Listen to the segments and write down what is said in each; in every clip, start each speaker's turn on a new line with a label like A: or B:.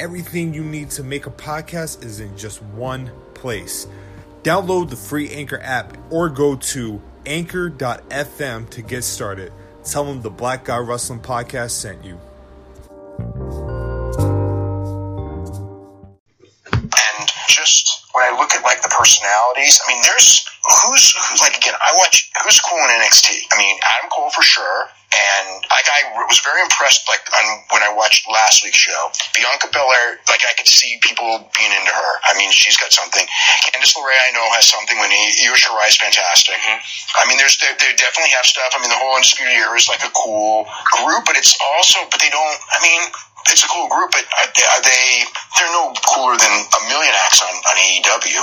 A: everything you need to make a podcast is in just one place. Download the free Anchor app or go to anchor.fm to get started. Tell them the Black Guy Wrestling Podcast sent you.
B: and just when I look at like the personalities, I mean, there's who's, who's like again, I watch who's cool in NXT. I mean, Adam Cole for sure, and like I was very impressed like on, when I watched last week's show, Bianca Belair. Like I could see people being into her. I mean, she's got something. Candice LeRae, I know, has something. When Io Shirai is fantastic. I mean, there's they, they definitely have stuff. I mean, the whole Undisputed Era is like a cool group, but it's also but they don't. I mean it's a cool group, but are they, are they they're no cooler than a million acts on, on E AEW.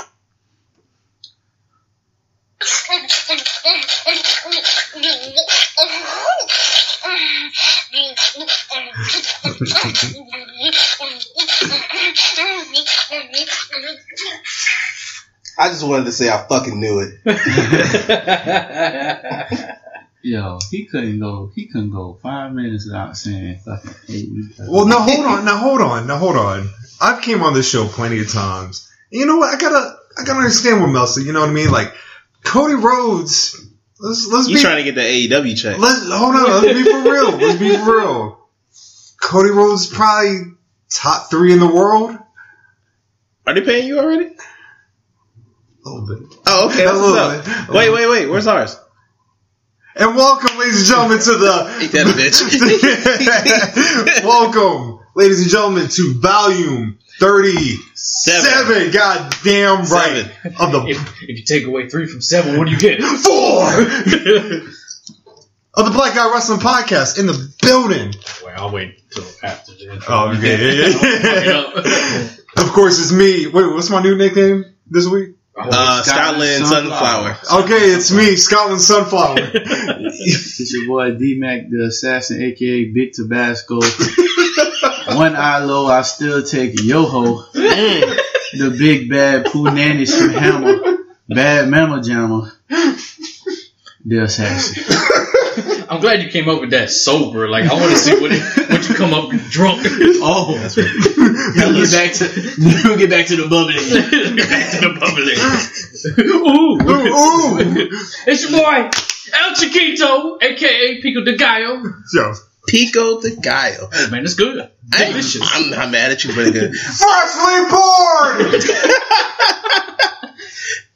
C: I just wanted to say I fucking knew it.
D: Yo, he couldn't go. He couldn't go five minutes without saying fucking hate me.
A: Well, now hold on, now hold on, now hold on. I've came on this show plenty of times. And You know what? I gotta, I gotta understand what Mel said. You know what I mean? Like Cody Rhodes. Let's let's
E: You
A: be
E: trying to get the AEW check?
A: let's hold on. Let's be for real. Let's be for real. Cody Rhodes probably top three in the world.
E: Are they paying you already?
A: A little bit.
E: Oh, okay.
A: A
E: That's
A: little
E: what's up.
A: bit.
E: Wait, wait, wait. Where's ours?
A: And welcome, ladies and gentlemen, to the
E: Eat that bitch.
A: welcome, ladies and gentlemen, to volume thirty
E: Seven.
A: seven. God damn right
E: Seven.
A: of the
F: If, if you take away three from seven, what do you get?
A: four of the Black Guy Wrestling Podcast in the building.
F: Wait, I'll wait till after the intro.
A: Oh,
F: I'll
A: yeah.
F: fuck it up.
A: of course, it's me. Wait, what's my new nickname this week?
E: Uh, Scotland Sunflower.
A: Okay, it's me, Scotland Sunflower.
D: It's your boy D Mac, the assassin, aka Big Tabasco. One eye low, I still take Yoho.
E: Mm.
D: the big bad poo nannies from Hammer. Bad mama jamma. The assassin.
F: I'm glad you came up with that sober. Like I want to see what it, what you come up with drunk.
D: Oh, that's right.
F: Now get back to we'll get back to the bubbling. get back to the bubbling.
A: ooh, ooh.
F: it's your boy El Chiquito, aka Pico de Gallo.
A: Yo,
E: Pico de Gallo.
F: Hey, man, it's good.
E: I-
F: Delicious.
E: I'm not mad at you, but good.
A: freshly born.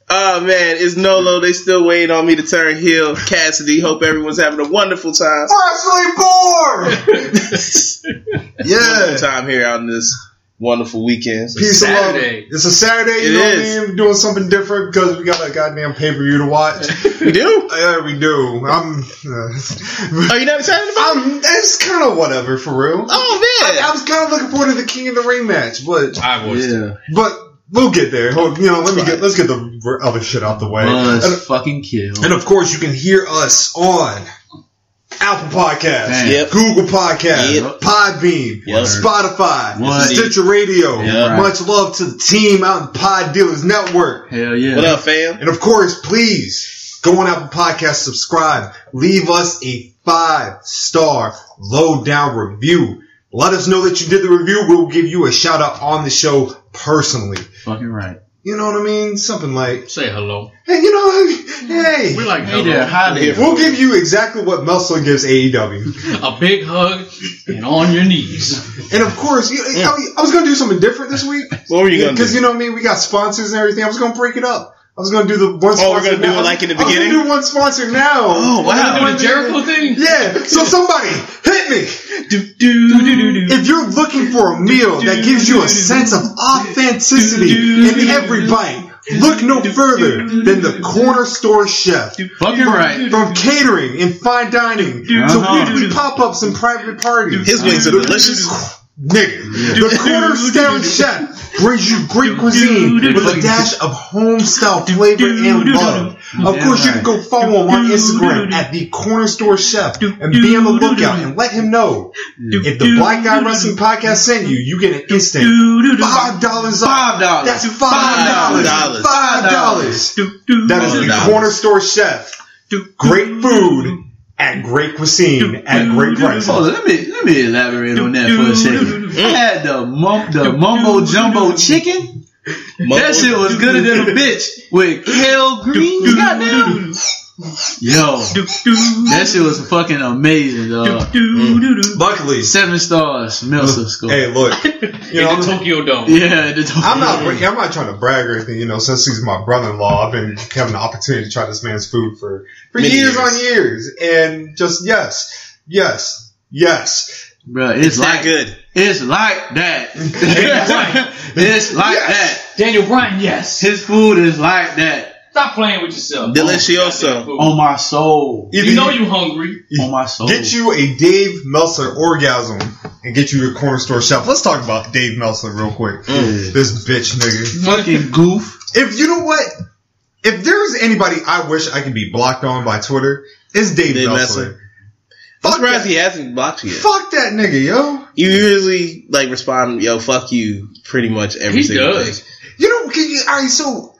E: Oh man, it's Nolo. They still waiting on me to turn heel. Cassidy, hope everyone's having a wonderful time.
A: Freshly born.
E: Wonderful
A: Yeah.
E: time here on this wonderful weekend.
A: Peace and love.
F: Saturday.
A: It's a Saturday, you
E: It
A: know
E: is.
A: what I mean? Doing something different because we got a goddamn pay per view to watch.
E: We do?
A: yeah, we do. I'm. uh,
E: Are Oh, you not excited about? it?
A: I'm. It's kind of whatever for real.
E: Oh man,
A: I was kind of looking forward to the King of the Ring match, but
F: I was.
D: Yeah.
A: but we'll get there. Hold, you know, let me get let's get the other shit out the way. And,
D: Buzz fucking kill.
A: and of course, you can hear us on Apple Podcasts,
D: Damn.
E: Yep.
A: Google Podcasts,
E: Yep.
A: Podbean,
E: Yep.
A: Spotify,
D: What?
A: Stitcher Radio.
E: Yeah.
A: Much love to the team out in Pod Dealers Network.
D: Hell yeah.
E: what up, fam?
A: And of course, please go on Apple Podcast, subscribe, leave us a five star low down review. Let us know that you did the review. We'll give you a shout out on the show personally.
D: Fucking right.
A: You know what I mean? Something like,
F: Say hello.
A: hey, you know, hey,
F: We like
D: Hey
F: hello.
D: there, hi there.
A: we'll give you exactly what Muscle gives E AEW.
F: A big hug and on your knees.
A: And of course, you, I, mean, I was gonna do something different this week
E: What were you gonna
A: because
E: do?
A: you know what I mean. We got sponsors and everything. I was gonna break it up. I was gonna do the one.
E: Oh, we're
A: sponsor
E: gonna do
A: now.
E: it like in the
A: I was gonna
E: beginning?
A: do one sponsor now.
E: Oh wow!
F: Do the Jericho thing.
A: Yeah, so somebody hit me.
F: Do, do, do, do, do.
A: If you're looking for a meal that gives you a sense of authenticity in every bite, look no further than the corner store chef.
D: Fucking right.
A: From catering and fine dining to
D: Uh-huh.
A: weekly pop ups and private parties.
E: His wings are delicious.
A: Nigga, the cornerstone chef brings you great cuisine with a dash of home style flavor and love. Of course, you can go follow him on Instagram at the Corner Store Chef and be on the lookout and let him know if the Black Guy Wrestling Podcast sent you, you get an instant five dollars off.
E: Five dollars.
A: That's five dollars. Five dollars. That is the Corner Store Chef. Great food at great cuisine at great prices.
D: Oh, let me let me elaborate on that for a second. I had the mum, the mumbo jumbo chicken. That shit was gooder than a bitch with kale greens. Goddamn. Yo, that shit was fucking amazing, dog.
A: Luckily,
D: Seven stars, Melsa score.
A: hey, look, you know,
F: in the
A: I'm,
F: Tokyo Dome.
D: Yeah, the
A: I'm not bra- I'm not trying to brag or anything. You know, since he's my brother-in-law, I've been having the opportunity to try this man's food for for
E: Many
A: years,
E: years.
A: on years, and just yes, yes, yes.
D: Bro, it's,
E: It's
D: like
E: not good.
D: it's like that. it's like that.
F: Daniel Bryan, yes.
D: His food is like that.
F: Stop playing with yourself.
E: Delicioso.
D: On my soul.
A: Either
F: You know you hungry.
D: On my soul.
A: Get you a Dave Meltzer orgasm and get you to corner store shelf. Let's talk about Dave Meltzer real quick. This bitch nigga.
D: fucking goof.
A: If you know what, if there's anybody I wish I could be blocked on by Twitter, it's Dave,
E: Dave
A: Meltzer.
E: I'm
A: Fuck
E: surprised
A: that,
E: he hasn't blocked you. yet.
A: fuck that nigga, yo.
E: You usually like respond, "Yo, fuck you," pretty much every
F: He
E: single
F: does.
E: day.
A: You know, can you, all right, so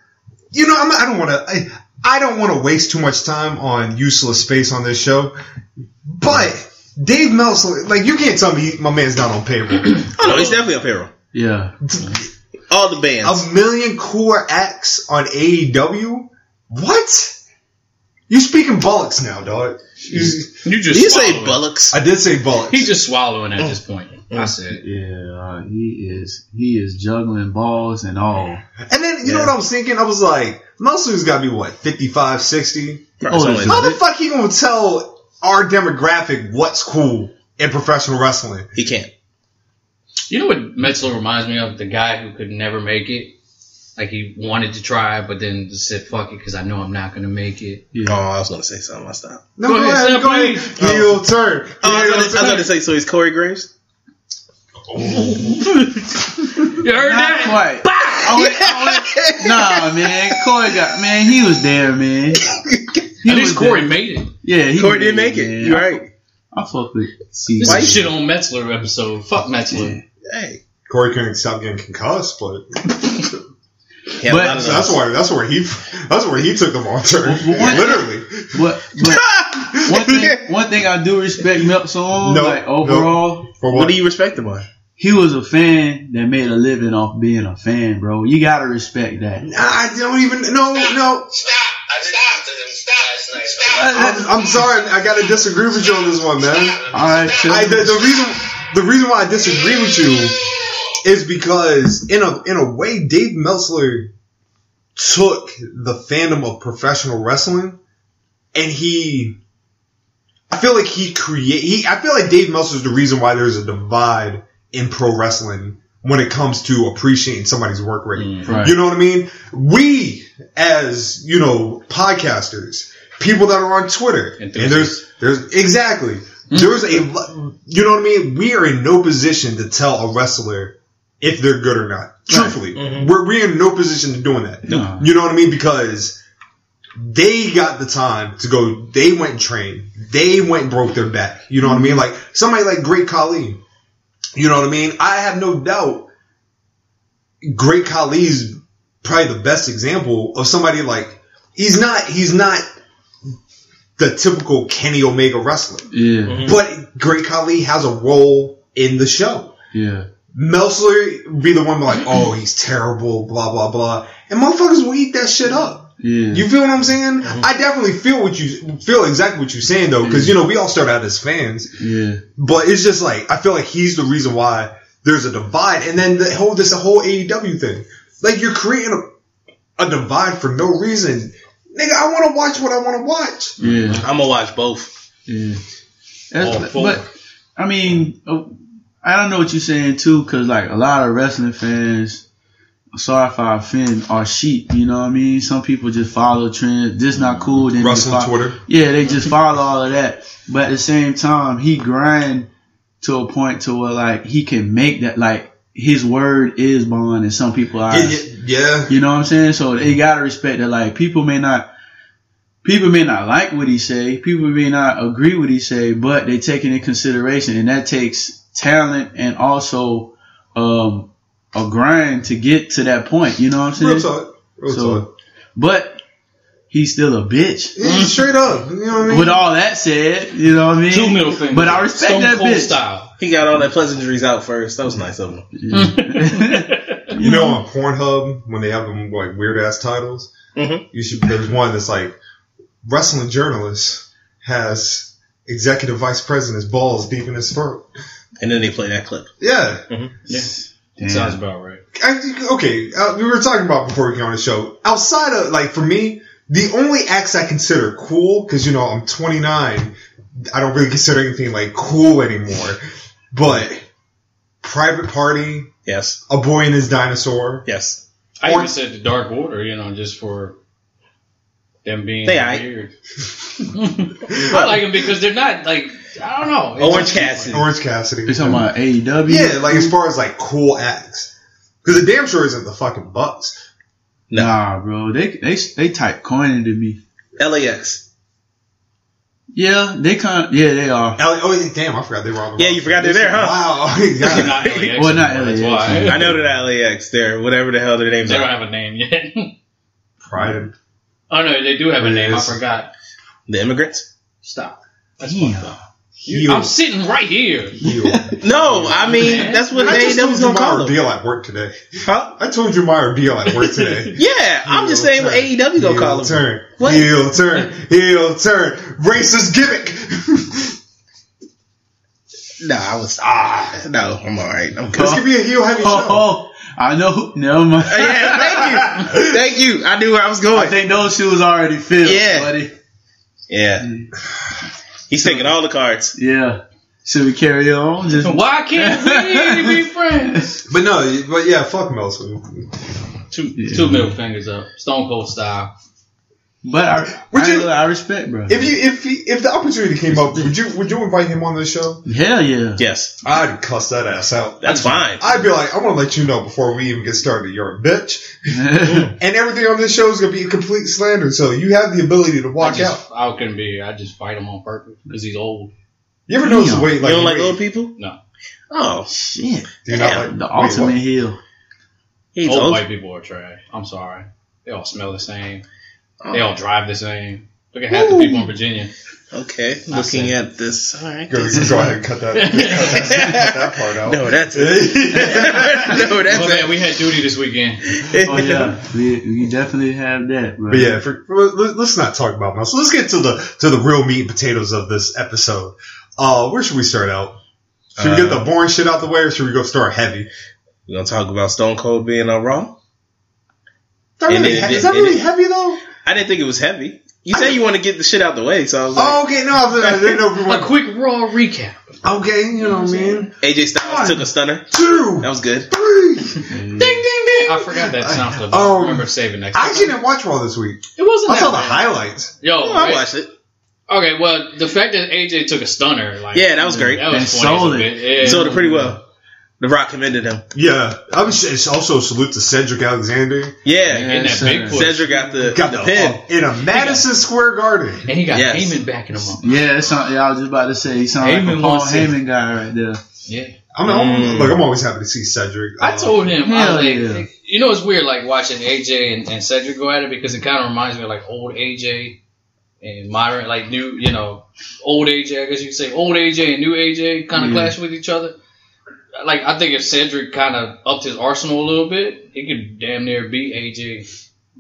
A: you know, I'm, I don't want to. I, I don't want to waste too much time on useless space on this show, but. Dave Meltzer, like you can't tell me he, my man's not on payroll.
E: Oh no, he's definitely on payroll.
D: Yeah.
E: All the bands.
A: a million core acts on AEW? What? You speaking bollocks now, dog. You-
F: You just
E: you say
F: swallowing.
E: bullocks.
A: I did say bollocks.
F: He's just swallowing at this point. I said.
D: Yeah, uh, he is he is juggling balls and all.
A: and then, you know what I was thinking? I was like, Muslim's got to be, what, 55, 60?
E: Probably something
D: that's
E: like
A: How
E: that.
A: the fuck he going to tell our demographic what's cool in professional wrestling?
E: He can't.
F: You know what Metzler reminds me of? The guy who could never make it. Like he wanted to try, but then just said, fuck it, because I know I'm not going to make it.
E: Oh, I was gonna say something. I stopped.
A: No,
F: Go ahead, Seth, please.
A: Heel turn.
E: Oh, I
A: Heel
E: was, about to, I was about
A: turn.
E: to say, so he's Corey Graves?
F: You heard
D: Not
F: that?
D: quite. Oh, I was- I was- nah, man. Corey got man. He was there, man. He
F: At least
D: was
F: Corey
D: there.
F: made it.
D: Yeah, he
E: Corey
D: was
E: didn't
D: there,
E: make it.
D: man.
E: You're right.
D: I fuck with. See,
F: This
E: Why
F: is
E: you-
F: shit on Metzler episode. Fuck Metzler.
E: Hey.
A: Corey couldn't stop getting concussed, but
E: Yeah,
D: But-
E: I don't know.
A: so that's why that's where he that's where he took the wrong turn.
D: Well, what-
A: Literally.
D: What, but one thing, one thing I do respect Meltzer on,
A: Nope,
D: like overall,
A: For
E: What do you respect him on?
D: he was a fan that made a living off being a fan, bro. You gotta respect that.
A: I don't even no no
G: Stop! I just talked to them. Stop! Stop!
A: I'm, I'm sorry, I gotta disagree with you on this one, man.
D: All right, chill.
A: I, the, the reason the reason why I disagree with you is because in a in a way, Dave Meltzer took the fandom of professional wrestling, and he, I feel like he create. He, I feel like Dave Meltzer is the reason why there's a divide in pro wrestling when it comes to appreciating somebody's work rate.
D: right.
A: You know what I mean? We, as you know, podcasters, people that are on Twitter, and there's there's exactly
D: Mm-hmm.
A: there's a lo- you know what I mean. We are in no position to tell a wrestler if they're good or not. Truthfully, we're we're in no position to doing that.
D: No.
A: You know what I mean? Because they got the time to go. They went and trained. They went and broke their back. You know what I mean? Like somebody like Great Khali. You know what I mean? I have no doubt. Great Khali's probably the best example of somebody like he's not he's not the typical Kenny Omega wrestler,
D: yeah,
A: but Great Khali has a role in the show.
D: yeah.
A: Meltzer be the one like, oh, he's terrible, blah blah blah, and motherfuckers will eat that shit up.
D: Yeah.
A: You feel what I'm saying? I definitely feel what you feel exactly what you're saying though, because you know we all start out as fans,
D: yeah.
A: but it's just like I feel like he's the reason why there's a divide, and then the whole this whole AEW thing, like you're creating a, a divide for no reason. Nigga, I want to watch what I want to watch.
D: Yeah.
E: I'm gonna watch both.
D: Yeah. That's,
F: All
D: but,
F: four.
D: but, I mean, uh, I don't know what you're saying too, because like a lot of wrestling fans, sorry if I offend, are sheep. You know what I mean? Some people just follow trends. This not cool. Then they
A: Wrestling
D: follow-
A: Twitter.
D: Yeah, they just follow all of that. But at the same time, he grind to a point to where like he can make that like his word is bond and some people are
H: Yeah, yeah.
D: you know what I'm saying? So they gotta respect that like people may not people may not like what he say, people may not agree what he say, but they take it in consideration and that takes talent and also um a grind to get to that point, you know what I'm saying?
H: Real talk. Real
D: So-
E: uh,
H: talk.
D: But he's still a bitch.
H: Yeah, straight up. You know what I mean?
D: With all that said, you know what I mean?
F: Two middle fingers.
D: But I respect
F: Stone
D: that
F: Cold
D: bitch.
F: style.
E: He got all that pleasantries out first. That was nice of him.
I: You know, on Pornhub when they have them like weird ass titles,
E: Mhm.
I: you should. There's one that's like wrestling journalist has executive vice president's balls deep in his throat.
E: And then they play that clip.
I: Yeah.
F: Yeah.
D: Damn.
F: Sounds about right.
I: I, okay. Uh, we were talking about before we came on the show. Outside of like for me, the only acts I consider cool because you know I'm 29. I don't really consider anything like cool anymore. But private party,
E: Yes.
I: a boy and his dinosaur.
E: Yes.
F: I
I: Or-
F: even said the Dark Order, you know, just for them being
E: They aight.
F: weird. I like them because they're not like I don't know. It's
E: Orange
F: just-
E: Cassidy.
I: Orange Cassidy.
D: You talking about E AEW?
I: Yeah, like as far as like cool acts, because it damn sure isn't the fucking Bucks.
D: Nah, bro. They they they type coin into me.
E: LAX.
D: Yeah, they kind. Yeah, they are.
I: L- oh yeah, damn, I forgot they were on. the
E: Yeah, you forgot they're there, huh?
I: Wow, oh
F: They're
I: yeah.
F: not LAX.
D: Well, not
F: anymore, that's
D: LAX.
F: why.
E: I know that LAX there, whatever the hell their names
F: They don't
E: are.
F: have a name yet.
I: pride and
F: oh no, they do have a name. I
I: Yes.
F: forgot.
E: The immigrants?
F: Stop. That's fucked
D: Damn.
F: up.
I: heel.
F: I'm sitting right here.
I: heel.
E: No, I mean that's what
I: I
E: they
I: just
E: that was
I: told you my
E: gonna call them.
I: ordeal at work today.
E: Huh?
I: I told you my ordeal at work today.
E: Yeah, I'm just saying what AEW gonna
I: heel
E: call them.
I: Turn.
E: What?
I: Heel turn. Heel turn. Racist gimmick.
E: No, I was ah no, I'm alright. I'm
I: this
E: good.
I: could be a heel heavy
D: Oh,
I: show.
D: I know. Never mind.
I: Oh,
E: yeah, thank you. Thank you. I knew where I was
D: I
E: going.
D: think those shoes already filled.
E: Yeah.
D: buddy.
E: yeah. He's taking all the cards.
D: Yeah. Should we carry on? Just
F: Why can't we be friends?
I: But no, but yeah, fuck Melson.
F: Two
D: Yeah.
F: two middle fingers up, Stone Cold style.
D: but I,
I: Would
D: I,
I: you-
D: I respect, bro.
I: If you if he, if the opportunity came up, would you would you invite him on this show?
D: Hell yeah.
E: Yes.
I: I'd cuss that ass out.
E: That's fine.
I: I'd be like, I want to let you know before we even get started, you're a bitch, and everything on this show is gonna be a complete slander. So you have the ability to
F: I
I: walk out.
F: just, I couldn't be. I just fight him on purpose because he's old.
I: You ever notice the
D: Damn.
I: way like
E: you don't like
I: wait,
E: old people?
F: No.
E: Oh.
D: Shit.
I: do you not like-
E: Damn,
D: The
I: wait,
D: ultimate
I: what?
D: heel.
E: He's
F: old
E: old.
F: white people are trash. I'm sorry. They all smell the same. They
E: Oh,
F: all drive the same. Look at half the people in Virginia.
E: okay.
F: Not
E: Looking
F: saying.
E: at this. Alright.
I: Go, go ahead and cut that, cut that, cut that part out.
E: No, that's no, that's
F: Oh man, we had duty this weekend.
E: it.
D: Oh yeah. We, we definitely have that, bro.
I: But yeah, for, for- let- let's not talk about Melson. Let's get to the to the real meat and potatoes of this episode. Uh, where should we start out? Should we get the boring shit out the way, or should we go start heavy?
E: We're gonna talk about Stone Cold being on Raw.
I: Is that
E: And
I: really,
E: it-
I: he- is
E: it-
I: that
E: it-
I: really heavy though?
E: I didn't think it was heavy. You said you want to get the shit out the way, so I was like,
I: Oh, okay. No, I, was, I didn't know if we
F: A
I: were.
F: quick raw recap.
I: Okay, you know what I mean.
F: Oh,
E: AJ Styles
I: God.
E: took a stunner.
I: Two,
E: That was good.
I: three.
D: Yeah.
F: Mm. I forgot that sound clip.
I: Um,
F: I remember saving next.
I: I actually
F: time.
I: didn't watch Raw this week.
F: It wasn't.
I: I
F: that
I: saw the
F: bad.
I: highlights.
F: Yo,
E: Oh, I
F: wait.
E: watched it.
F: Okay, well, the fact that AJ took a stunner, like
E: Yeah, that was great.
F: that was
D: And
F: funny.
D: sold
F: as a
D: it.
F: bit. Yeah.
E: Sold it pretty well. The Rock commended him.
I: Yeah, I was it's also a salute to Cedric Alexander.
E: Yeah.
F: And that
D: Yes, sir.
F: big push.
E: Cedric got the,
I: Got
E: the,
I: the
E: pin.
I: in a Madison Square Garden.
F: and he got
E: Yes.
F: Heyman backing him up.
D: Yeah, it sound, yeah, I was just about to say he sounds like
F: Heyman
D: a Paul
F: wants it.
D: Heyman guy right there.
F: Yeah,
I: I'm, I'm
E: Mm.
I: look. I'm always happy to see Cedric.
F: I
I: Uh,
F: told him. I was
D: Hell
F: like, you know, it's weird, like watching AJ and, and Cedric go at it because it kind of reminds me of like old AJ and modern, like new, you know, old AJ. I guess you could say old AJ and new AJ kind of
D: Yeah.
F: clash with each other. Like I think if Cedric kind of upped his arsenal a little bit, he could damn near beat AJ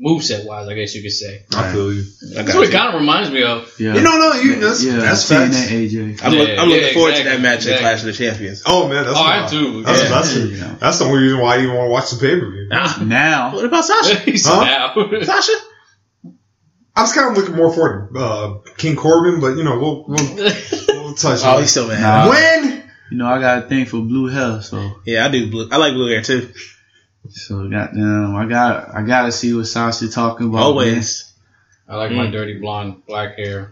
F: moveset wise. I guess you could say.
I: Uh, I feel you.
E: I
F: That's what
E: got
F: it
E: you.
F: kind of reminds me of.
D: Yeah.
I: You don't know. You that's
D: yeah,
I: that's
D: seeing
I: facts.
D: that AJ.
E: I'm, look,
F: Yeah,
E: I'm looking
F: yeah,
E: forward to that
F: exactly,
E: match at
F: exactly.
E: Clash of the Champions.
I: Oh man, that's
F: Oh,
I: my-
F: I do.
I: That's,
F: yeah.
I: that's, that's the only reason why I even want to watch the pay per view.
E: Ah,
D: Now,
E: what about Sasha?
F: He's
I: Huh?
F: out.
E: Sasha?
I: I was kind of looking more forward to uh, King Corbin, but you know we'll we'll, we'll touch.
E: Oh,
I: on
E: he's
I: it.
E: still mad.
D: Nah.
I: when
D: you know I got a thing for blue hell, so
E: Yeah, I do blue. I like blue hair too.
D: so goddamn, I got I gotta see what Sasha talking about.
E: Always.
I: Hmm.
F: I like my
E: Mm.
F: dirty blonde black hair.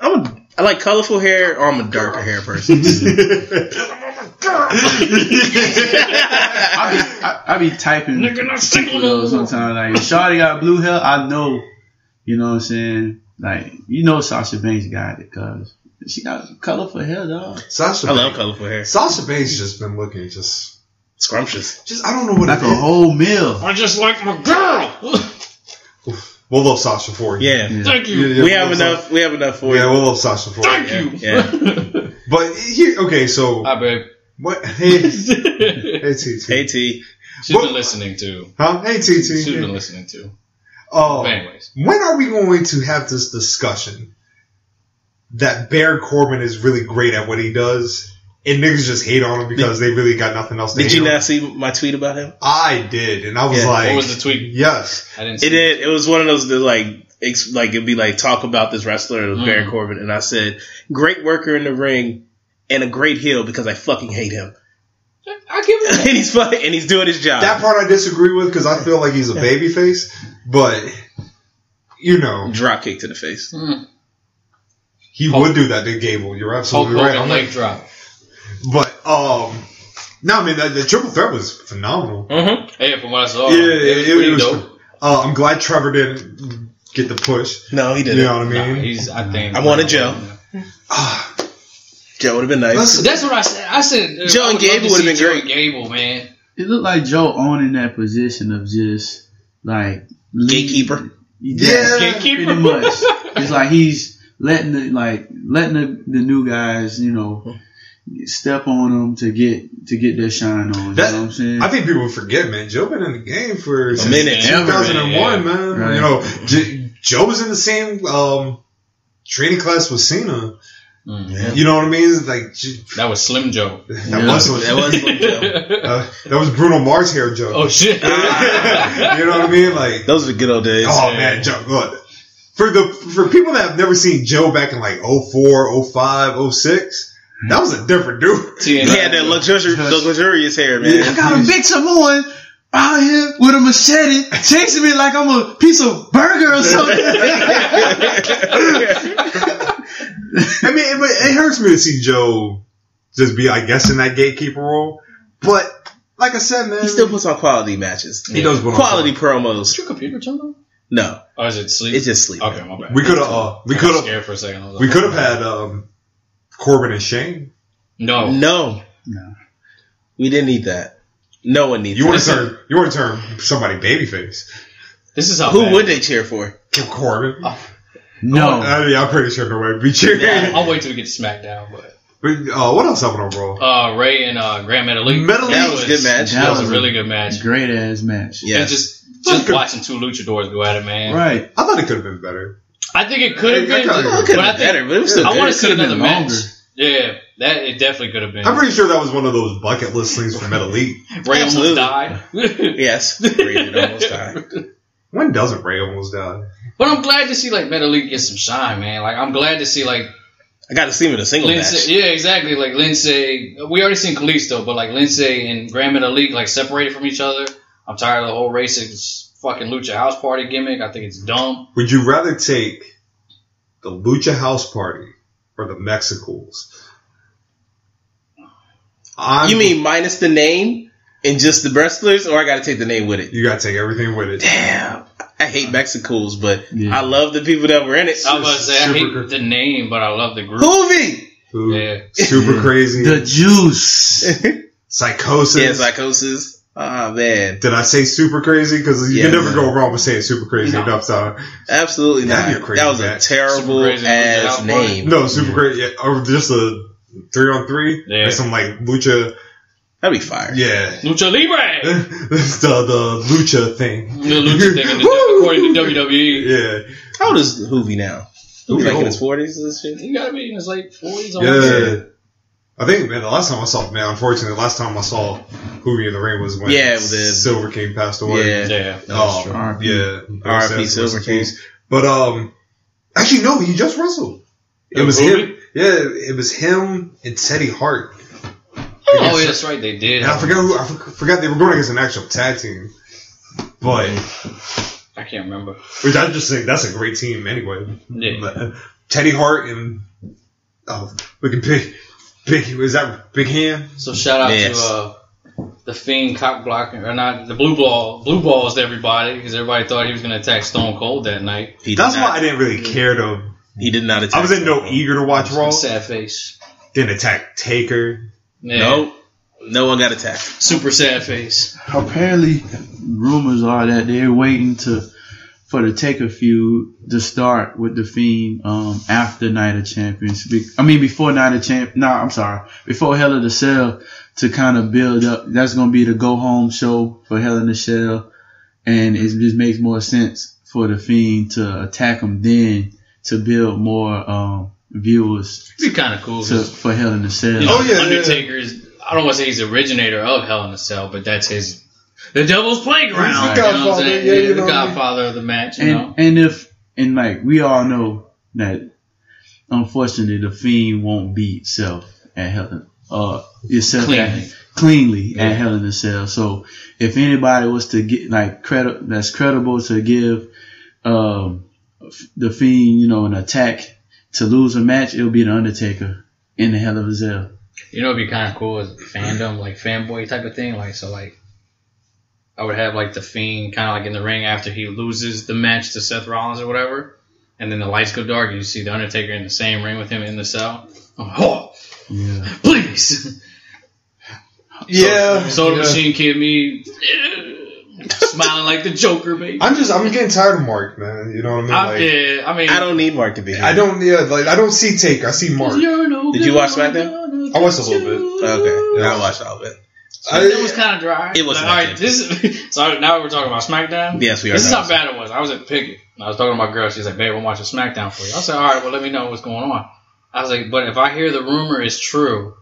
E: I'm a, I like colorful hair. Or I'm a darker hair person.
D: I be, I, I be typing
F: Nigga, not single
D: though sometimes. Like, if Shawty got blue hair, I know. You know what I'm saying? Like, you know Sasha Banks got it, cuz. She got colorful hair, dog.
I: Sasha.
E: I love
I: Banks.
E: colorful hair.
I: Sasha Banks just been looking just,
E: Scrumptious.
I: just I don't know what
D: Like
I: it
D: a
I: is.
D: whole meal.
F: I just like my girl.
I: We'll love Sasha for you.
E: Yeah.
F: Thank
I: Yeah,
F: you.
I: yeah,
E: We have
I: we'll love-
E: enough. We have enough for
I: Yeah,
E: you.
I: we'll love Sasha for you.
F: Thank you.
E: Yeah.
I: But here, okay, so
F: Hi, babe.
I: what? Hey,
F: She's
I: hey, TT,
E: Hey T.
F: been listening to.
I: huh? Hey,
F: She's been
I: TT.
F: listening to.
I: Oh,
F: But anyways,
I: when are we going to have this discussion that Baron Corbin is really great at what he does, and niggas just hate on him because they really got nothing else to
E: Did
I: hate
E: you
I: on?
E: not see my tweet about him?
I: I did, and I was
E: Yeah, what
I: like,
F: what was the tweet?
I: Yes,
F: I didn't see
E: It did. It was one of those that like ex- like it'd be like talk about this wrestler it was Baron
F: Mm.
E: Corbin, and I said great worker in the ring and a great heel because I fucking hate him,
F: I give it.
E: and he's fucking and he's doing his job.
I: that part I disagree with because I feel like he's a baby face, but you know
E: Drop kick to the face.
F: Mm.
I: he would do that to Gable. You're
F: Hulk
I: absolutely
F: Hogan
I: right. I'm like,
F: leg drop.
I: but um, no, I mean the, the triple threat was phenomenal.
E: Mm-hmm.
F: Hey, from what I saw,
I: Yeah,
F: it
I: it-
F: was
I: it
F: Oh, pretty
I: was-
F: dope.
I: Uh, I'm glad Trevor didn't get the push.
E: No, he
I: You
E: didn't.
I: know what I mean?
F: Nah, he's. I think.
E: I wanted Joe.
I: Ah,
E: Joe would have been nice.
I: listen,
F: That's what I said. I said. uh,
E: Joe
F: I would
E: and
F: love
E: Gable
F: to
E: would've been
F: see Joe
E: great.
F: and Gable, man.
D: It looked like Joe owning that position of just like
E: Gatekeeper.
I: Yeah.
F: Gatekeeper.
D: pretty much. It's like he's letting the like letting the, the new guys, you know, step on them to get to get their shine on.
I: That-
D: you know what I'm saying?
I: I think people forget, man. Joe been in the game for since
E: minute.
I: 2001, man.
D: Right.
I: You know, J- Joe was in the same um, training class with Cena.
F: Mm.
I: You know what I mean? Like j-
F: That was Slim Joe.
I: that
D: Yeah.
I: was
E: That was Slim Joe.
I: uh, that was Bruno Mars hair Joe.
F: oh shit.
I: you know what I mean? Like,
E: Those were good old days.
I: oh man, Joe. Look, for the for people that have never seen Joe back in like 04, 05, 06, that was
F: Mm-hmm.
I: a different dude.
E: He had that luxurious, the luxurious hair, man.
D: I got a big Samoan out here with a machete chasing me like I'm a piece of burger or something.
I: I mean, it, but it hurts me to see Joe just be, I guess, in that gatekeeper role. But like I said, man,
E: he still puts on quality matches.
I: He does put on
E: quality promos.
F: your computer turned on?
E: No,
F: Or Oh, is it sleep?
E: it's just sleep.
F: Okay, my bad.
I: we could have, uh, we
F: I was
I: could have,
F: scared for a second. I was like,
I: we could have had um, Corbin and Shane.
F: No.
E: No.
D: No.
E: We didn't need that. No one needs
I: You want
E: that.
I: to turn, you want to turn somebody babyface,
F: This is how.
E: Who
F: bad-
E: would they cheer for?
I: Kim Corbin.
D: no.
I: I mean, I'm pretty sure nobody would be cheering.
F: Oh. Yeah, I'll wait till we get to SmackDown. But
I: But uh, what else happened on Raw?
F: uh, Ray and uh, Grand Metalik.
I: Metalik-
E: That was a good match.
F: That was a really good match.
D: Great ass match.
E: Yeah.
F: And just just watching two luchadors go at it, man.
D: Right.
I: I thought it could have been better.
F: I think it could have
I: Yeah,
F: been,
I: I kinda-
E: Well, it
F: but
E: could
F: I
E: have been
F: think
E: better, but it was still
F: I
E: good.
F: want to see
D: could've been
F: another
D: longer.
F: match. Yeah, that it definitely could have been.
I: I'm pretty sure that was one of those bucket list things from Metal Elite.
F: Ray
E: Absolutely.
F: almost died.
E: Yes. Rated almost high.
I: When doesn't Ray almost die?
F: but I'm glad to see like Metalik get some shine, man. Like I'm glad to see like
E: I got to see him in a single
F: Lindsay,
E: match.
F: yeah, exactly. Like Lindsay, we already seen Kalisto, but like Lindsay and Graham and Elite like separated from each other. I'm tired of the whole racist fucking lucha house party gimmick. I think it's dumb.
I: Would you rather take the Lucha House Party or the Mexicals? I'm,
E: You mean minus the name and just the wrestlers, or I got to take the name with it?
I: you gotta take everything with it?
E: Damn. I hate Mexicals, but
D: Yeah.
E: I love the people that were in it.
F: I was gonna say I
I: Super
F: hate
I: good.
F: the name, but I love the group.
E: Hoovy!
I: Who-
F: Yeah.
I: Super crazy.
D: The juice.
I: Psychosis.
E: yeah, psychosis. Ah, man.
I: Did I say super crazy? Because you
E: Yeah,
I: can never
E: man.
I: go wrong with saying super crazy
F: No.
I: enough time.
E: Absolutely
I: That'd be
E: not.
I: a crazy
E: That was a
I: match.
E: terrible
F: Super crazy
E: ass
F: Lucha House Party.
E: name.
I: No, super crazy. Yeah, or just a three on three.
F: Yeah.
I: Or some like lucha.
E: That'd be fire.
I: Yeah.
F: Lucha Libre.
I: the, the lucha thing.
F: The lucha thing, in the, according to E. WWE.
I: Yeah.
E: How old is Hoovy now?
I: Hoovy
E: Hoovy like
I: old.
E: in his forties and shit.
F: He gotta be in his late forties.
I: Yeah. I think man, the last time I saw man, unfortunately, the last time I saw Hoovy in the ring was when
E: Yeah, the-
I: Silver King passed away.
E: Yeah.
F: Yeah.
I: Oh,
D: That's true.
I: yeah.
E: R.I.P.
I: Rest in
E: Silver King.
I: peace. But um, actually no, he just wrestled. It
F: Uh,
I: was
F: Hoovy?
I: him. Yeah, it was him and Teddy Hart.
F: Oh, yeah, that's right. They did.
I: And I forgot who I for- forgot they were going against an actual tag team. But
F: I can't remember.
I: which I just think that's a great team anyway.
F: Yeah.
I: But Teddy Hart and Oh, look at Big. Big, was that Big Ham?
F: So shout out
E: Yes.
F: to uh, the Fiend cock blocking or not the blue ball blue balls to everybody because everybody thought he was going to attack Stone Cold that night.
E: He did
I: That's
E: not,
I: why I didn't really care to.
E: he did not attack.
I: I was in no e-
E: Stone Cold.
I: eager to watch Raw.
F: Sad face.
I: Didn't attack Taker.
F: Yeah.
E: Nope. No one got attacked.
F: Super sad face.
D: Apparently, rumors are that they're waiting to for the Taker feud to start with the Fiend um, after Night of Champions. Be- I mean, before Night of Champ. No, I'm sorry, before Hell in a Cell to kind of build up. That's gonna be the go home show for Hell in a Cell, and it just makes more sense for the Fiend to attack him then to build more um, viewers
F: It's kind of cool.
D: to,
F: 'cause,
D: for Hell in a Cell.
F: you know,
I: Oh, yeah, yeah, yeah.
F: Undertaker is. I don't want to say he's the originator of Hell in a Cell, but that's his. The Devil's Playground.
I: He's the
F: you know what I'm
I: godfather,
F: saying?
I: yeah, you
F: the
I: know what I mean?
F: Godfather of the match. You know.
D: and and if and like we all know that unfortunately the fiend won't beat self at Helen uh itself
F: Cleanly.
D: At, cleanly at Helen itself. So if anybody was to get like credit that's credible to give um the fiend you know an attack to lose a match, it'll be the Undertaker in the Hell of a Cell.
F: You know, it'd be kind of cool is fandom, like fanboy type of thing. Like, so, like, I would have like the fiend kind of like in the ring after he loses the match to Seth Rollins or whatever, and then the lights go dark and you see the Undertaker in the same ring with him in the cell. I'm like, oh,
D: Yeah,
F: please.
I: Yeah.
F: Soda
I: yeah.
F: Machine Kid, me eh, smiling like the Joker, baby.
I: I'm just. I'm getting tired of Mark, man. You know what I mean?
F: I,
I: Like,
F: yeah, I mean,
E: I don't need Mark to be here.
I: I don't. Yeah. Like I don't see Taker. I see Mark.
F: You're no
E: Did you
F: good,
E: watch SmackDown?
F: no good
I: I watched a little bit.
F: you.
E: Okay. I watched all of it.
I: I,
F: It was kind of dry.
E: It wasn't
F: Like, all right,
E: that good.
F: this is so now we're talking about SmackDown.
E: Yes, we are.
F: This is
E: now.
F: how bad it was. I was at Picket. And I was talking to my girl. She's like, "Babe, I'm watching SmackDown for you." I said, "All right, well, let me know what's going on." I was like, "But if I hear the rumor is true,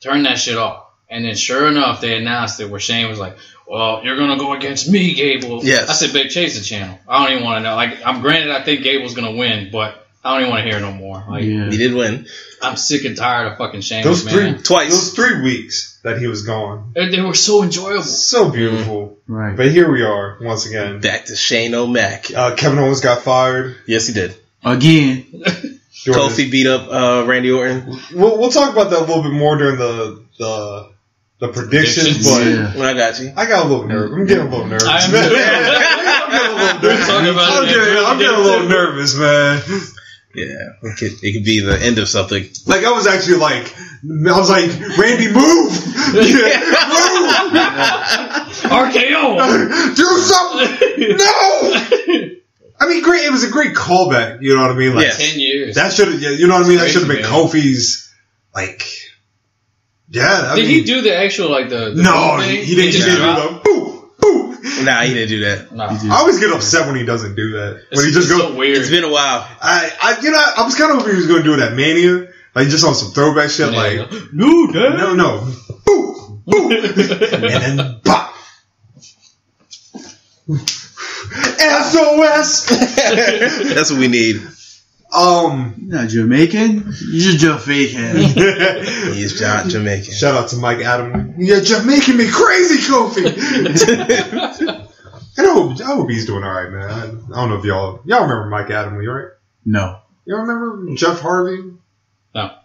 F: turn that shit off." And then, sure enough, they announced it. Where Shane was like, "Well, you're gonna go against me, Gable."
E: Yes.
F: I said, "Babe, change the channel. I don't even want to know. Like, I'm granted, I think Gable's gonna win, but I don't even want to hear it no more. Like,
D: yeah.
E: He did win
F: I'm sick and tired of fucking Shane
I: those
F: McMahon.
I: three. Those
E: twice.
I: three weeks that he was gone.
F: They, they were so enjoyable.
I: So beautiful.
D: Right.
I: But here we are once again.
E: Back to Shane O'Mac.
I: Uh, Kevin Owens got fired.
E: Yes, he did.
D: Again,
I: Jordan-
E: Kofi beat up uh, Randy Orton.
I: We'll, we'll talk about that a little bit more during the the, the predictions,
F: Predictions.
I: but
D: yeah.
E: Well, I got you.
I: I got a little nervous. I'm getting a little nervous.
F: I am
I: man.
F: too.
I: I'm getting a little nervous.
F: Talk about
I: I'm
F: it,
I: getting,
F: man.
I: I'm getting a little nervous, man.
E: Yeah, it could, it could be the end of something.
I: Like I was actually like, I was like, Randy, move,
F: RKO.
I: do something. No. I mean, great. It was a great callback. You know what I mean? Like
E: Yes.
F: Ten years.
I: that should have. You know what I mean? That should have been
F: Crazy, man.
I: Kofi's. Like, yeah. I
F: Did
I: mean,
F: he do the actual like the? the
I: No,
F: thing?
I: he, he didn't. He
F: just
I: didn't
F: dropped?
I: do the boo boo.
E: Nah, he didn't do that.
F: No.
D: He did.
I: I always get upset when he doesn't do that.
F: It's-
I: When he just
F: it's
I: goes,
F: so weird.
E: It's been a while.
I: I, I, you know, I was kind of hoping he was going to do it at Mania, like just on some throwback shit,
F: Yeah.
I: like
F: no, Dad.
I: no, no, boo, boo, and then bop. SOS.
E: That's what we need.
I: Um,
D: You're not Jamaican. You're Jamaican.
I: shout
E: He's John Jamaican.
I: out to Mike Adam. You're just making me crazy, Kofi. I hope, I hope he's doing all right, man. I, I don't know if y'all y'all remember Mike Adam, Lee, right?
D: No.
I: Y'all remember Jeff Harvey?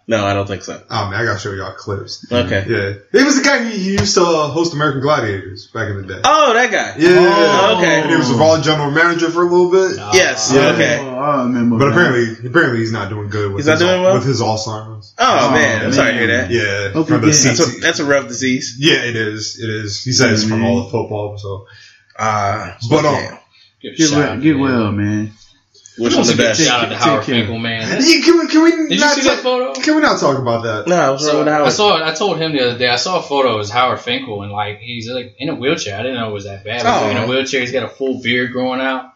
E: No, I don't think so.
I: Oh man, I gotta show y'all clips.
E: Okay.
I: Yeah, he was the guy who used to uh, host American Gladiators back in the day.
E: Oh, that guy.
I: Yeah,
E: Oh,
I: And he
E: okay.
I: was a Raw general manager for a little bit,
F: Nah.
E: Yes.
I: Yeah.
E: Okay.
D: Oh, I remember.
I: but
D: now.
I: apparently, apparently he's not doing good with
E: He's not
I: his,
E: doing
I: al-
E: well?
I: with his Alzheimer's.
E: Oh man, I'm
I: man.
E: sorry to hear that.
I: Yeah,
D: Hope
I: from
D: he
I: the
D: did.
E: That's
I: CT
E: a, that's a rough disease.
I: yeah, it is. It is. He says it's from all the football. So,
E: Uh,
I: but um,
E: damn.
F: Give a
D: Get,
F: shout
D: well,
F: out,
D: get
F: man.
D: well, man.
E: which
F: Wants to
E: one's the
F: give a
E: best?
F: Shout out to
D: Take-
F: Howard
D: take care.
F: Finkel, man.
I: yeah, can we can we
F: Did you
I: not
F: see that
I: talk,
F: photo?
I: can we not talk about that?
E: No, I was wrong with
F: I
E: Howard.
F: saw it. I told him the other day. I saw a photo of Howard Finkel and like he's like in a wheelchair. I didn't know it was that bad. He's, like,
E: Oh.
F: in a wheelchair, he's got a full beard growing out.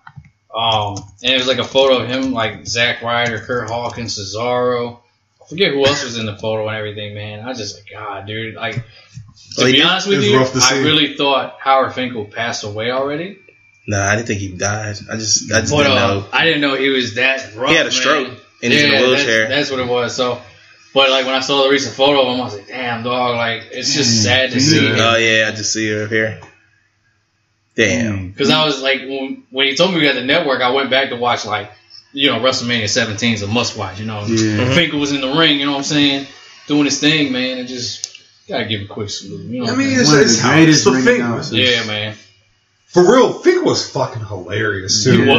F: Um, and it was like a photo of him, like Zack Ryder, Kurt Hawkins, Cesaro. I forget who else was in the photo and everything, man. I was just like, God, dude. Like, to
E: Like,
F: be honest
I: it
F: with
I: was
F: you,
I: rough to
F: I
I: see.
F: really thought Howard Finkel passed away already.
E: Nah, I didn't think he died. I just I just
F: But,
E: didn't
F: uh,
E: know.
F: I didn't know he was that rough.
E: He had a
F: man.
E: stroke and he's in
F: Yeah,
E: a
F: that's-
E: wheelchair.
F: That's, what it was. So, but like when I saw the recent photo of him, I was like, "Damn, dog! Like it's
I: Mm.
F: just sad to see."
E: Oh yeah, I just see her up here. Damn.
F: Because I was like, when, when he told me we got the network, I went back to watch like you know, WrestleMania 17 is a must watch. You know,
D: Yeah.
I: Mm-hmm.
F: Finkel was in the ring. You know what I'm saying? Doing his thing, man. And just gotta give a quick salute. You know,
I: I
F: what
I: mean,
F: I'm
I: it's,
D: One of
I: it's
D: the
I: how-
D: greatest
I: it's the
D: ring
I: thing.
F: saying?
D: announcers.
F: yeah, man.
I: For real, Fink was fucking hilarious too.
F: He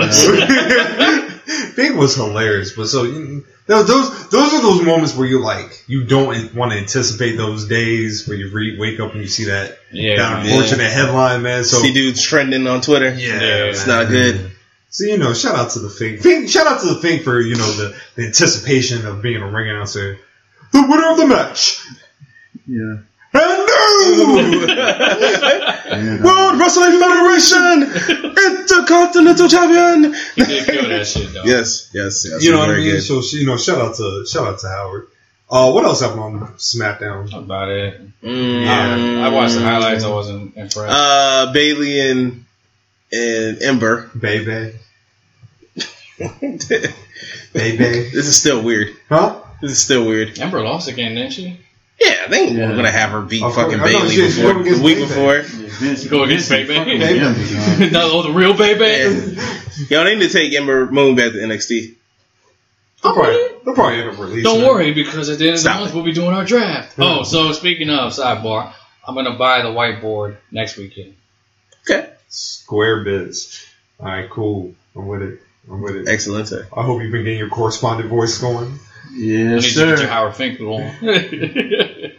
F: was.
I: Fink was hilarious, but so you, those those those are those moments where you like you don't want to anticipate those days where you re- wake up and you see that,
F: Yeah,
I: that
F: man.
E: yeah.
I: unfortunate headline, man. So
E: See dudes trending on Twitter.
I: yeah,
E: It's not good.
I: So you know, shout out to the Fink. Fink shout out to the Fink for you know the, the anticipation of being a ring announcer. The winner of the match,
D: Yeah.
I: and new
D: Yeah.
E: World Wrestling Federation Intercontinental Champion.
F: He did kill that shit though.
E: Yes, yes, yes.
I: you know what I
E: Very
I: mean?
E: good.
I: So you know, shout out to shout out to Howard. Uh, what else happened on SmackDown?
F: That's about it.
E: Mm.
F: I, I watched the highlights. I wasn't impressed.
E: Uh, Bailey and and Ember.
I: Baby,
E: this
I: baby,
E: is still weird.
I: huh?
E: This is still weird.
F: Ember lost again, didn't she?
E: Yeah, they ain't
D: Yeah.
E: gonna have her beat
I: Of course.
E: fucking
I: I thought
E: Bailey
I: she was
E: before
I: going against
E: the week
I: Bailey.
E: before.
D: Vince,
F: Go against Baby.
D: fucking Baby, dog.
F: no, oh, the real baby.
E: Y'all need to take Ember Moon back to NXT.
I: They'll probably, they'll probably end up releasing.
F: Don't
I: it.
F: worry, because at the end of the
E: Stop
F: month
E: it.
F: we'll be doing our draft. Oh, so speaking of sidebar, I'm gonna buy the whiteboard next weekend.
E: Okay,
I: Square biz. All right, cool. I'm with it. I'm with it.
E: excellent. Sir.
I: I hope you've been getting your correspondent voice going.
F: You
D: Yes,
F: need to get your
D: sir.
F: Howard Finkel on.
D: Okay.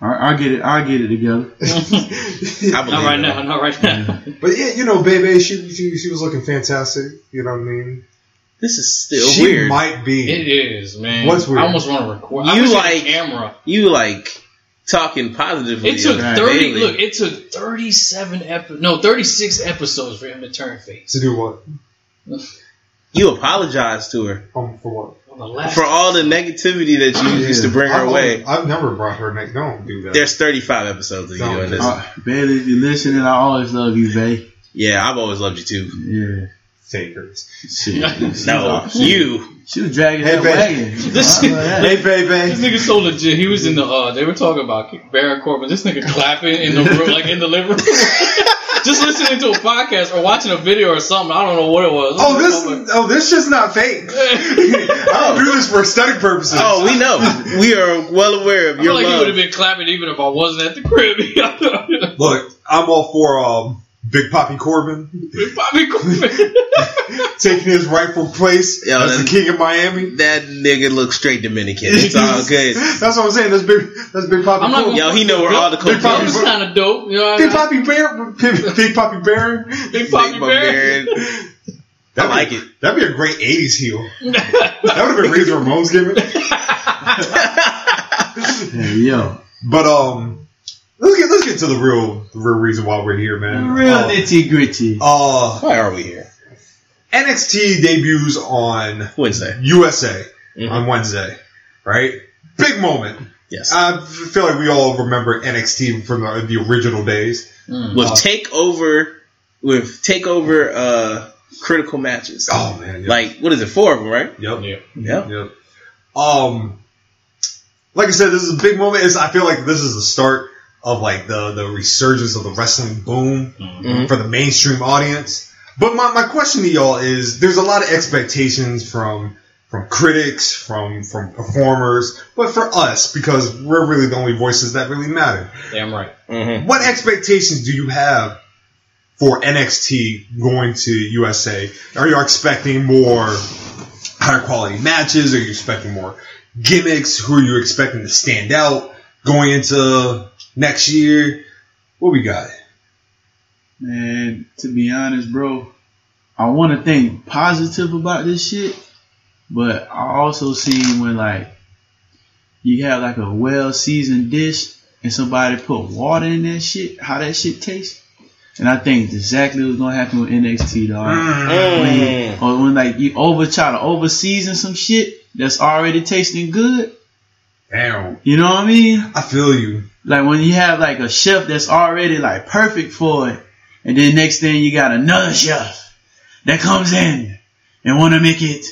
D: All right, I'll get it. I'll get it together.
E: I
F: not
E: believe
F: right
E: it.
F: now. Not right now.
I: But yeah, you know, baby, she she, she was looking fantastic. You know what I mean?
E: This is still
I: she
E: weird.
I: might
F: it
I: be.
F: is, man.
I: What's weird?
F: I almost want to record. I
E: You
F: wish I had a
E: like-
F: camera?
E: You like talking positively.
F: It took
E: about
F: thirty.
E: Bayley.
F: Look, it took thirty-seven epi- No, thirty-six episodes for him to turn face.
I: To do what?
E: you apologized to her
I: Um, for what?
F: On the last,
E: for all the negativity that you used to bring her
I: I've
E: way.
I: always- I've never brought her neck. Don't do that.
E: There's 35 episodes of you
I: Don't.
E: in this.
D: Uh, Bailey, if you're listening, I always love you, Bay.
E: Yeah, I've always loved you too.
D: Yeah.
I: fakers.
D: Shit. She
E: No,
D: was-
E: you.
D: She was dragging
I: Hey,
D: that
I: Bae.
D: wagon.
F: This-
D: I love that.
I: Hey, baby.
F: this nigga so legit. He was in the. uh They were talking about Baron Corbin. This nigga clapping in the room, like in the living room. Just listening to a podcast or watching a video or something. I don't know what it was.
I: Oh, this oh this shit's not fake. I don't do this for aesthetic purposes.
E: Oh, we know. We are well aware of
F: I feel
E: your
F: like he would have
E: love.
F: been clapping even if I wasn't at the crib.
I: Look, I'm all for um, Big Poppy Corbin
F: Bobby Corbin.
I: taking his rightful place
E: Yeah,
I: as the
E: that-
I: king of Miami.
E: That nigga looks straight Dominican. It's all good.
I: That's what I'm saying. That's Big, that's big Poppy
F: I'm not
I: Corbin.
F: gonna-
E: Yo, he know where all the
I: Big
E: cocaine
I: Poppy-
E: is.
F: This is kind of dope. You know what I
I: Big
F: mean?
I: Poppy Bear. Big, Big Poppy Bear.
F: Big
E: Big
F: Poppy Bear.
E: Barbarian. I
I: That'd
E: like
I: be,
E: it.
I: That'd be a great 80s heel. That would have been Razor Ramon's gimmick.
D: Hey, yo.
I: But, um, let's get let's get to the real the real reason why we're here, man.
D: Real
I: Uh,
D: nitty gritty.
I: uh,
E: Why are we here?
I: NXT debuts on
E: Wednesday.
I: USA
E: Mhm.
I: on Wednesday, right? Big moment.
E: Yes.
I: I feel like we all remember NXT from the, the original days.
E: with takeover, with takeover, uh, critical matches.
I: Oh man, yep.
E: Like what is it? Four of them, right?
I: yep,
F: Yeah.
E: Yeah.
I: yep. Um, like I said, this is a big moment. It's, I feel like this is the start of like the the resurgence of the wrestling boom
E: Mhm.
I: for the mainstream audience. But my, my question to y'all is: there's a lot of expectations from from critics, from from performers, but for us because we're really the only voices that really matter.
F: Damn right.
E: Mm-hmm.
I: What expectations do you have for NXT going to USA? Are you expecting more higher quality matches? Are you expecting more gimmicks? Who are you expecting to stand out going into next year? What we got?
D: Man, to be honest, bro, I want to think positive about this shit, but I also seen when like you have like a well seasoned dish and somebody put water in that shit, how that shit tastes. And I think exactly what's gonna happen with NXT, dog.
I: Mm.
D: When- Or when like you over try to over season some shit that's already tasting good.
I: Damn,
D: You know what I mean?
I: I feel you.
D: Like when you have like a chef that's already like perfect for it, and then next thing you got another chef that comes in and want to make it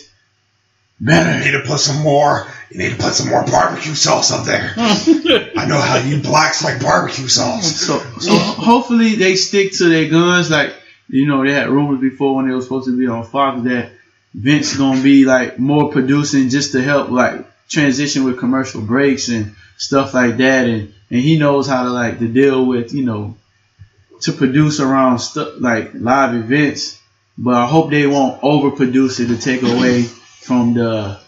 I: You need
D: better.
I: to put some more. You need to put some more barbecue sauce up there. I know how you blacks like barbecue sauce.
D: So, so hopefully they stick to their guns. Like you know they had rumors before when they were supposed to be on Fox that Vince gonna be like more producing just to help like transition with commercial breaks and stuff like that, and and he knows how to like to deal with you know to produce around stuff like live events. But I hope they won't overproduce it to take away from the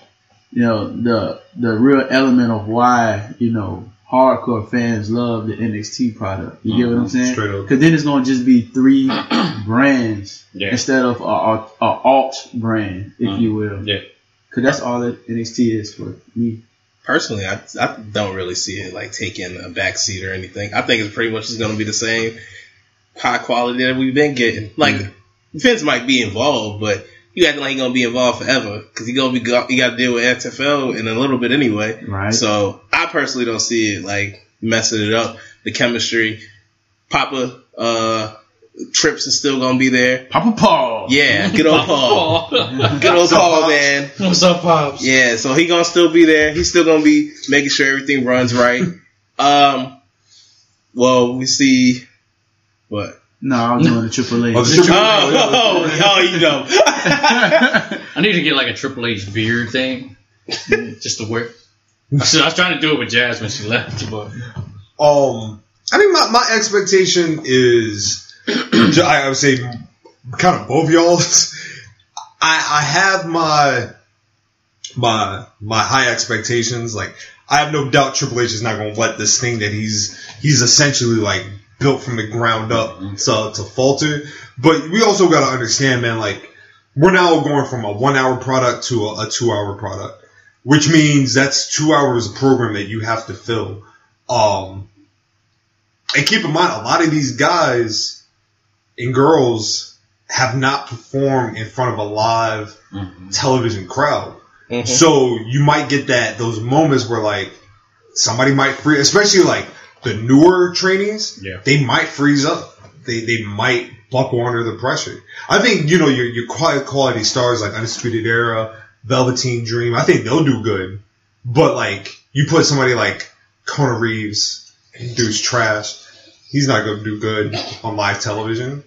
D: you know the the real element of why you know hardcore fans love the NXT product. You get
I: Uh-huh.
D: what I'm saying?
I: Straight up.
D: Because then it's gonna just be three brands
F: Yeah.
D: instead of a, a, a alt brand, if you will.
F: Yeah.
D: Because that's all that NXT is for me.
E: Personally, I, I don't really see it like taking a backseat or anything. I think it's pretty much just going to be the same high quality that we've been getting. Like Vince might be involved, but you acting like he's going to be involved forever because he going to be go- you got to deal with XFL in a little bit anyway.
D: Right.
E: So I personally don't see it like messing it up. The chemistry, Papa uh, Trips is still gonna be there.
D: Papa Paul.
E: Yeah, good old Paul, good old Paul, man.
J: What's up, pops?
E: Yeah, so he gonna still be there. He's still gonna be making sure everything runs right. Um, well, we see what.
D: No, I was doing the Triple H.
I: Oh, the Triple-
E: Oh, oh, oh, you know.
F: I need to get like a Triple H beard thing, just to wear. So I was trying to do it with Jazz when she left, but
I: Um, I think my, my expectation is, ju- I would say, kind of both y'all's. I, I have my my my high expectations. Like I have no doubt Triple H is not going to let this thing that he's he's essentially like built from the ground up to to falter. But we also got to understand, man. Like we're now going from a one hour product to a, a two hour product, which means that's two hours of program that you have to fill. Um, and keep in mind, a lot of these guys and girls have not performed in front of a live television crowd.
E: Mhm.
I: So you might get that those moments where like somebody might freeze, especially like the newer trainees.
F: Yeah.
I: they might freeze up. They they might buckle under the pressure. I think you know your your quali- quality stars like Undisputed Era, Velveteen Dream. I think they'll do good, but like you put somebody like Conor Reeves, dude's trash. He's not gonna do good on live television.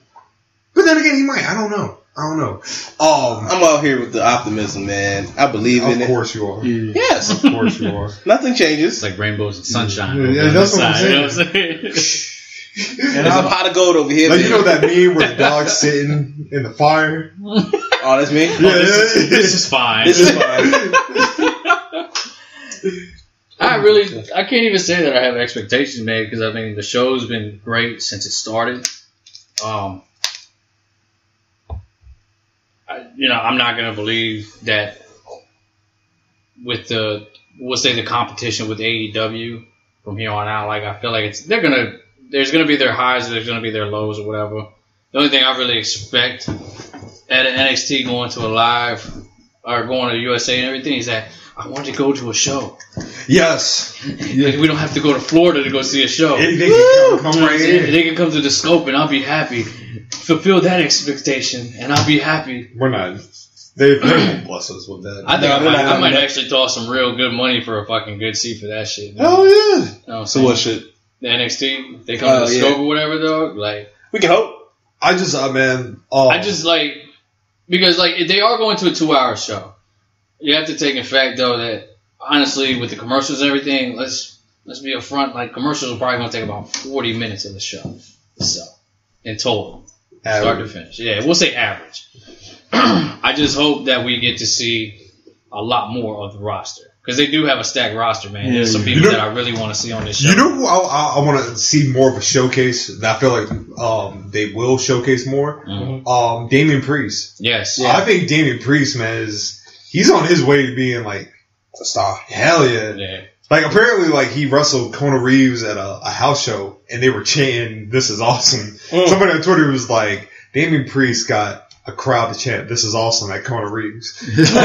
I: But then again, he might. I don't know. I don't know. Um,
E: I'm out here with the optimism, man. I believe in
I: of
E: it.
I: course you are.
D: Yeah.
E: Yes,
I: Of course you are.
E: nothing changes.
F: it's like rainbows and sunshine.
I: Yeah,
F: on the
I: yeah, that's
F: other
I: what I'm
F: side, you know what I'm
D: And
E: There's a
D: I,
E: pot of gold over here.
I: Like
E: baby.
I: you know that meme where the dog's sitting in the fire.
E: Oh, that's me.
I: Yeah,
F: saying? this is fine.
E: This is fine.
F: I really, I can't even say that I have expectations, man, because I mean the show's been great since it started. Um, I, you know, I'm not gonna believe that with the we'll say the competition with AEW from here on out. Like I feel like it's they're gonna there's gonna be their highs, there's gonna be their lows or whatever. The only thing I really expect at an NXT going to a live or going to USA and everything is that I want to go to a show.
I: Yes.
F: Like, we don't have to go to Florida to go see a show.
I: Anything can come, come right
F: If
I: in.
F: They can come to the scope and I'll be happy. Fulfill that expectation and I'll be happy.
I: We're not. They, they won't bless us with that.
F: I think
E: No,
F: I
E: no,
F: might,
E: no,
F: I
E: no,
F: might
E: no.
F: actually throw some real good money for a fucking good seat for that shit. man.
I: Hell yeah.
F: You know what I'm
E: So
F: saying?
E: what shit?
F: The NXT, they come
E: Oh,
F: to the
E: yeah.
F: scope or whatever, dog. Like,
E: We can hope.
I: I just, uh, man. Um,
F: I just like because like if they are going to a two-hour show. You have to take in fact though that honestly with the commercials and everything, let's let's be upfront. Like commercials are probably going to take about forty minutes of the show, so in total, start to finish. Yeah, we'll say average. I just hope that we get to see a lot more of the roster because they do have a stacked roster, man. There's some people
I: You know-
F: that I really want to see on this show.
I: You know who I, I, I want to see more of a showcase that I feel like um, they will showcase more?
F: Mhm.
I: Um, Damian Priest.
F: yes,
I: I think Damian Priest, man, is he's on his way to being like a star. Hell yeah.
F: yeah,
I: Like apparently, like he wrestled Conor Reeves at a, a house show, and they were chanting, "This is awesome."
E: Mm.
I: Somebody on Twitter was like, "Damien Priest got a crowd to chant, "This is awesome" at Conor Reeves. he, was, he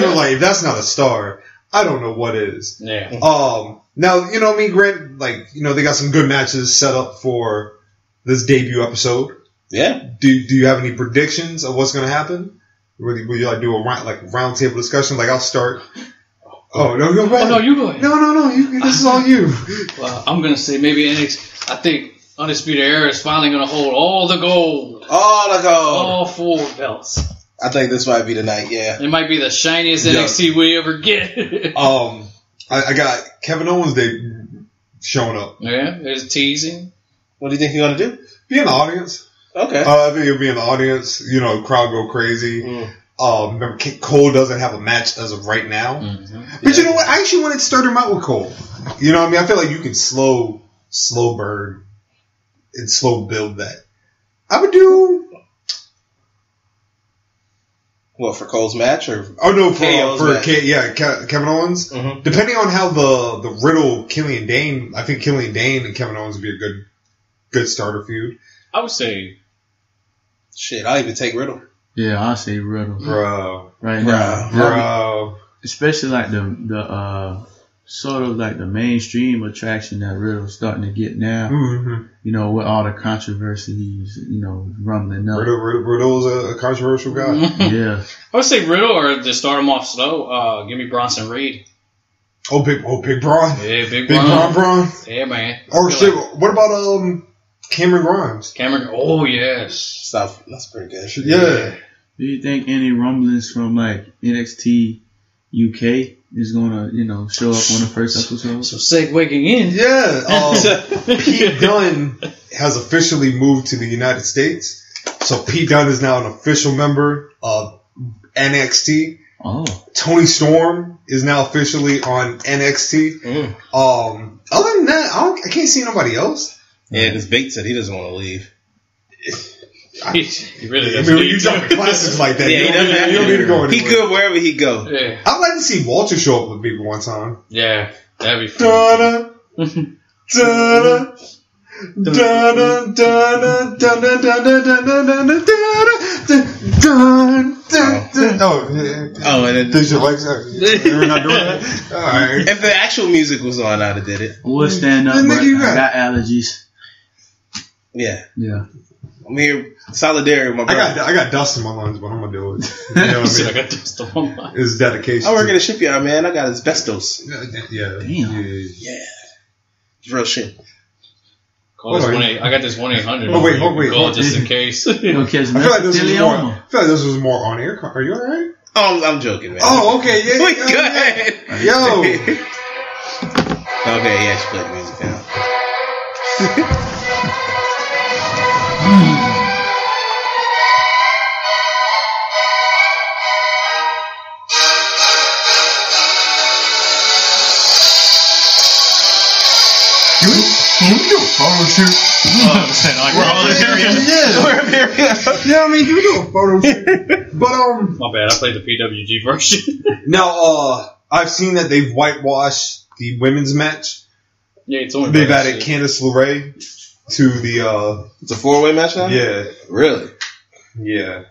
I: was like, "If that's not a star, I don't know what is."
F: yeah.
I: Um, now you know, what I mean, Grant, like you know, they got some good matches set up for this debut episode.
E: Yeah.
I: Do Do you have any predictions of what's going to happen? Will you, will you like do a round, like roundtable discussion? Like I'll start. Oh no, go
F: Oh
I: ahead.
F: no, you go ahead.
I: No, no, no. You, this is all you.
F: Well, I'm gonna say maybe NXT. I think Undisputed Era is finally gonna hold all the gold,
I: Oh.
E: All the gold.
F: all four belts.
E: I think this might be tonight. Yeah.
F: It might be the shiniest
I: Yeah.
F: NXT we ever get.
I: Um, I, I got Kevin Owens Day showing up.
F: yeah, there's teasing.
E: What do you think you're gonna do?
I: Be in the audience.
E: Okay.
I: Uh, I think it'll be in the audience. You know, crowd go crazy.
E: Mm.
I: Um, remember, K- Cole doesn't have a match as of right now.
F: Mhm.
I: But you know what? I actually wanted to start him out with Cole. You know what I mean? I feel like you can slow, slow burn and slow build that. I would do.
E: What for Cole's match or?
I: Oh no, for,
E: KO's
I: for
E: match.
I: Ke- yeah, Ke- Kevin Owens.
F: Mm-hmm.
E: Mhm.
I: Depending on how the the Riddle Killian Dane, I think Killian Dane and Kevin Owens would be a good good starter feud.
F: I would say
E: Shit, I'll even take Riddle.
D: Yeah, I say Riddle
F: Mm-hmm.
I: Bro,
D: right
E: Bro.
D: now,
I: bro,
D: especially like the the uh, sort of like the mainstream attraction that Riddle's starting to get now.
I: Mhm.
D: You know, with all the controversies, you know, rumbling up.
I: Riddle, Riddle, Riddle's a, a controversial
F: Mm-hmm.
I: guy.
D: Yeah,
F: I would say Riddle or to start him off slow. Uh, give me Bronson Reed.
I: Oh big, oh big Braun,
F: Yeah,
I: big
F: big,
I: Braun,
F: Bron.
I: Braun.
F: Yeah, man.
I: Or
F: I feel
I: shit,
F: like
I: what about um Cameron Grimes?
F: Cameron. Oh yes.
E: Stuff. That's pretty good.
I: Yeah.
D: do you think any rumblings from like NXT UK is gonna you know show up on the first episode?
F: So segueing in.
I: Yeah. Um, Pete Dunne has officially moved to the United States. So Pete Dunne is now an official member of NXT.
D: Oh,
I: Tony Storm is now officially on NXT.
E: Mm.
I: Um, other than that, I, don't, I can't see nobody else.
E: Yeah, because Bate said he doesn't want to leave.
F: he really
I: I
F: does.
I: mean, when you jump in classes like that,
E: Yeah,
I: you,
E: he
I: don't,
E: doesn't have
I: need- you don't need to go
E: He
I: anywhere.
E: good wherever he go.
F: Yeah,
I: I'd like to see Walter show up with people one time.
F: yeah, that'd be fun.
I: Da-da, da-da. Dun, dun, dun, dun, dun, dun, dun, dun, dun, dun, dun, dun, dun, dun, dun, dun. Oh, yeah.
E: Oh, and then,
I: Did you like that? You were not doing that? All right.
E: if the actual music was on, I'd have did it.
D: we'll stand up,
I: Nigga,
D: but
I: Mm. you got-
D: I got allergies.
E: Yeah,
D: Yeah,
E: I'm here solidarity with my
I: I
E: brother.
I: got I got dust in my lungs, but I'm gonna deal with it. You know
F: You
I: what I
F: said I
I: mean?
F: got this the one line.
I: It's dedication.
E: I work in a shipyard, man. I got asbestos.
I: a yeah.
D: Damn.
I: yeah.
E: Yeah. It's real shit.
F: Call this
I: Hold on.
F: one eight. I got this one eight hundred.
I: Oh, wait, oh, wait,
F: Call
I: oh,
F: just in case.
D: you gonna catch
I: I feel like this was more.
D: mesothelioma?
I: I feel like this was more on air. Are you all right?
E: Oh, I'm, I'm joking, man.
I: Oh, okay. Yeah.
E: Wait,
I: yeah,
E: go
I: yeah.
E: ahead.
I: Yo.
E: okay, yeah, she played music now.
I: You, you do a photo shoot.
F: Oh, saying, like, we're all here.
I: Yeah. Yeah. I mean, you do a photo shoot. But um.
F: My bad. I played the PWG version.
I: Now, uh, I've seen that they've whitewashed the women's match.
F: yeah, it's only
I: They've
F: about
I: added
F: shit.
I: Candice LeRae to the, uh,
E: It's a four way match now?
I: yeah,
E: Really?
I: yeah.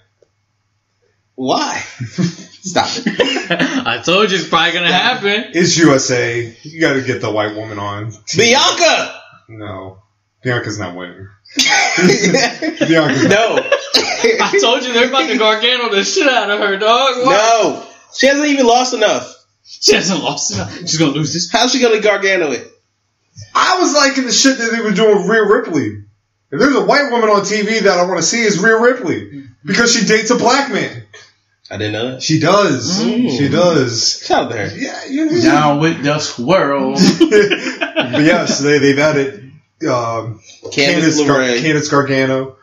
E: Why? Stop it.
F: I told you it's probably gonna happen.
I: It's USA. You gotta get the white woman on.
E: Bianca!
I: No. Bianca's not winning. Bianca's not.
E: no.
F: I told you they're about to gargano the shit out of her, dog. Why?
E: no. She hasn't even lost enough.
F: She hasn't lost enough. She's gonna lose this.
E: How's she going to Gargano it?
I: I was liking the shit that they were doing with Rhea Ripley. If there's a white woman on TV that I want to see is Rhea Ripley. Because she dates a black man.
E: I didn't know that.
I: She does. She does.
E: Shout out to her.
I: Yeah, you know.
D: Down with the swirl.
I: but yes, they, they've added, um,
E: Candice
I: Candice, Gar-
E: LeRae.
I: Candice Gargano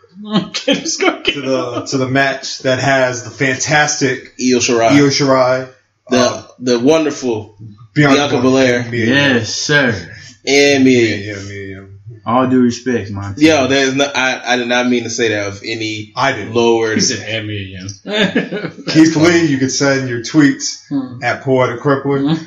F: Candace
I: to
F: Gargano.
I: the to the match that has the fantastic
E: Io Shirai.
I: Io Shirai, uh,
E: the, the wonderful Bianca Belair.
I: Mia-
D: Yes, sir.
E: and
I: Mia-
E: me.
I: yeah, Mia-
D: All due respect, Monty.
E: Yo, there's no. I, I did not mean to say that of any
I: I did. not
E: lower.
F: He said, "Hand me again."
I: Keith Lee, you can send your tweets
F: Hmm.
I: at Poetic
F: Mm-hmm.
I: Crippler.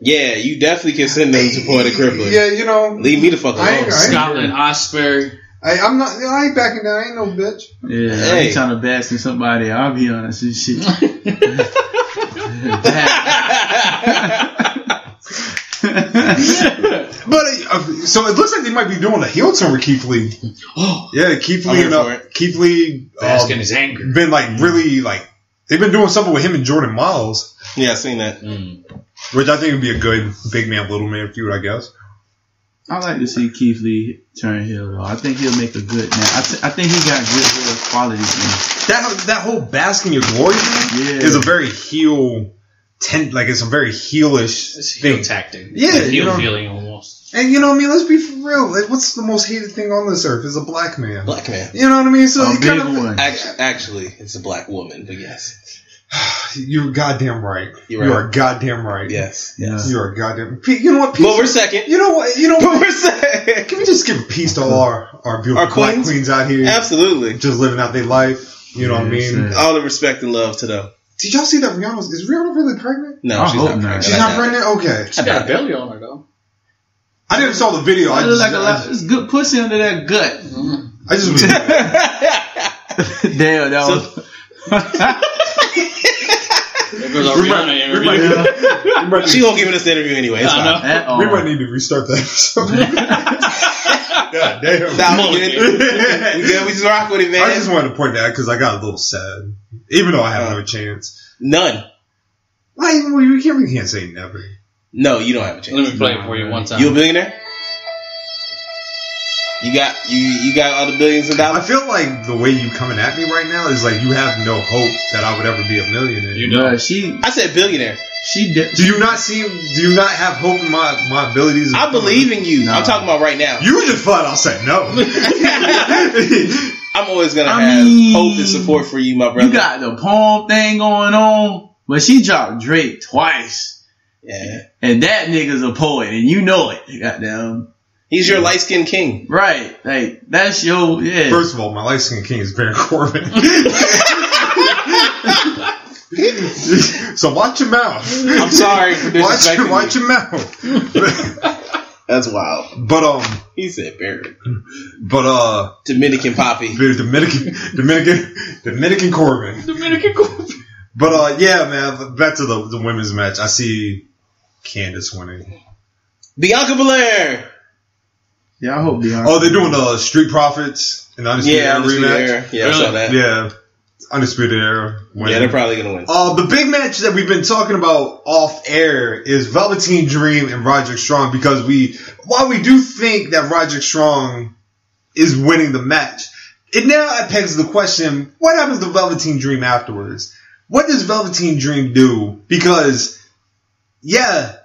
E: Yeah, you definitely can send them to Point of Crippler.
I: Yeah, you know,
E: Leave me the fuck
I: I ain't-
E: alone.
I: I ain't-
F: Scotland, Osprey.
I: I, I'm not. I ain't backing down. I ain't no bitch.
D: Yeah,
E: Hey.
D: I'm trying to bask in somebody. I'll be honest and shit.
I: But uh, so it looks like they might be doing a heel turn with Keith Lee.
F: Oh,
I: Yeah, Keith
E: I'm
I: Lee
E: here
I: and
E: for
I: uh,
E: it.
I: Keith Lee um,
F: Baskin is angry.
I: been like really like they've been doing something with him and Jordan Miles.
E: yeah, I seen that.
F: Mm.
I: Which I think would be a good big man, little man feud, I guess.
D: I like to see Keith Lee turn heel. though. I think he'll make a good match. I, th- I think he got good heel quality. In.
I: That that whole basking your glory thing
D: Yeah.
I: is a very heel ten like it's a very heelish
F: It's
I: thing.
F: heel tactic.
I: Yeah,
F: It's
I: you
F: heel
I: know-
F: feeling almost.
I: And you know what I mean? Let's be for real. Like, what's the most hated thing on this earth? Is a black man.
E: Black man.
I: You know what I mean? So
D: A
I: you kind
D: big
I: of
D: one.
E: Actually, actually, it's a black woman, but yes,
I: you're goddamn right.
E: You're
I: You
E: right.
I: are goddamn right.
E: yes,
D: Yeah.
I: You are goddamn. Pe- You know what? Peace.
E: But we're second.
I: you know what? You know
E: But
I: what?
E: we're second.
I: Can we just give peace to all our our beautiful
E: Our
I: black
E: queens?
I: queens out here,
E: Absolutely.
I: just living out their life. You know what I
D: Yes,
I: mean?
D: sir.
E: All the respect and love to them.
I: Did y'all see that Rihanna's? Is Rihanna really pregnant?
E: No,
D: I
E: she's
D: hope
E: not
D: not.
E: pregnant.
I: She's
E: I
I: not
E: doubt
I: pregnant. Okay.
E: it. I
F: She got
E: doubt
F: a
E: it.
F: belly on her though.
I: I didn't saw the video. I
D: I
I: just,
D: look like a lot. It's good pussy under that gut.
I: I just was
D: Damn, that was.
F: There goes our Rihanna
I: we might,
F: interview.
I: we might
E: she
I: need,
E: won't give us the interview anyway. It's
F: I know.
E: fine.
D: at all.
I: we might need to restart that episode. God damn.
E: Nah,
F: Mullet.
E: we good. We good. We just rock with it, man.
I: I just wanted to point that because I got a little sad, even though I have no chance.
E: None.
I: Why even we can't, we can't say never.
E: No, you don't have a chance.
F: Let me play it for you one time.
E: You a billionaire? You got you you got all the billions of
I: I
E: dollars.
I: feel like the way you coming at me right now is like you have no hope that I would ever be a millionaire.
F: You know.
D: Bruh, she
E: I said billionaire.
D: she did.
I: do you not see? Do you not have hope in my my abilities?
E: I believe in you.
D: Nah.
E: I'm talking about right now.
I: You just thought I'll say no.
E: I'm always gonna
D: I
E: have
D: mean,
E: hope and support for you, my brother.
D: You got the palm thing going on, but she dropped Drake twice,
E: yeah,
D: and that nigga's a poet, and you know it. Goddamn,
E: he's your light skinned king.
D: right? Like that's your yeah.
I: First of all, my light skinned king is Baron Corbin. so watch your mouth.
E: I'm sorry for
I: Watch,
E: disrespecting
I: watch
E: you.
I: your mouth.
E: That's wild.
I: but um,
E: He said Barrett.
I: but uh,
E: Dominican Poppy.
I: the Dominican, Dominican, Dominican Corbin.
F: Dominican Corbin.
I: But uh, yeah, man. Back to the, the women's match. I see Candace winning.
E: Bianca Belair.
D: Yeah, I hope Beyonce.
I: Oh, they're doing the Street Profits and Undisputed
E: Yeah,
I: Era
E: Undisputed
I: rematch.
E: Era. Yeah, I saw
F: Really?
E: that. Yeah.
I: Yeah, Undisputed Era. Winning.
E: they're probably gonna win.
I: Uh, the big match that we've been talking about off air is Velveteen Dream and Roger Strong because we, while we do think that Roger Strong is winning the match, it now pegs the question: What happens to Velveteen Dream afterwards? What does Velveteen Dream do? Because, yeah,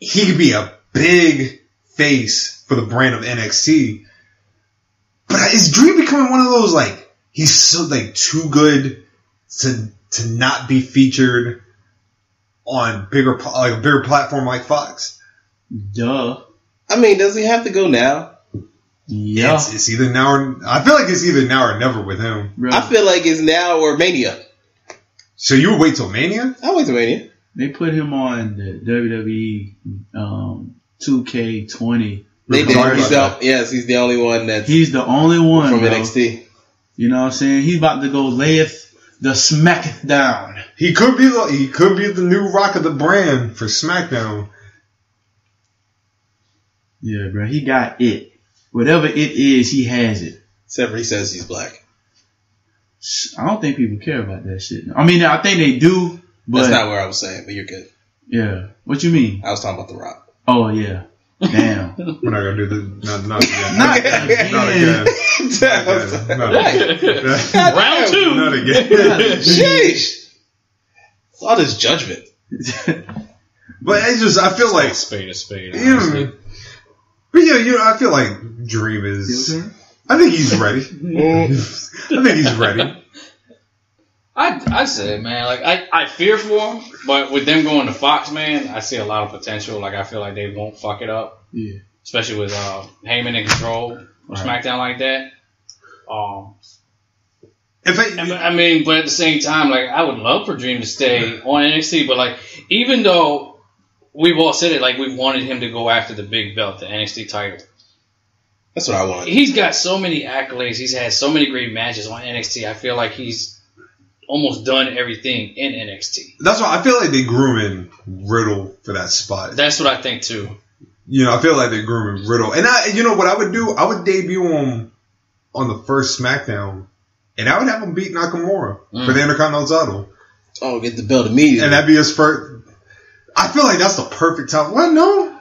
I: he could be a big face for the brand of NXT, but is Dream becoming one of those like he's so like too good? to to not be featured on bigger pl- like a bigger platform like Fox.
D: Duh.
E: I mean, does he have to go now?
D: Yeah.
I: It's, it's either now or I feel like it's either now or never with him.
D: bruh.
E: I feel like it's now or Mania.
I: So you would wait till Mania?
E: I wait to Mania.
D: they put him on the WWE um, 2K20.
E: They did.
I: Sorry
E: He's
I: about
E: the, yes, he's the only one that's
D: He's the only one.
E: from
D: bro.
E: NXT.
D: You know what I'm saying? He's about to go layeth the smack down.
I: He could be the he could be the new rock of the brand for SmackDown.
D: Yeah, bro. He got it. Whatever it is, he has it.
E: Except for he says he's black.
D: I don't think people care about that shit. I mean, I think they do, but
E: That's not where I was saying, but you're good.
D: yeah. What you mean?
E: I was talking about The Rock.
D: Oh yeah. Damn.
I: We're not gonna do the not not again.
D: Not
I: Not again.
D: again.
I: Not again.
F: Round two.
I: Not again.
E: Sheesh. It's all this judgment.
I: But it's just I feel like
F: Spade is spade. honestly.
I: you but yeah, you know, I feel like Dream is I think he's ready. I think he's ready.
F: I I say, man, like I, I fear for them, but with them going to Fox, man, I see a lot of potential. Like I feel like they won't fuck it up,
D: Yeah.
F: especially with uh, Heyman in control or SmackDown like that. Um,
I: If
F: I
I: I,
F: mean- I mean, but at the same time, like I would love for Dream to stay on NXT, but like even though we've all said it, like we wanted him to go after the big belt, the NXT title.
E: That's what I want.
F: He's got so many accolades. He's had so many great matches on NXT. I feel like he's almost done everything in NXT.
I: That's why I feel like they grooming Riddle for that spot.
F: That's what I think too.
I: You know, I feel like they grooming Riddle. And I, you know what I would do? I would debut him on the first SmackDown, and I would have him beat Nakamura
F: Mm.
I: for the Intercontinental title,
E: Oh, get the belt immediately.
I: and that'd be his first. I feel like that's the perfect time. What? No,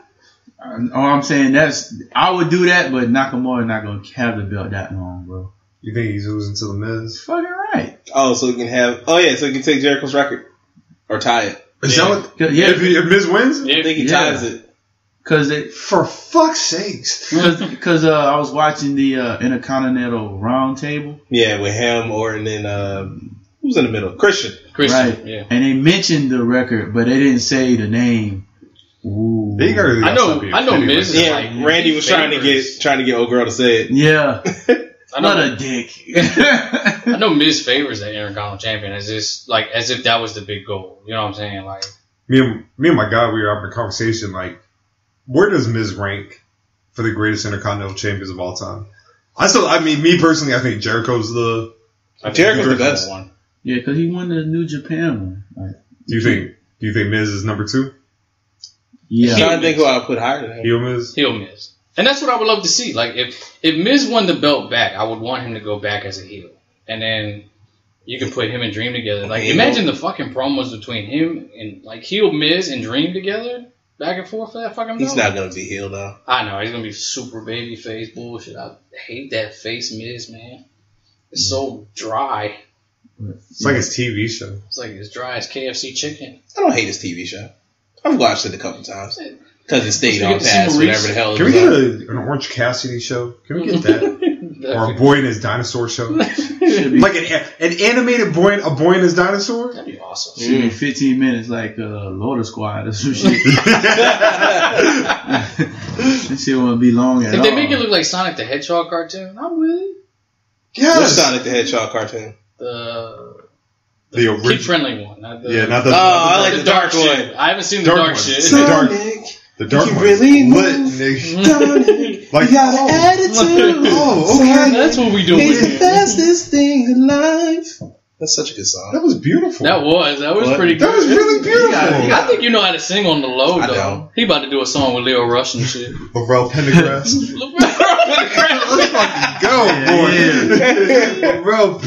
D: Uh, oh, I'm saying that's I would do that, but Nakamura not gonna have the belt that long, bro.
I: You think he's losing to the Miz?
D: Fucking right.
E: Oh, so we can have. Oh yeah, so we can take Jericho's record or tie it.
I: Is
F: Yeah.
I: that what?
D: Yeah, Yeah,
I: If, he- if Miz wins,
E: I think he
D: Yeah.
E: ties it.
D: because they
I: for fuck's sakes!
F: Mm.
D: because uh, I was watching the uh, Intercontinental Roundtable,
E: Yeah, with him Orton and uh, who's in the middle? Christian.
F: Christian,
D: Right.
F: yeah.
D: and they mentioned the record, but they didn't say the name. Ooh.
I: They gotta-
F: I know-
I: be
F: I know
I: petty with
F: Miz is-
I: it.
E: Yeah,
F: like,
E: Randy was trying to
F: favorites.
E: get trying to get old girl to say it.
D: Yeah, what
F: I know,
D: a dick.
F: I know Miz favors that Intercontinental Champion as this, like, as if that was the big goal. You know what I'm saying? Like,
I: Me and me and my guy, we were having a conversation like, where does Miz rank for the greatest Intercontinental Champions of all time? I still, I mean, me personally, I think Jericho's the.
F: I think
E: Jericho's the
F: Jericho's
E: best.
F: one.
D: yeah, because he won the New Japan one. Like,
I: Do you think? Do you think Miz is number two?
D: yeah,
E: I'm trying to think who I would put higher than him.
I: Heel Miz.
F: Heel Miz, and that's what I would love to see. Like, if if Miz won the belt back, I would want him to go back as a heel, and then you can put him and Dream together. Like,
E: Heel.
F: imagine the fucking promos between him and like heel Miz and Dream together, back and forth for that fucking.
E: He's
F: belt.
E: not gonna be heel though.
F: I know he's gonna be super baby face bullshit. I hate that face Miz man. It's so dry.
I: It's like his TV show.
F: It's like as dry as KFC chicken.
E: I don't hate his TV show. I've watched it a couple times
F: It-
E: because it stayed
F: You
E: on
F: get to see
E: past
F: Maurice.
E: whatever the hell. It
I: Can we
E: was
I: get
E: on.
I: a, an Orange Cassidy show? Can we get that? or a
F: That'd
I: boy and his dinosaur show?
D: should be,
I: like an an animated boy, a boy and his dinosaur.
F: be awesome.
D: should be 15 minutes, like uh, Loader Squad or some shit. this shit won't be long at
F: If
D: all.
F: they make it look like Sonic the Hedgehog cartoon, I'm with it.
E: Which
I: yes,
E: Sonic the Hedgehog cartoon?
F: The
I: the
F: kid
I: original.
F: friendly one. Not the,
I: Yeah, not the
E: Oh, I like
F: the
E: the dark
F: shit.
E: one.
F: I haven't seen
I: Dark
F: the dark
I: one.
F: shit.
I: So- dark- the dark
E: You
I: one.
E: really
I: What,
E: move.
I: nigga?
E: Sonic,
I: Like, oh, oh, okay.
F: That's what we doing. here.
E: fastest thing alive. That's such a good song.
I: That was beautiful.
F: That was that was
E: What?
F: pretty
I: That
F: good.
I: was really beautiful.
F: I think you know how to sing on the low
E: I
F: though.
E: know.
F: He about to do a song with Leo Rush and shit.
I: Laurel Pendergrass. Let's fucking go, boy. Laurel.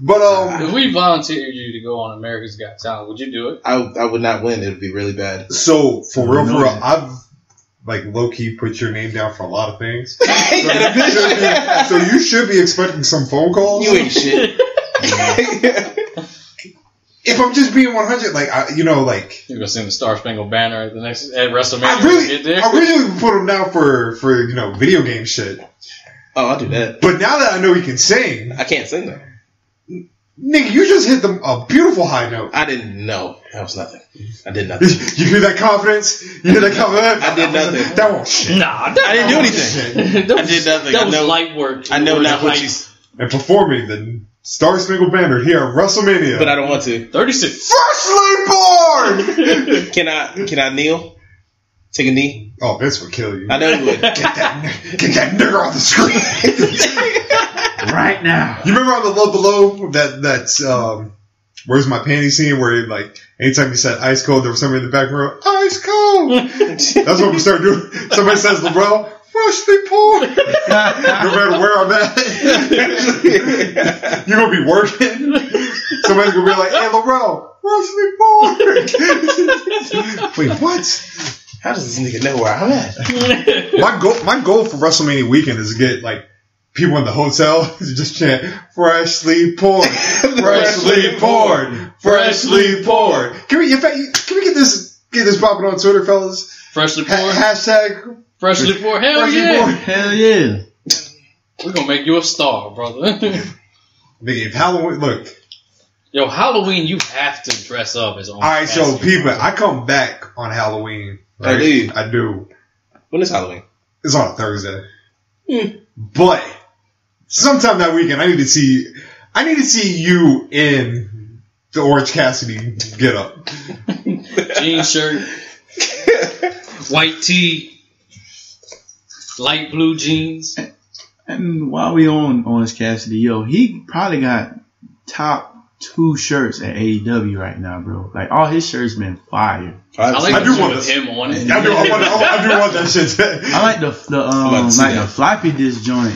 I: But um,
F: If we volunteered you to go on America's Got Talent, would you do it?
E: I, I would not win. It would be really bad.
I: so for real, for
D: No.
I: real, I've like low key put your name down for a lot of things. so you should be expecting some phone calls.
E: You ain't shit.
I: if I'm just being 100, like I, you know, like
F: You're gonna sing the Star Spangled Banner at the next at WrestleMania.
I: I
F: when we
I: really,
F: get there.
I: I really would put him down for for you know video game shit.
E: oh, I'll do that.
I: But now that I know he can sing,
E: I can't sing though.
I: nigga, you just hit them a beautiful high note.
E: I didn't know. That was nothing. I did
I: You
E: nothing.
I: hear that confidence? You hear that confidence?
E: I did nothing.
I: That won't shit.
F: nah, that,
E: I didn't do anything.
F: that was,
E: I did nothing.
F: That
E: I
F: was
E: know-
F: light work.
E: I know
F: Word
E: not what
F: hype.
E: you.
I: And performing the Star Spangled Banner here at WrestleMania.
E: But I don't want to.
F: Thirty-six.
I: Freshly born!
E: Can I? Can I kneel? Take a knee.
I: oh, this would kill you.
E: I know you would.
I: Get that, get that nigger off the screen.
D: right now.
I: you remember on the Love Below that that's um, where's my panty scene where like anytime you said ice cold, there was somebody in the back row. Ice cold. that's what we started doing. Somebody says LeBron, freshly born. no matter where I'm at. You're gonna be working. Somebody's gonna be like, "Hey, Laurel, wrestling born." Wait, what?
E: How does this nigga know where I'm at?
I: My goal, my goal for WrestleMania weekend is to get like people in the hotel to just chant "freshly poured, freshly poured, freshly poured." Can we, in fact, can we get this get this popping on Twitter, fellas?
F: Freshly
I: Ha-
F: poured.
I: hashtag
F: Freshly poured. Hell
I: freshly
F: yeah.
I: poured.
D: Hell yeah.
F: We're gonna make you a star, brother.
I: Nigga, if Halloween, look,
F: Yo, Halloween, you have to dress up as. All
I: All right, so people, I come back on Halloween.
E: I do.
I: I do.
E: When is Halloween?
I: It's on a Thursday. But sometime that weekend, I need to see. I need to see you in the Orange Cassidy get up.
F: jean shirt, white tee, light blue jeans.
D: And while we on Orange Cassidy, yo, he probably got top two shirts at AEW right now, bro. Like all his shirts been fire.
F: I like
I: I
F: the
I: do
F: shit
I: want
F: with
I: this.
F: him on it.
I: I do. I want, I do want that shit.
D: I like the the
E: like
D: um
E: to see
D: like
E: that.
D: the floppy disk joint.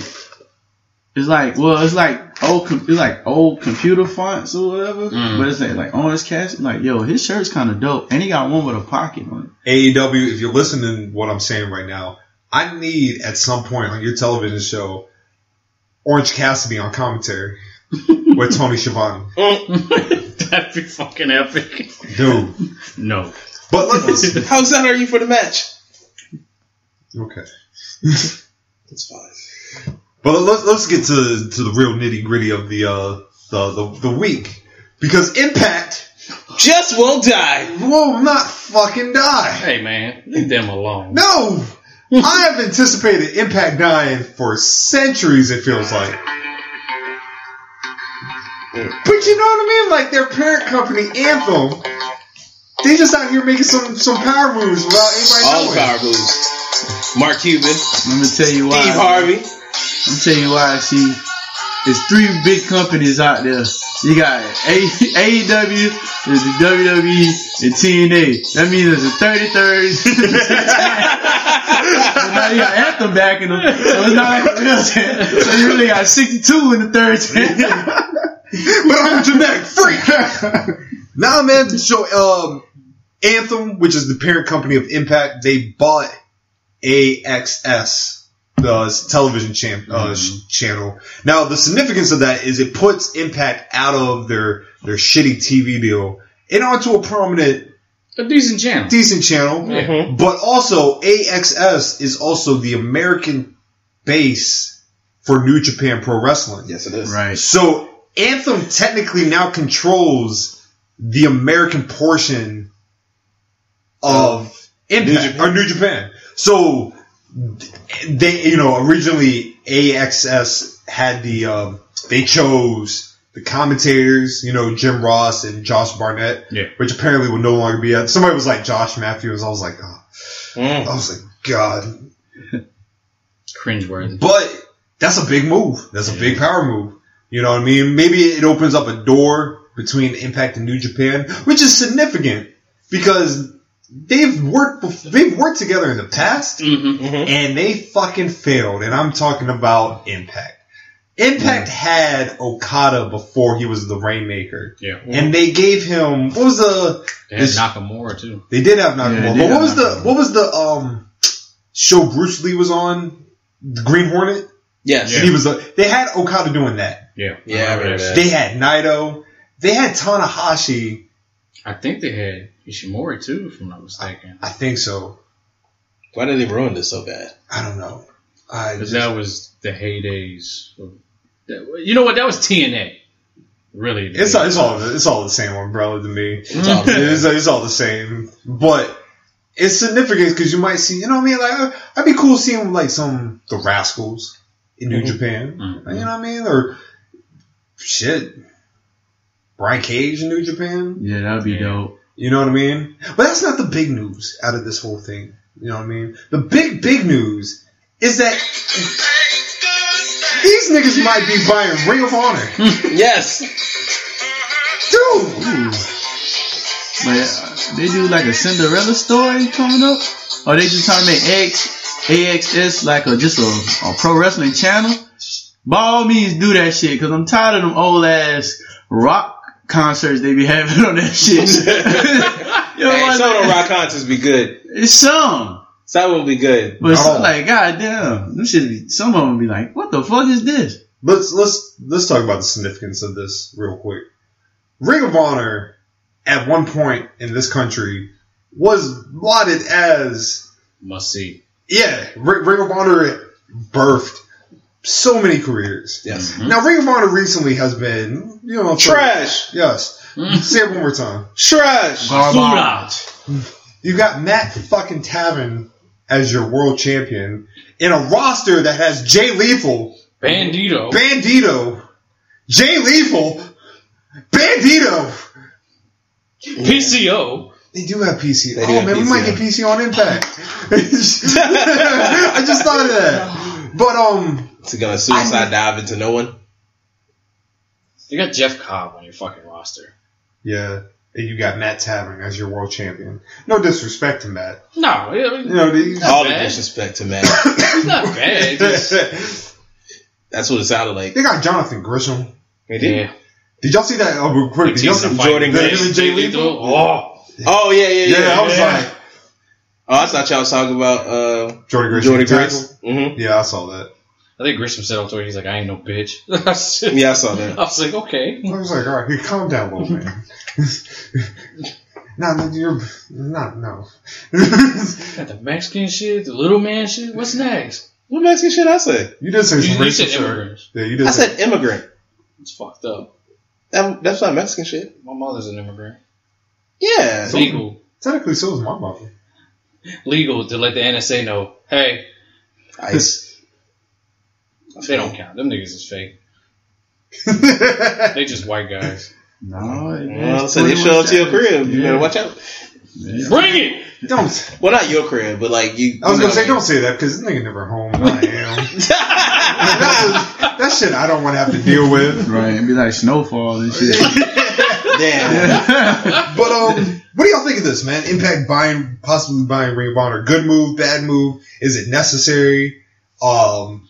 D: It's like well, it's like old, com- it's like old computer fonts or whatever.
F: Mm.
D: But it's like like on his cast, like yo, his shirt's kind of dope, and he got one with a pocket on it.
I: AEW, E if you're listening to what I'm saying right now, I need at some point on your television show Orange Cassidy on commentary with Tony Schiavone.
F: That'd be fucking epic.
I: Dude.
F: No.
I: But let us
E: How excited are you for the match?
I: Okay.
E: It's fine.
I: But let's let's get to to the real nitty gritty of the uh the, the the week. Because Impact
E: Just won't die.
I: will not fucking die.
F: Hey man, leave them alone.
I: No! I have anticipated Impact dying for centuries, it feels like. But you know what I mean? Like their parent company, Anthem, they just out here making some some power moves without anybody
E: All the
I: knowing.
E: power moves. Mark Cuban,
D: Let me tell you why.
E: Steve Harvey.
D: I'm telling you why. See, there's three big companies out there. You got A- AEW, there's the WWE, and TNA. That means there's a 33rd. And now you got Anthem back in them. So it's not like, you know what I'm saying? So you really got 62 in the third tier.
I: but I'm a genetic freak. nah, man. So, um, Anthem, which is the parent company of Impact, they bought AXS, the television champ, uh, sh- channel. Now, the significance of that is it puts Impact out of their their shitty TV deal and onto a prominent,
F: A decent channel.
I: decent channel. But also, AXS is also the American base for New Japan Pro Wrestling.
C: Yes, it is.
D: Right.
I: So Anthem technically now controls the American portion of Impact or New Japan. So they, you know, originally AXS had the um, they chose the commentators, you know, Jim Ross and Josh Barnett,
F: Yeah.
I: which apparently will no longer be at. Somebody was like Josh Matthews. I was like, oh.
E: Mm,
I: I was like, God,
F: Cringeworthy.
I: but that's a big move. That's a big power move. You know what I mean? Maybe it opens up a door between Impact and New Japan, which is significant because they've worked bef- they've worked together in the past
F: Mm-hmm.
I: and they fucking failed. And I'm talking about Impact. Impact had Okada before he was the Rainmaker,
F: Yeah.
I: and they gave him what was the
F: They had
I: This-
F: Nakamura too.
I: they did have
D: Yeah,
I: Nakamura,
D: they
I: but
D: did
I: what
D: have
I: was the
D: Nakamura.
I: what was the um show Bruce Lee was on the Green Hornet?
E: Yes.
I: And he was a, they had Okada doing that.
F: Yeah.
E: Yeah, I remember that.
I: They had Naito. They had Tanahashi.
F: I think they had Ishimori too, if I'm not mistaken.
I: I think so.
E: Why did they ruin this so bad?
I: I don't know. I
F: Because
I: just,
F: that was the heydays. Of, that, you know what? That was TNA. Really.
I: it's, all- it's all it's all the same umbrella to me.
E: It's
F: Oh,
E: all
I: It's, it's all the same, but it's significant because you might see. You know what I mean? Like uh, I'd be cool seeing like some the Rascals in New
E: Mhm.
I: Japan.
F: Mhm.
I: You know what I mean? Or shit, Brian Cage in New Japan.
D: Yeah, that'd be dope.
I: You know what I mean? But that's not the big news out of this whole thing. You know what I mean? The big, big news is that these niggas might be buying Ring of Honor.
E: yes.
I: Dude!
D: But uh, they do like a Cinderella story coming up, or they just trying to make X AXS like a just a, a pro wrestling channel. By all means, do that shit because I'm tired of them old ass rock concerts they be having on that shit. you know
E: Hey,
D: what?
E: some of the rock concerts be good.
D: It's some,
E: Some will be good.
D: but
I: Oh.
D: some like goddamn, them shit. Be, some of them be like, what the fuck is this?
I: Let's let's let's talk about the significance of this real quick. Ring of Honor at one point in this country was lauded as
F: Must see.
I: yeah, Ri- Ring of Honor birthed so many careers.
E: Yes.
F: Mm-hmm.
I: Now Ring of Honor recently has been, you know, for-
E: Trash.
I: Yes. Say it one more time.
E: Trash.
F: Garbage.
I: You got Matt fucking Tavern as your world champion in a roster that has Jay Lethal,
F: Bandito.
I: Bandito, Jay Lethal, Bandito.
F: PCO.
I: They do have PC.
E: They do
I: oh
E: have
I: man, we might
E: PCO.
I: get PC on Impact. I just thought of that. But um,
E: It's gonna suicide dive into no one.
F: You got Jeff Cobb on your fucking roster.
I: yeah, and you got Matt Tavern as your world champion. No disrespect to Matt.
F: No, it-
I: You know, they,
E: All the
F: bad.
E: disrespect to Matt.
F: it's not bad. It's just-
E: That's what it sounded like.
I: They got Jonathan Grisham.
E: They did.
F: Yeah.
I: Did y'all see that? Uh, real quick, did y'all see
E: Teasing
I: the,
E: fight.
I: Jordan the, him and Jay Lethal?
E: Oh, oh yeah, yeah,
I: Yeah,
E: yeah.
I: I was
E: yeah.
I: like,
E: oh, I thought y'all was talking about uh,
I: Jordan Grisham.
E: Jordan
I: tackle?
E: Grace. hmm
I: Yeah, I saw that.
F: I think Grisham said on Twitter, he's like, I ain't no bitch. I
E: Yeah, I saw that.
F: was like, okay.
I: I was like, all right, here, calm down, little man. no, no, you're not. No.
F: Got the Mexican shit, the little man shit. What's next?
E: What Mexican shit I say?
I: you did say
F: You,
I: some
F: you
I: racist
F: said
I: shit.
F: immigrants.
I: Yeah, you did.
E: I
I: say-
E: said immigrant.
F: It's fucked up.
E: That, that's not Mexican shit.
F: My mother's an immigrant.
E: Yeah.
F: It's legal.
I: technically, so was my mother.
F: Legal to let the NSA know, hey,
E: Ice.
F: they don't count. Them niggas is fake. They just white guys.
D: No, it-
E: Well, I
D: it's
E: said they show up to your
D: 21
E: crib. You
D: Yeah.
E: better watch out.
F: Bring it!
I: don't.
E: Well, not your crib, but like you.
I: I was
E: you
I: gonna
E: know.
I: say, don't say that because this nigga never home. and I am. That's- that shit I don't want to have to deal with.
D: Right, it'd be like snowfall and shit.
E: Damn.
D: Yeah.
I: But um, what do y'all think of this, man? Impact buying, possibly buying Ring of Honor. Good move, bad move? Is it necessary? Um,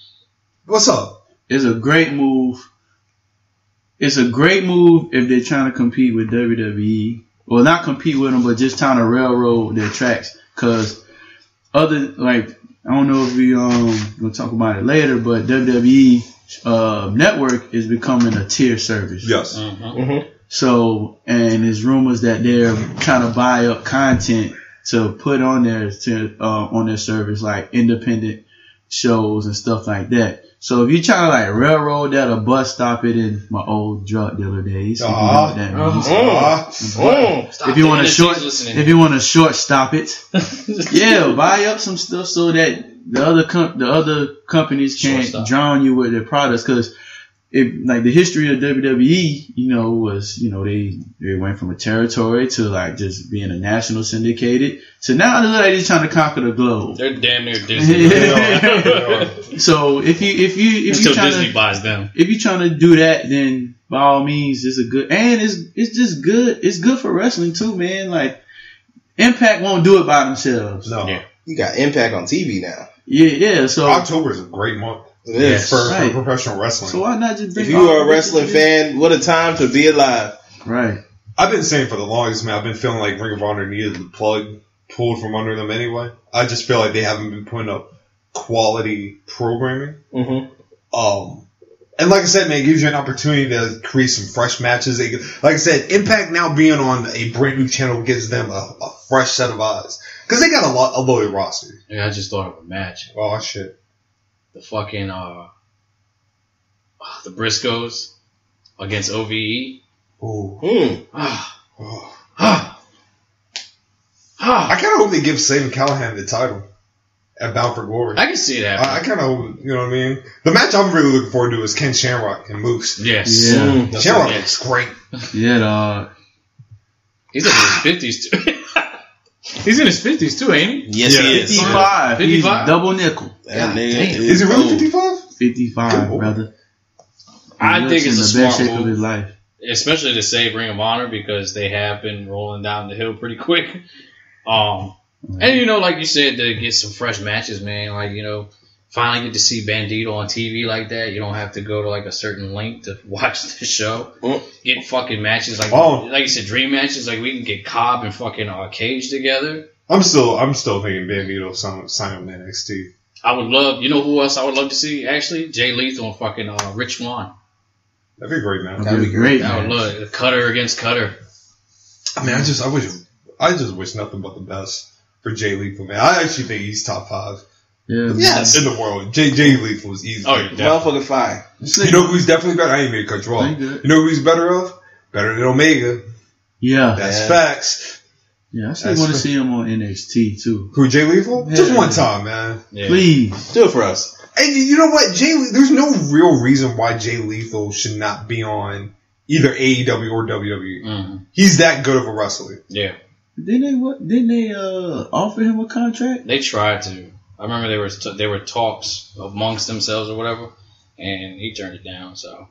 I: what's up?
D: it's a great move. It's a great move if they're trying to compete with WWE. Well, not compete with them, but just trying to railroad their tracks. Cause other like I don't know if we um we'll talk about it later, but WWE uh, network is becoming a tier service.
I: Yes.
F: Mhm.
D: So, and there's rumors that they're trying to buy up content to put on their to, uh, on their service, like independent shows and stuff like that. So if you're trying to like railroad that or bus stop it in my old drug dealer days,
I: Uh-huh.
D: if you know what that means.
I: Uh,
E: Mm.
F: Stop
D: If you
F: the
D: want to
F: NSA's
D: short,
F: listening.
D: if you want to short stop it, yeah, buy up some stuff so that the other com- the other companies can't
F: Shortstop.
D: drown you with their products because it like the history of WWE, you know, was you know they they went from a territory to like just being a national syndicated to now they're like just trying to conquer the globe.
F: They're damn near Disney. right?
D: so if you if you if you
F: Until
D: trying
F: Disney
D: to
F: buys them.
D: if you're trying to do that, then by all means, it's a good and it's it's just good. It's good for wrestling too, man. Like Impact won't do it by themselves.
I: no.
F: Yeah.
E: You got Impact on TV now.
D: Yeah, yeah. So
I: October is a great month
E: It is.
I: for,
D: Right.
I: for professional wrestling.
D: so why not just bring
E: If you are
D: all
E: a
D: the
E: wrestling
D: people in?
E: fan, what a time to be alive.
D: right?
I: I've been saying for the longest, man, I've been feeling like Ring of Honor needed the plug pulled from under them anyway. I just feel like they haven't been putting up quality programming.
E: Mm-hmm.
I: Um, and like I said, man, it gives you an opportunity to create some fresh matches. They- Like I said, Impact now being on a brand new channel gives them a, a fresh set of eyes. Because they got a lot a loaded roster.
F: Yeah, I just thought of a match.
I: Oh, shit.
F: The fucking, uh, the Briscoes against E. OVE.
I: Ooh.
E: Hmm.
F: Ah,
I: Oh.
F: ah,
I: I
F: ah.
I: kind of hope they give Sam Callahan the title at Bound for Glory. I,
F: I can see that.
I: I kind of, you know what I mean? The match I'm really looking forward to is Ken Shamrock and Moose.
F: yes.
D: Yeah.
I: Shamrock
F: right.
I: looks great.
D: Yeah, dog.
F: He's in his fifties too. He's in his fifties too, ain't he?
E: Yes, he is.
D: Fifty-five. He's
F: 55.
D: double nickel.
E: That
F: God
E: nigga
F: damn.
I: Is he really
E: old.
I: 55? Good
D: Fifty-five,
I: boy.
D: brother.
F: I
D: He
F: think
D: looks
F: it's
D: in
F: a
D: the best
F: smart
D: shape of
F: move.
D: his life.
F: Especially to save Ring of Honor because they have been rolling down the hill pretty quick. Um, and you know, like you said, to get some fresh matches, man. Like you know, finally get to see Bandito on TV like that. You don't have to go to like a certain link to watch the show.
E: Mm.
F: Get fucking matches like
I: Oh.
F: like you said, dream matches. Like we can get Cobb and fucking uh, Cage together.
I: I'm still, I'm still thinking Bandito sign, sign up in NXT.
F: I would love, you know who else I would love to see? Actually, Jay Lethal and fucking uh, Rich Swan.
I: That'd be a great, man.
D: That'd be great.
F: I would
D: man.
F: love it. Cutter against Cutter.
I: I mean, I just, I wish, I just wish nothing but the best for Jay Lethal, man. I actually think he's top five
D: Yeah.
E: Yes.
I: in the world. Jay, Jay Lethal is easy.
F: Oh, yeah.
E: Motherfucking fire.
I: You know who's definitely better? I ain't even cut you
D: He
I: off.
D: good.
I: You know who he's better of? Better than Omega.
D: Yeah,
I: That's
E: Yeah.
I: facts.
D: yeah. I still
I: That's
D: want to
I: fair.
D: see him on NXT too.
I: Who Jay Lethal? Just
D: Yeah.
I: one time, man.
F: Yeah.
D: Please,
E: Do it for us.
I: And you you know what, Jay? Le- There's no real reason why Jay Lethal should not be on either AEW or WWE.
F: Mhm.
I: He's that good of a wrestler.
F: Yeah.
D: didn't they? What? Didn't they uh, offer him a contract?
F: They tried to. I remember there was t- there were talks amongst themselves or whatever, and he turned it down. So,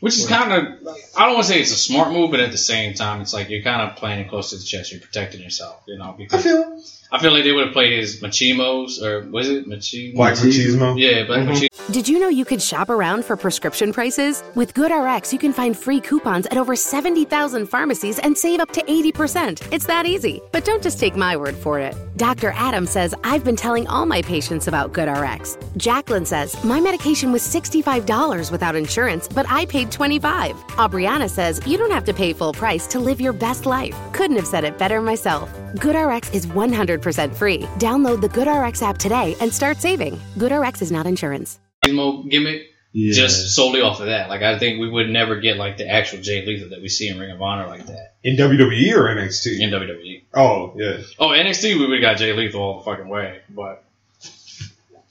F: which is kind of I don't want to say it's a smart move, but at the same time, it's like you're kind of playing it close to the chest. You're protecting yourself, you know.
I: I
F: Because
I: feel.
F: I feel like they would have played his Machimos or was it Machimo?
I: Black Machismo.
F: Yeah, Black Machimo.
I: Mm-hmm.
J: Did you know you could shop around for prescription prices? With GoodRx, you can find free coupons at over 70,000 pharmacies and save up to 80%. It's that easy. But don't just take my word for it. Dr. Adam says, I've been telling all my patients about GoodRx. Jacqueline says, my medication was $65 without insurance, but I paid 25 Aubriana says, you don't have to pay full price to live your best life. Couldn't have said it better myself. GoodRx is 100% free. Download the GoodRx app today and start saving. GoodRx is not insurance.
F: Gizmo gimmick
D: Yeah.
F: just solely off of that. Like I think we would never get like the actual Jay Lethal that we see in Ring of Honor like that
I: In WWE or NXT?
F: in E. WWE.
I: oh, yeah.
F: Oh, NXT we would have got Jay Lethal all the fucking way, but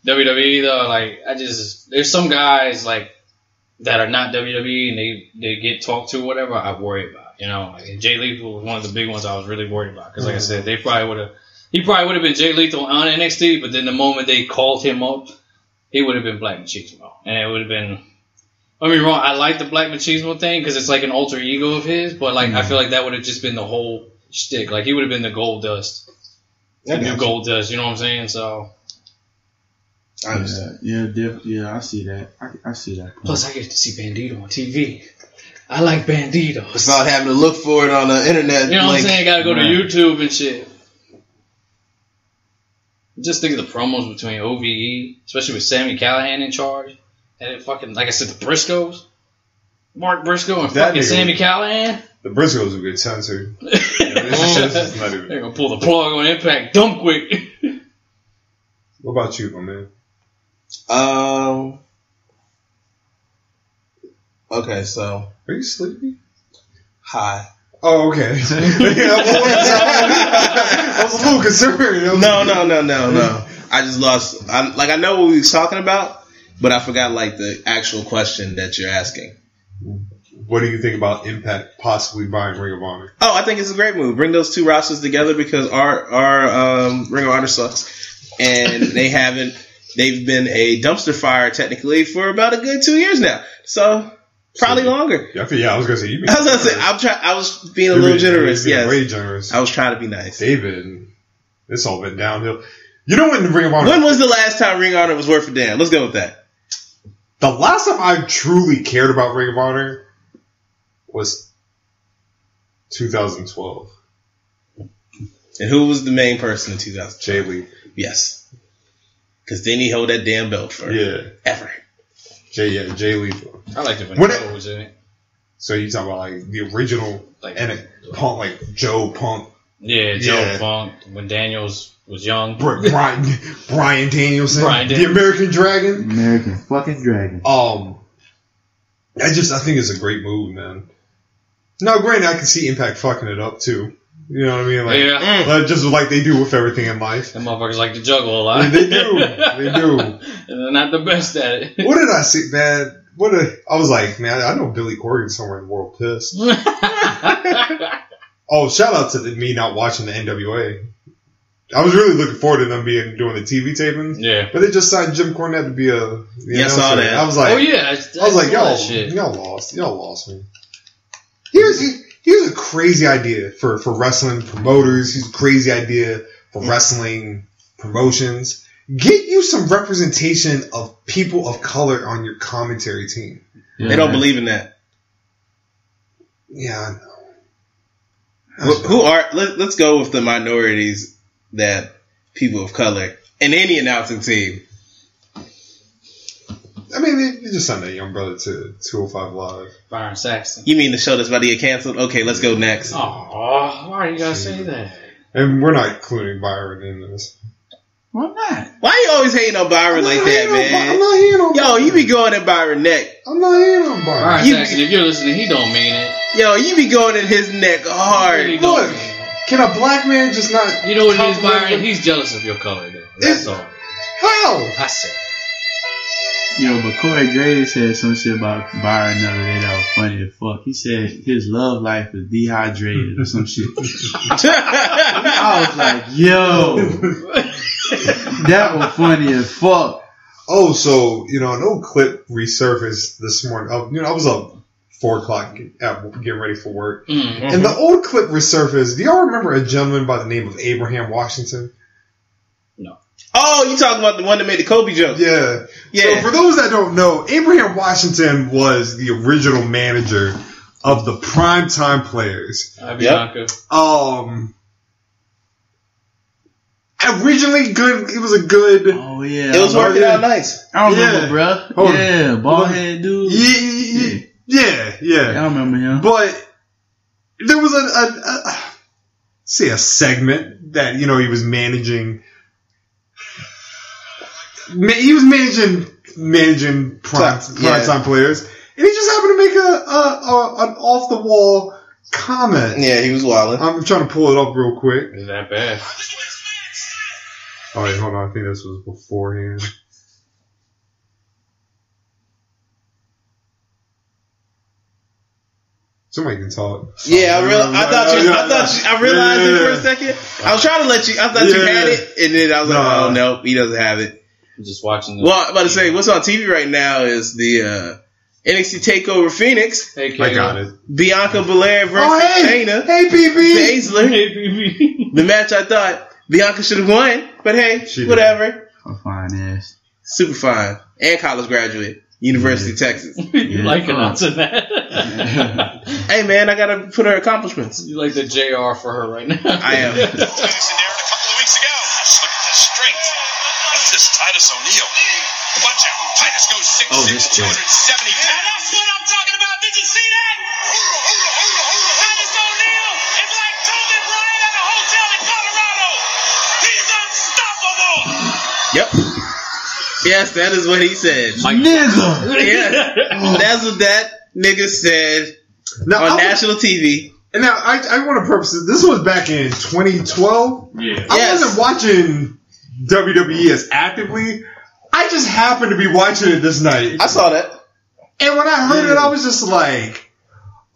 F: WWE though, like I just there's some guys like that are not WWE and they they get talked to or whatever. I worry about you know. Like, and Jay Lethal was one of the big ones I was really worried about because like I said, they probably would have he probably would have been Jay Lethal on NXT, but then the moment they called him up, he would have been Black Machismo, and it would have been. Don't get me wrong. I like the Black Machismo thing because it's like an alter ego of his, but like I feel like that would have just been the whole shtick. Like he would have been the Gold Dust, the new Gold Dust. You know what I'm saying? So
E: I understand.
D: Yeah, def- yeah, I see that. I, I see that. point.
F: plus I get to see Bandito on TV. I like Banditos.
E: Without having to look for it on the internet.
F: You know what I'm
E: like,
F: saying? Gotta go to
D: Right.
F: YouTube and shit. Just think of the promos between OVE, especially with Sammy Callahan in charge, and it fucking like I said, the Briscoes, Mark Briscoe and
I: That
F: fucking
I: nigga
F: Sammy
I: was-
F: Callahan.
I: The Briscoes would get censored. this is not even-
F: They're gonna pull the plug on Impact dumb quick.
I: What about you, my man?
E: Um. Okay, so
I: Are you sleepy?
E: hi.
I: Oh, okay. Yeah, I was a little concerned. I was-
E: No, no, no, no, no. I just lost. I, like I know what we was talking about, but I forgot like the actual question that you're asking.
I: What do you think about Impact possibly buying Ring of Honor?
E: Oh, I think it's a great move. Bring those two rosters together because our our um, Ring of Honor sucks, and they haven't. They've been a dumpster fire technically for about a good two years now, so probably longer.
I: Yeah, I, feel, yeah, I was gonna say you.
E: I was gonna say I'm try- I was being a
I: You're
E: little
I: being-
E: generous.
I: you're being
E: Yes,
I: way generous.
E: I was trying to be nice.
I: David, it's all been downhill. You know when Ring of Honor?
E: When was the last time Ring of Honor was worth a damn? Let's go with that.
I: the last time I truly cared about Ring of Honor was 2012.
E: And who was the main person in 2000?
I: Jay Lee,
E: Yes. Because then he held that damn belt for
I: yeah,
E: ever.
I: Jay, yeah, Jay Lethal.
F: I like it when
I: What
F: Joe was in it.
I: So you talk about like the original
F: Like-
I: and it, punk like Joe Punk,
F: Yeah, Joe
I: Yeah.
F: Funk when Daniels was young.
I: Br- Brian Brian Danielson,
F: Brian Danielson.
I: the American Dragon.
D: American fucking dragon.
I: Um, I just I think it's a great move, man. Now, granted, I can see Impact fucking it up too. You know what I mean? Like,
F: yeah,
I: like, just like they do with everything in life.
F: them motherfuckers like to juggle a lot.
I: They do. They do.
F: And they're not the best at it.
I: What did I see, man? What a, I was like, man, I know Billy Corgan somewhere in World Piss. Oh, shout out to the, me not watching the NWA. I was really looking forward to them being doing the TV taping.
F: yeah.
I: But they just signed Jim Cornette to be a. the
E: Yeah, I saw
I: announcer.
E: that.
I: I was like,
F: oh yeah, I,
I: I was like,
F: saw
I: y'all,
F: that shit.
I: y'all lost, y'all lost me. Here's here's a crazy idea for for wrestling promoters. Here's a crazy idea for wrestling promotions. Get you some representation of people of color on your commentary team.
E: They don't believe in that.
I: Yeah, I know.
E: Wh- Who are, let, let's go with the minorities that people of color in any announcing team.
I: I mean, they, they just signed that young brother to 205 Live.
F: Byron Saxton.
E: You mean the show that's about to get canceled? Okay, let's go next.
F: Oh, why are you gotta say that?
I: And we're not including Byron in this.
D: Why not?
E: Why you always hating on Byron like that,
I: I'm
E: man?
I: not hating on
E: Yo,
I: Byron.
E: you be going at Byron neck.
I: I'm not hating on Byron.
F: Byron
E: You-
F: Saxton, if you're listening, he don't mean it.
E: Yo, you be going at his neck
F: He
E: hard.
F: don't
I: look.
F: mean it.
I: Can a black man just not?
F: You know what it is,
I: compliment-
F: Byron? He's jealous of your color, though. That's all.
I: How?
F: I said.
D: Yo, but Corey Gray said some shit about Byron the other day that was funny as fuck. He said his love life is dehydrated or some shit. I was like, yo, that was funny as fuck.
I: Oh, so you know, an old clip resurfaced this morning. Oh, you know, I was up four o'clock at, getting ready for work,
F: Mm.
I: and the old clip resurfaced. Do y'all remember a gentleman by the name of Abraham Washington?
F: No.
E: Oh, you talking about the one that made the Kobe joke?
I: Yeah.
E: Yeah.
I: So for those that don't know, Abraham Washington was the original manager of the primetime players.
F: Avianca.
I: Um originally good it was a good yeah,
D: Oh yeah,
E: It was
D: I
E: working
D: remember-
E: out nice.
D: I remember,
I: Yeah.
D: bruh.
I: Hold on.
D: yeah, bald head dude.
I: yeah, yeah, yeah.
D: I remember him.
I: But there was a, a, a say a segment that you know he was managing. Ma- He was managing managing prime,
E: Top-
I: prime
E: yeah.
I: time players, and he just happened to make a, a, a an off the wall comment.
E: Yeah, he was wilding.
I: I'm trying to pull it up real quick.
F: Is that bad?
I: All right, hold on. I think this was beforehand. Somebody can talk.
E: Yeah, I real. I thought you. I thought you, I realized it for
I: Yeah.
E: a second. I was trying to let you. I thought you
I: Yeah.
E: had it, and then I was like,
I: Nah.
E: "Oh no, he doesn't have it."
F: I'm just watching the
E: Well, I'm about to say, what's on TV right now is the uh, NXT Takeover Phoenix,
F: Take
I: I got it.
E: Bianca Belair versus
I: Oh, hey!
E: Shayna
I: Hey, BB!
E: Baszler. The match I thought Bianca should have won, but hey,
I: She did.
E: whatever.
D: A fine ass.
E: Super fine and college graduate, University of Texas.
F: you like
D: Yeah.
F: announcing that?
E: Hey man, I gotta put her accomplishments.
F: you like the JR for her right now?
E: I am.
B: Phoenix in there a couple of weeks ago. Look at the strength. Look at this Titus O'Neil. Watch out. Titus goes 6'6",
F: Oh, this kid.
B: 270 Yeah, that's what I'm talking about. Did you see that? Titus O'Neil is like Kobe Bryant at a hotel in Colorado. He's unstoppable.
E: Yep. Yes, that is what he said.
D: Nigga.
E: Yeah, that's what that nigga said
I: Now,
E: on
I: I, was-
E: national TV.
I: and now I, I want to preface this. This was back in 2012.
F: yeah.
I: I
E: Yes.
I: wasn't watching WWE as actively. I just happened to be watching it this night.
E: I saw that.
I: And when I heard it, I was just like,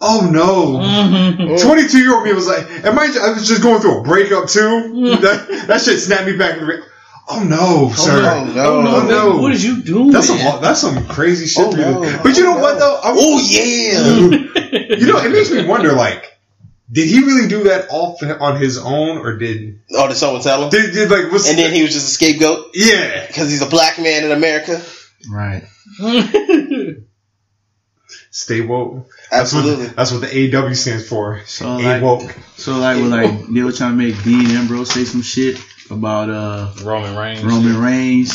I: oh no. 22 year old me was like, and mind you, I was just going through a breakup too. that, that shit snapped me back in the ring. Oh no, sir.
E: Oh no!
I: Oh, no.
F: What did you do?
I: That's some that's some crazy shit.
E: Oh,
I: for you.
E: no.
I: But you know
E: Oh,
I: what
E: no.
I: though? I'm-
E: Oh yeah!
I: you know, it makes me wonder. Like, did he really do that off on his own, or did
E: oh, did someone tell him?
I: did, did like what's
E: And then he was just a scapegoat
I: yeah?
E: because he's a black man in America.
D: Right.
I: Stay woke. That's
E: Absolutely.
I: what that's what the AW stands for.
D: So
I: A
D: like,
I: woke.
D: so like, when like they were trying to make Dean Ambrose say some shit about uh
F: Roman Reigns.
D: Roman Reigns,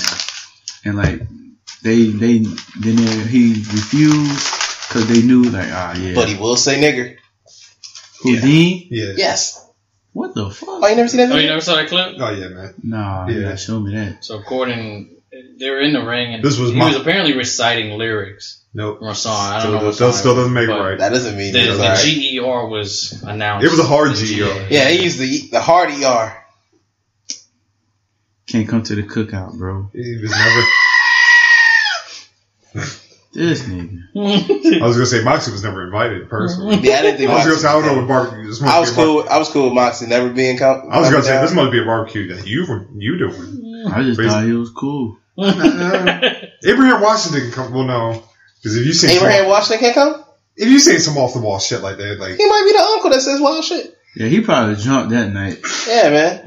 D: and like they they then they, he refused because they knew like ah yeah,
E: But he will say nigger.
D: who Dean?
I: Yeah.
E: Yes.
D: What the fuck?
E: Oh, you never seen that
F: Oh, you
E: video?
F: never saw that clip?
I: Oh yeah, man.
D: Nah,
I: Yeah.
D: yeah, show me that.
F: So according, they were in the ring, and
I: This was
F: he
I: my-
F: was apparently reciting lyrics
I: Nope.
F: from a song. I don't
I: Still,
F: know. What
I: doesn't-
F: song
I: still
F: was,
I: doesn't make it
F: but
I: right.
E: That doesn't mean
F: The,
E: nigger.
F: the
E: right.
F: GER was announced.
I: It was a hard
F: The
I: GER.
E: Yeah, he used the the hard er.
D: Can't come to the cookout, bro.
I: He was never.
D: This nigga.
I: I was gonna say Moxie was never invited personally.
E: Yeah, I didn't
I: I
E: think.
I: was
E: Moxie
I: gonna say I don't know
E: there.
I: what barbecue. This must
E: I was
I: be a bar-
E: cool. I was cool with Moxie never being. Com-
I: I was gonna say this
E: uh,
I: must be a barbecue that you were you doing.
D: I just
I: Reason-
D: thought he was cool.
I: Abraham Washington can come. Well, no, because if you seen some,
E: Abraham Washington can't come.
I: if you seen some off the wall shit like that, like
E: He might be the uncle that says wild shit.
D: Yeah, he probably jumped that night.
E: Yeah, man.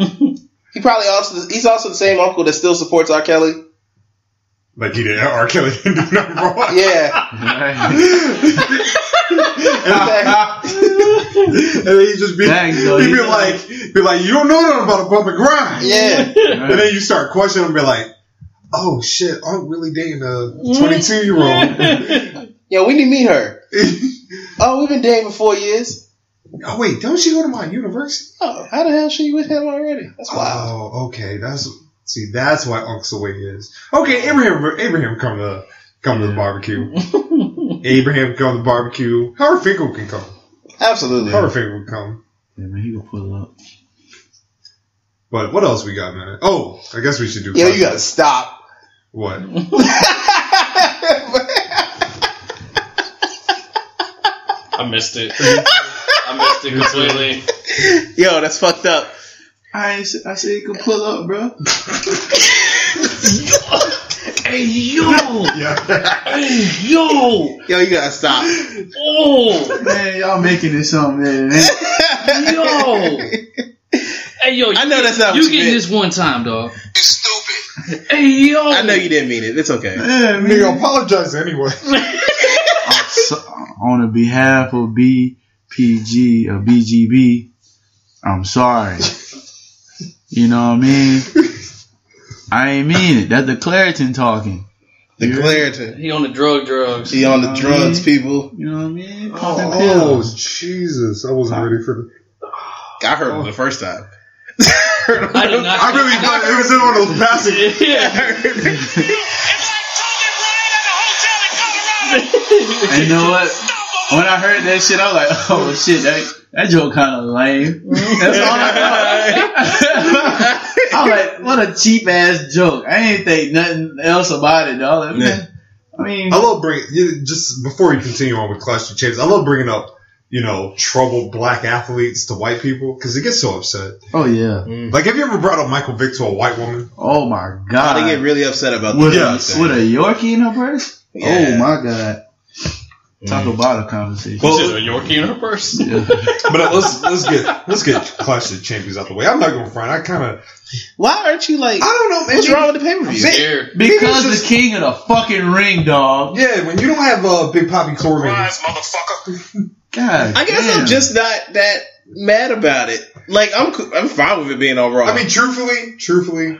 E: he probably also he's also the same uncle that still supports R. Kelly.
I: Like he did R. Kelly didn't do nothing wrong.
E: Yeah,
D: Right.
I: And then he just be,
D: Dang, though,
I: he'd
D: you
I: be
D: know.
I: like, be like, you don't know nothing about a bump and grind.
E: yeah.
I: And then you start questioning him, be like, oh shit, I'm really dating a
E: Mm-hmm.
I: 22 year old.
E: Yo, we need to meet her. Oh, we've been dating for four years.
I: oh wait, don't she go to my university?
E: Oh, how the hell she with him already? That's wild.
I: Oh, okay, that's see, that's why Unc's away is. Okay, Abraham, Abraham come to come to the barbecue. Abraham come to the barbecue. Howard Finkel can come.
E: Absolutely.
I: Howard Finkel can come.
D: Yeah, man, he gonna pull up.
I: But what else we got, man? Oh, I guess we should do.
E: Yo, you gotta stop.
I: What?
F: I missed it. I missed it completely.
E: Yo, that's fucked up.
D: I ain't s- I said he could pull up, bro.
F: Hey yo,
I: Yeah.
F: hey yo,
E: Yo, you gotta stop.
F: oh
D: Man, y'all making this something, man. man.
F: yo. Hey yo, you
E: I know
F: get-
E: that's not what
F: you
E: you
F: get
E: meant.
F: this one time, dog.
B: He's
D: Hey yo,
E: I know you didn't mean it. It's okay.
D: Yeah, man.
I: Nigga, apologize anyway.
D: on, so, on the behalf of BPG or BGB, I'm sorry. You know what I mean? I ain't mean it. That's the Claritin talking.
E: The Claritin.
F: He on the drug drugs.
E: She on the drugs, people.
D: You know what I mean? Popping
I: Oh,
D: pills.
I: Jesus. I wasn't ready for that.
E: I heard it the first time.
F: I did not.
I: I really thought it was in one of those passages.
G: It's like talking Ryan at the hotel in Colorado.
D: And you know what? When I heard that shit, I was like, oh shit, that, that joke kind of lame. That's all I thought. I'm like, what a cheap ass joke. I ain't think nothing else about it, dog. Like, man, I mean,
I: I love bringing, you- just before you continue on with Clash of Champions, I love bringing up, you know, troubled black athletes to white people because they get so upset.
D: oh yeah.
I: Like, have you ever brought up Michael Vick to a white woman?
D: Oh my
E: Oh, they
D: god.
E: get really upset about
D: with,
E: the
D: a, with a Yorkie in her purse?
E: Yeah. Mm.
D: Oh my god. Talk about a conversation.
I: Well,
F: This is a Yorkie in her purse.
I: but uh, let's let's get let's get Clash of the Champions out the way. I'm not going to front. I kind of
E: Why aren't you like?
I: I don't know, man.
E: What's
I: You-
E: wrong with the pay per view?
F: Here.
D: because
I: it's
D: the
I: just-
D: king of the fucking ring, dog.
I: Yeah, when you don't have uh, Big Poppy Corbin,
G: Rise, motherfucker.
D: God.
E: I guess
D: damn.
E: I'm just not that mad about it. Like I'm, co- I'm fine with it being on Raw.
I: I mean, truthfully, truthfully,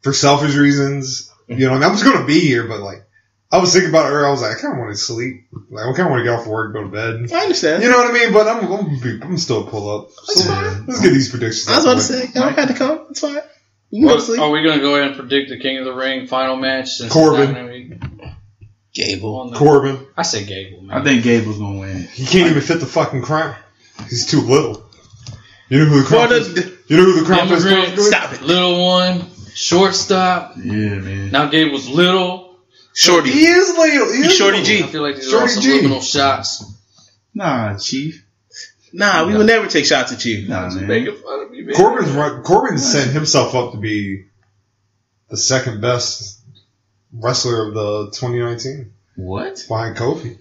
I: for selfish reasons, you know, and I was going to be here, but like, I was thinking about it earlier. I was like, I kind of want to sleep. Like, I kind of want to get off work, go to bed.
E: I understand.
I: You know what I mean? But I'm, I'm, gonna be, I'm still pull up. So, let's get these predictions.
E: I was
I: out
E: about to
I: the way.
E: say, I don't have to come. It's fine. You can go to
F: Are
I: oh.
E: sleep.
F: we gonna go ahead and predict the King of the Ring final match? Since it's
I: Corbin.
F: not gonna be
E: Gable.
F: on the-
I: Corbin,
F: I say Gable. Man.
D: I think Gable's gonna win.
I: he can't even fit the fucking crown. He's too little. You know who the
E: For
I: crown? is?
E: the
I: You know who the crown is?
F: Immigrant,
E: Stop it.
F: Little one, shortstop.
D: Yeah, man.
F: Now Gable's little.
E: shorty.
I: He is little. He is
E: Shorty
I: little.
E: G.
F: I feel like these are all
I: Shorty G.
F: subliminal shots.
D: Nah, Chief.
E: Nah, we would never take shots at you.
D: Nah, man.
F: Making fun of me, man.
I: Corbin's run, Corbin sent himself up to be the second best wrestler of the 2019
D: What?
I: behind Kofi.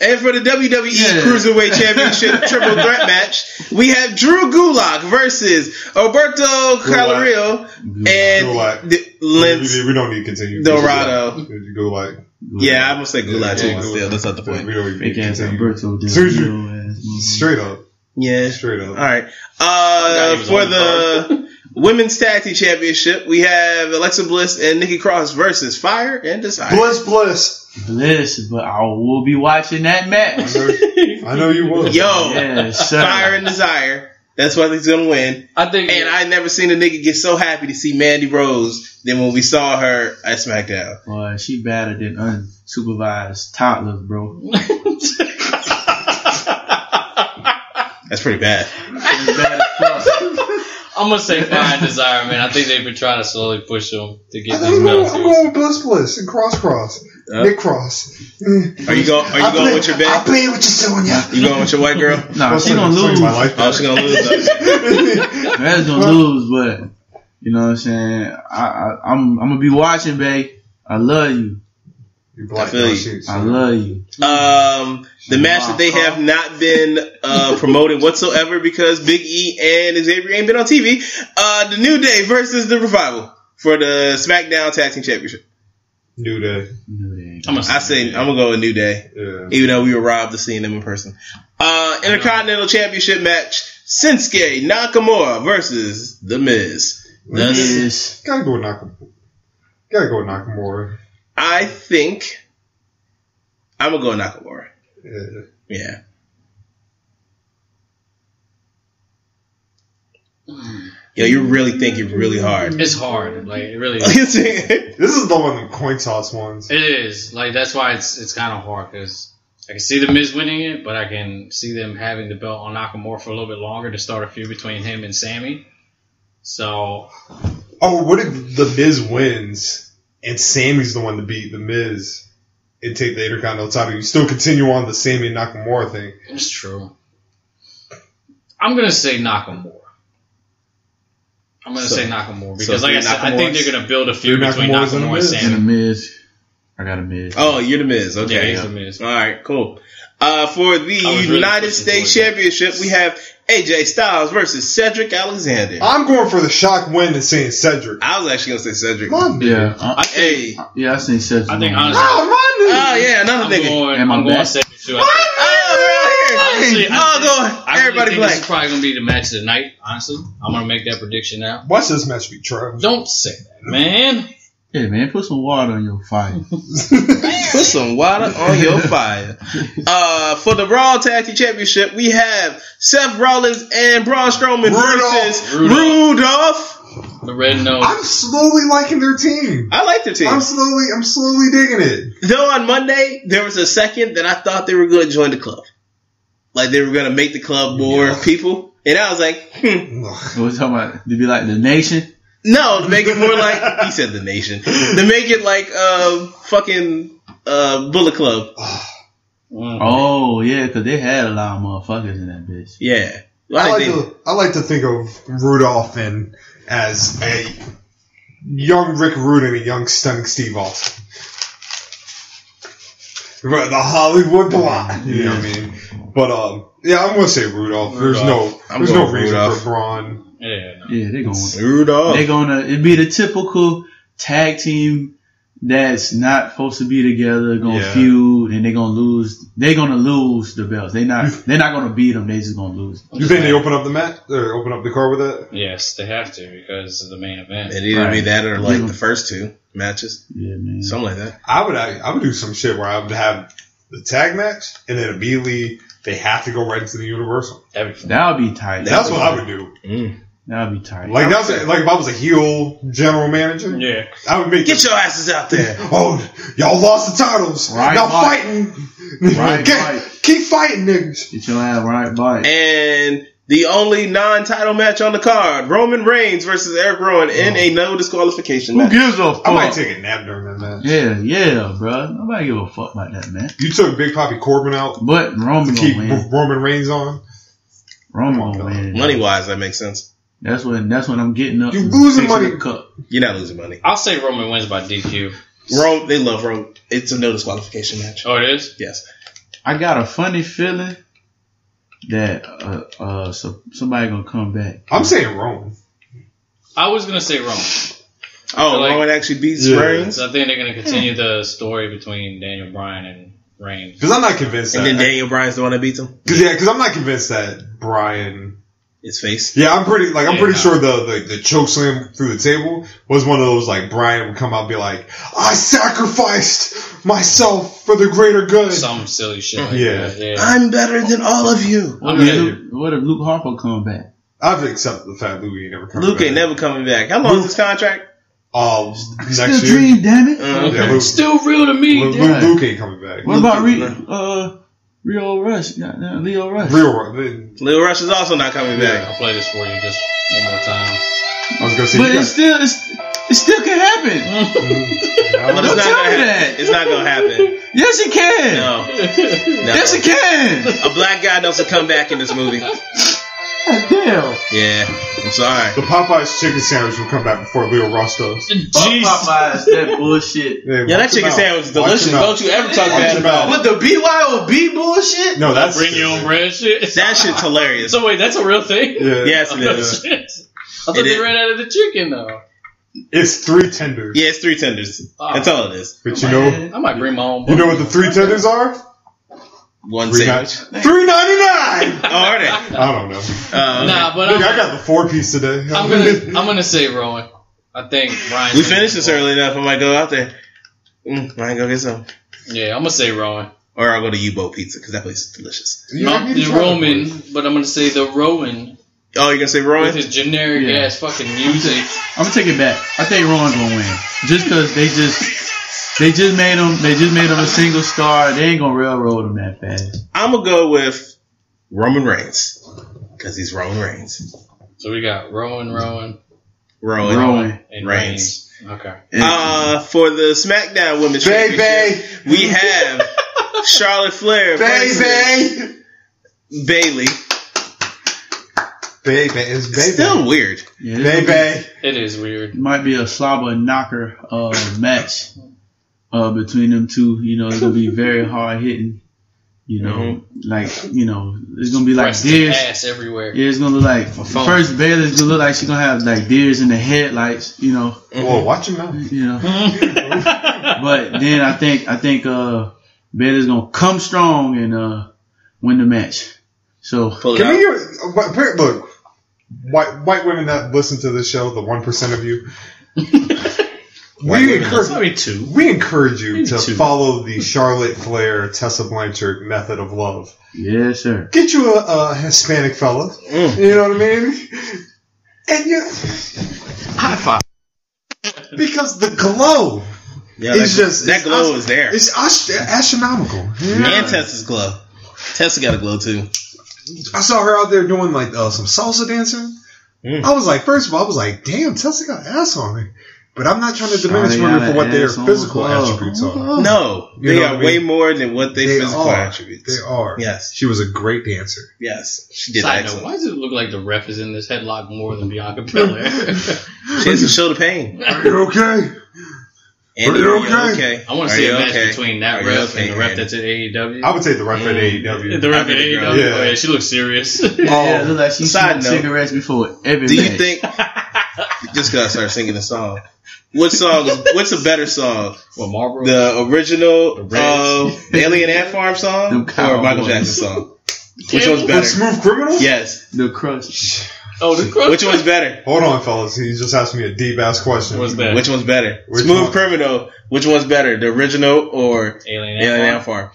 E: And for the WWE
D: Yeah.
E: Cruiserweight Championship Triple Threat match, we have Drew Gulak versus Alberto Calario and
I: Gulak. E.
E: the-
I: We,
E: Lince
I: we- we don't need to continue.
E: Dorado.
I: You Go like
E: Yeah, I'm gonna say Gulak too.
I: Yeah,
E: but
I: Gulak.
E: Still, that's not the point.
I: We don't need
D: Big
I: to
D: ass
I: continue.
D: Alberto Del
I: Seriously.
D: Rio ass motherfucker.
I: Straight up,
E: Yeah.
I: straight up.
E: All right. Uh,
F: he was
E: for
F: on the
E: the women's tag team championship, we have Alexa Bliss and Nikki Cross versus Fire and Desire.
I: Bliss, bliss.
D: Bliss, but I will be watching that match.
I: I know, I know you will.
E: Yo,
D: yeah, sir.
E: Fire and Desire. That's why he's gonna win.
F: I think.
E: And I never seen a nigga get so happy to see Mandy Rose than when we saw her at SmackDown.
D: Boy, she better than unsupervised toddlers, bro.
E: That's pretty bad.
D: She bad as fuck.
F: I'm gonna say fine desire, man. I think they've been trying to slowly push him to
I: I
F: get
I: think
F: these
I: I'm going,
F: medals.
I: I'm going with Bliss, bliss and Cross, cross.
E: Uh.
I: Nick Cross.
E: Are you going? Are you going with your
I: I
E: bet?
I: played with you, Sonya.
E: You going with your white girl?
D: Nah, she gonna
I: Sonya,
D: lose.
I: my life.
E: Oh, she's gonna lose. though.
D: Red's gonna lose, but you know what I'm saying. I, I I'm I'm gonna be watching, babe. I love you.
I: You're black.
E: I feel
I: no,
E: you.
I: she's-
D: I love you.
E: Um, the match that they have not been uh, promoted whatsoever because Big E and Xavier ain't been on TV. Uh, the New Day versus the Revival for the SmackDown Tag Team Championship.
I: New Day.
D: No, they ain't.
F: I'm gonna say,
E: I say I'm gonna go with New Day,
I: Yeah.
E: even though we were robbed of seeing them in person. Uh, Intercontinental Championship match: Shinsuke Nakamura versus The Miz. Thus,
D: Yes.
I: Gotta go with Nakamura. Gotta go with Nakamura.
E: I think I'm gonna go with Nakamura.
I: Yeah.
E: Yeah. Yo, you're really thinking really hard. Oh,
F: it's hard. Like it really. Is.
E: yeah,
I: This is the one of the coin toss ones.
F: It is like that's why it's it's kind of hard because I can see the Miz winning it, but I can see them having the belt on Nakamura for a little bit longer to start a feud between him and Sammy. So
I: Oh, what if the Miz wins and Sammy's the one to beat the Miz and take the Intercontinental title? You still continue on the Sammy and Nakamura thing.
F: it's true. I'm gonna say Nakamura. I'm gonna
E: So-
F: say Nakamura
E: so
F: because, like I
E: three
F: said, I think
E: Nakamuras?
F: they're gonna build a feud
I: Three
F: between
I: Nakamuras and
F: Nakamura
I: a
F: and
I: Miz?
D: And a
F: Sammy.
D: Miz. I got a Miz.
E: Oh, you're the Miz. Okay.
F: Yeah, he's the Miz.
E: All right, cool. Uh, for the
F: I was really
E: United
F: pushing
E: States
F: towards it.
E: Championship, we have AJ Styles versus Cedric Alexander.
I: I'm going for the shock win and saying Cedric.
E: I was actually gonna say Cedric.
I: Come on, dude.
D: Yeah, uh,
E: I, hey, oh
D: yeah, I seen Cedric.
F: I think
D: on
F: honestly,
E: yeah, another
F: I'm
E: nigga.
F: going.
D: Am I
F: I'm going
D: back?
F: second too. I think-
E: Oh, we're out
F: Honestly,
E: here.
F: I
E: Oh,
F: think-
E: going.
F: I really
E: Everybody
F: think
E: black.
F: This is probably gonna be the match of the night. Honestly, I'm gonna make that prediction now.
I: Watch this match be trash.
F: Don't say that, man.
D: Hey man, put some water on your fire.
E: Put some water on your fire. Uh, for the Raw Tag Team Championship, we have Seth Rollins and Braun Strowman
I: Rudolph.
E: versus Rudolph.
F: Rudolph. The red nose.
I: I'm slowly liking their team.
E: I like the team.
I: I'm slowly, I'm slowly digging it.
E: Though on Monday there was a second that I thought they were going to join the club, like they were going to make the club more people, and I was like, hmm,
I: Ugh.
D: What we talking about? To be like the nation?
E: no, to make it more like he said the nation, to make it like uh fucking uh Bullet Club,
F: Mm,
D: Oh yeah, because they had a lot of motherfuckers in that bitch.
E: yeah.
I: I
E: Well, I
I: like,
E: think-
I: to, I like to think of Rudolph and as a young Rick Rude and a young stunning Steve Austin. Right, The Hollywood blonde. You know what I mean? But um, yeah, I'm gonna say Rudolph. There's no,
E: I'm
I: there's
E: going
I: no reason
E: Rudolph.
I: for Braun.
F: yeah, no.
D: Yeah, they going.
I: Oh.
E: Rudolph.
D: They gonna it'd be the typical tag team that's not supposed to be together, gonna
I: Yeah.
D: feud, and they gonna lose. They gonna lose the belts. They not. They're not gonna beat them. They just gonna lose.
I: You think they open up the mat or open up the car with that?
F: Yes, they have to because of the main event.
E: It either be
D: Right.
E: that or like the first two matches,
D: Yeah, man.
E: something like that.
I: I would I, I would do some shit where I would have the tag match and then immediately they have to go right into the universal.
F: That'd be fun.
D: That'll be tight.
I: That's what I would do.
D: That'll be tight.
I: Like that's like if I was a heel general manager,
F: Yeah.
I: I would make
E: Get
I: it-
E: your asses out there.
I: Oh, y'all lost the titles.
D: Right,
I: y'all
D: right.
I: fighting.
D: Right,
I: Get-
D: right.
I: Keep fighting, niggas.
D: Get your ass right by it.
E: And the only non-title match on the card: Roman Reigns versus Eric Rowan in a no disqualification
D: Who
E: match.
D: gives a fuck?
I: I might take a nap during that match.
D: yeah, yeah, bro. Nobody give a fuck about that, man.
I: You took Big Poppy Corbin out.
D: But
E: Oh,
D: Roman
I: Keep
D: gonna win.
I: Roman Reigns on.
D: Roman gonna win.
E: Money wise, that makes sense.
D: That's when. That's when I'm getting up.
I: You
D: and
I: losing
D: fixing
I: money.
D: the Cup.
E: You're not losing money.
F: I'll say Roman wins by DQ.
E: Rome, they love Rome. It's a no disqualification match.
F: Oh, it is.
E: Yes.
D: I got a funny feeling that uh, uh so, somebody gonna come back.
I: I'm saying Roman.
F: I was gonna say Roman.
E: Oh,
F: like-
E: Roman actually beats
I: Yeah.
E: Reigns,
F: So I think they're gonna continue the story between Daniel Bryan and Reigns.
I: Because I'm not convinced
E: and then
I: that.
E: Daniel Bryan's the one that beats him.
I: Because yeah, because I'm not convinced that Brian.
E: His face.
I: Yeah, I'm pretty like I'm
F: Yeah.
I: pretty sure the, the the choke slam through the table was one of those like Brian would come out and be like, I sacrificed myself for the greater good.
F: Some silly shit like
I: Yeah.
F: that. Yeah.
E: I'm better than all of you.
D: What
F: I'm
D: if,
F: ready.
D: Luke, what if Luke Harper come back?
I: I've accepted the fact Luke ain't never coming
E: Luke ain't
I: back.
E: never coming back. How long is his contract?
I: Oh,
D: Still
I: next year.
D: dream, damn it.
E: Uh,
I: Yeah, Luke,
F: Still real to me.
I: Luke,
F: dude.
I: Luke, Luke ain't coming back.
D: what about Re,
E: Luke-
D: uh Rio Rush? Nah, nah, Leo Rush.
I: Real one.
E: Lil Rush is also not coming
F: I'll
E: back.
F: play this for you just one more time.
I: I was gonna say,
D: But
I: you
D: it's still it's, it still can happen.
I: got-
E: But it's
D: Don't
E: not
D: tell
E: gonna
D: me
E: happen.
D: that.
E: It's not gonna happen.
D: Yes, it can.
E: No. No.
D: Yes, it can.
E: a black guy doesn't come back in this movie.
D: God damn.
E: Yeah. I'm sorry.
I: the Popeyes chicken sandwich will come back before Leo Ross does.
D: Fuck Popeyes, that bullshit.
I: Yeah,
E: Yeah, that
I: watch
E: chicken
I: him out.
E: sandwich is
I: Watch
E: delicious.
I: him out.
E: Don't you ever talk
I: Watch
E: bad
I: him
E: about
I: out.
E: it.
D: With the BYOB bullshit?
I: No, that's
F: Bring your own bread shit.
E: That shit's hilarious.
F: So wait, that's a real thing? Oh,
I: Yeah.
E: Yes, it is.
F: Shit. I thought
E: It
F: they
E: is.
F: ran out of the chicken though.
I: It's three tenders.
E: Yeah, it's three tenders. That's all it is.
I: But you know,
F: I might bring my own.
I: you know what the three tenders are?
E: One
I: Three
E: sandwich.
I: Three ninety nine.
E: Oh, are they?
I: I don't know.
E: Uh,
F: Nah, but
I: Look,
F: I'm,
I: I got the four piece today.
F: I'm gonna I'm gonna say Rowan. I think Ryan.
E: We finished this early enough. I might go out there. Mm, I might go get some.
F: Yeah, I'm gonna say Rowan.
E: Or I'll go to U-Boat Pizza because that place is delicious.
I: You
F: Not
I: don't need to
F: the
I: try
F: Roman,
I: it.
F: but I'm gonna say the Rowan
E: Oh, you're going to say
F: with
E: Rowan?
F: his generic
D: Yeah.
F: ass fucking music.
D: I'm gonna take it back. I think Ron's gonna win just because they just they just made him they just made him a single star. They ain't gonna railroad him that fast.
E: I'm going to go with Roman Reigns because he's Roman Reigns.
F: So we got Rowan, Rowan,
E: Rowan.
D: Rowan.
F: and
E: Reigns.
F: Reigns. Okay.
E: Uh, for the SmackDown Women's
I: Baby,
E: Championship, we have Charlotte Flair versus
I: baby,
E: Bailey.
I: baby. It's baby.
E: Still weird.
D: Yeah, this will be-
I: baby.
F: It is weird.
D: might be a slobber knocker uh, match uh, between them two. You know, it's gonna be very hard hitting. You know, like you know, it's gonna be like
F: Breast and
D: deers.
F: ass everywhere.
D: Yeah, it's gonna look like
F: phone.
D: first Baylor's gonna look like she's gonna have like deers in the headlights. You know,
E: Mm-hmm.
I: Whoa, watch your mouth.
D: you know. but then I think I think uh Baylor's gonna come strong and uh win the match. So
E: Pull it
I: Can
E: out.
I: we hear? uh, wh- Look, white white women that listen to this show, the one percent of you, we
F: That's
I: encourage
F: probably two.
I: we encourage you
F: Maybe
I: to
F: two.
I: follow the Charlotte Flair Tessa Blanchard method of love.
D: yes, sir.
I: Get you a, a Hispanic fella,
E: Mm.
I: you know what I mean, and you
E: High five.
I: because the glow
E: Yeah,
I: It's
E: that,
I: just-
E: that
I: it's
E: glow
I: us-
E: is there.
I: is ast- astronomical.
E: And Tessa's glow. Tessa got a glow too.
I: I saw her out there doing like uh, some salsa dancing.
E: Mm.
I: I was like, first of all, I was like, damn, Tessa got ass on me. But I'm not trying to diminish
D: Shawty
I: women
D: got
I: for what their
D: ass on
I: physical
D: her.
I: attributes are.
E: No,
I: Oh. You
E: they
I: know
E: are
I: what I
E: way
I: mean?
E: more than what they,
I: They
E: physical
I: are.
E: attributes.
I: They are.
E: Yes,
I: She was a great dancer.
E: yes, she did
F: Side note, why
E: excellent.
F: does it look like the ref is in this headlock more than Bianca Belair?
E: She has to show the pain.
I: Are you okay?
E: Andy,
I: you
E: are you
I: okay?
E: okay?
F: I want
E: Are
F: to see
E: you
F: a match
E: okay?
F: between that
E: Are you
F: ref
E: okay,
F: and the ref
E: Andy?
F: that's at AEW.
I: I would say the ref
E: Mm.
I: at AEW.
F: the ref at
E: Happy to go.
F: AEW.
I: Yeah.
F: Oh, yeah, she looks serious.
D: Yeah, it look like she
E: oh, Side
D: smoked
E: note.
D: cigarettes before every
E: Do you
D: match.
E: think? just gotta start singing a song. What song? Is, what's a better song?
F: well, Marlboro.
E: The original
F: The
E: uh,
F: Reds.
E: Alien Ant Farm
D: Them
E: song or
D: cowboys.
E: Michael Jackson song? Which one's
I: But
E: better?
I: Smooth Criminal?
E: Yes.
D: the crush?
F: oh, the crutch.
E: Which one's better?
I: Hold on, fellas. He just asked me a deep ass question.
F: was that?
E: Which one's better?
I: Which
E: Smooth
I: one?
E: Criminal. Which one's better? The original or
F: Alien Ant
E: Alien
F: Farm.
E: Ant Farm?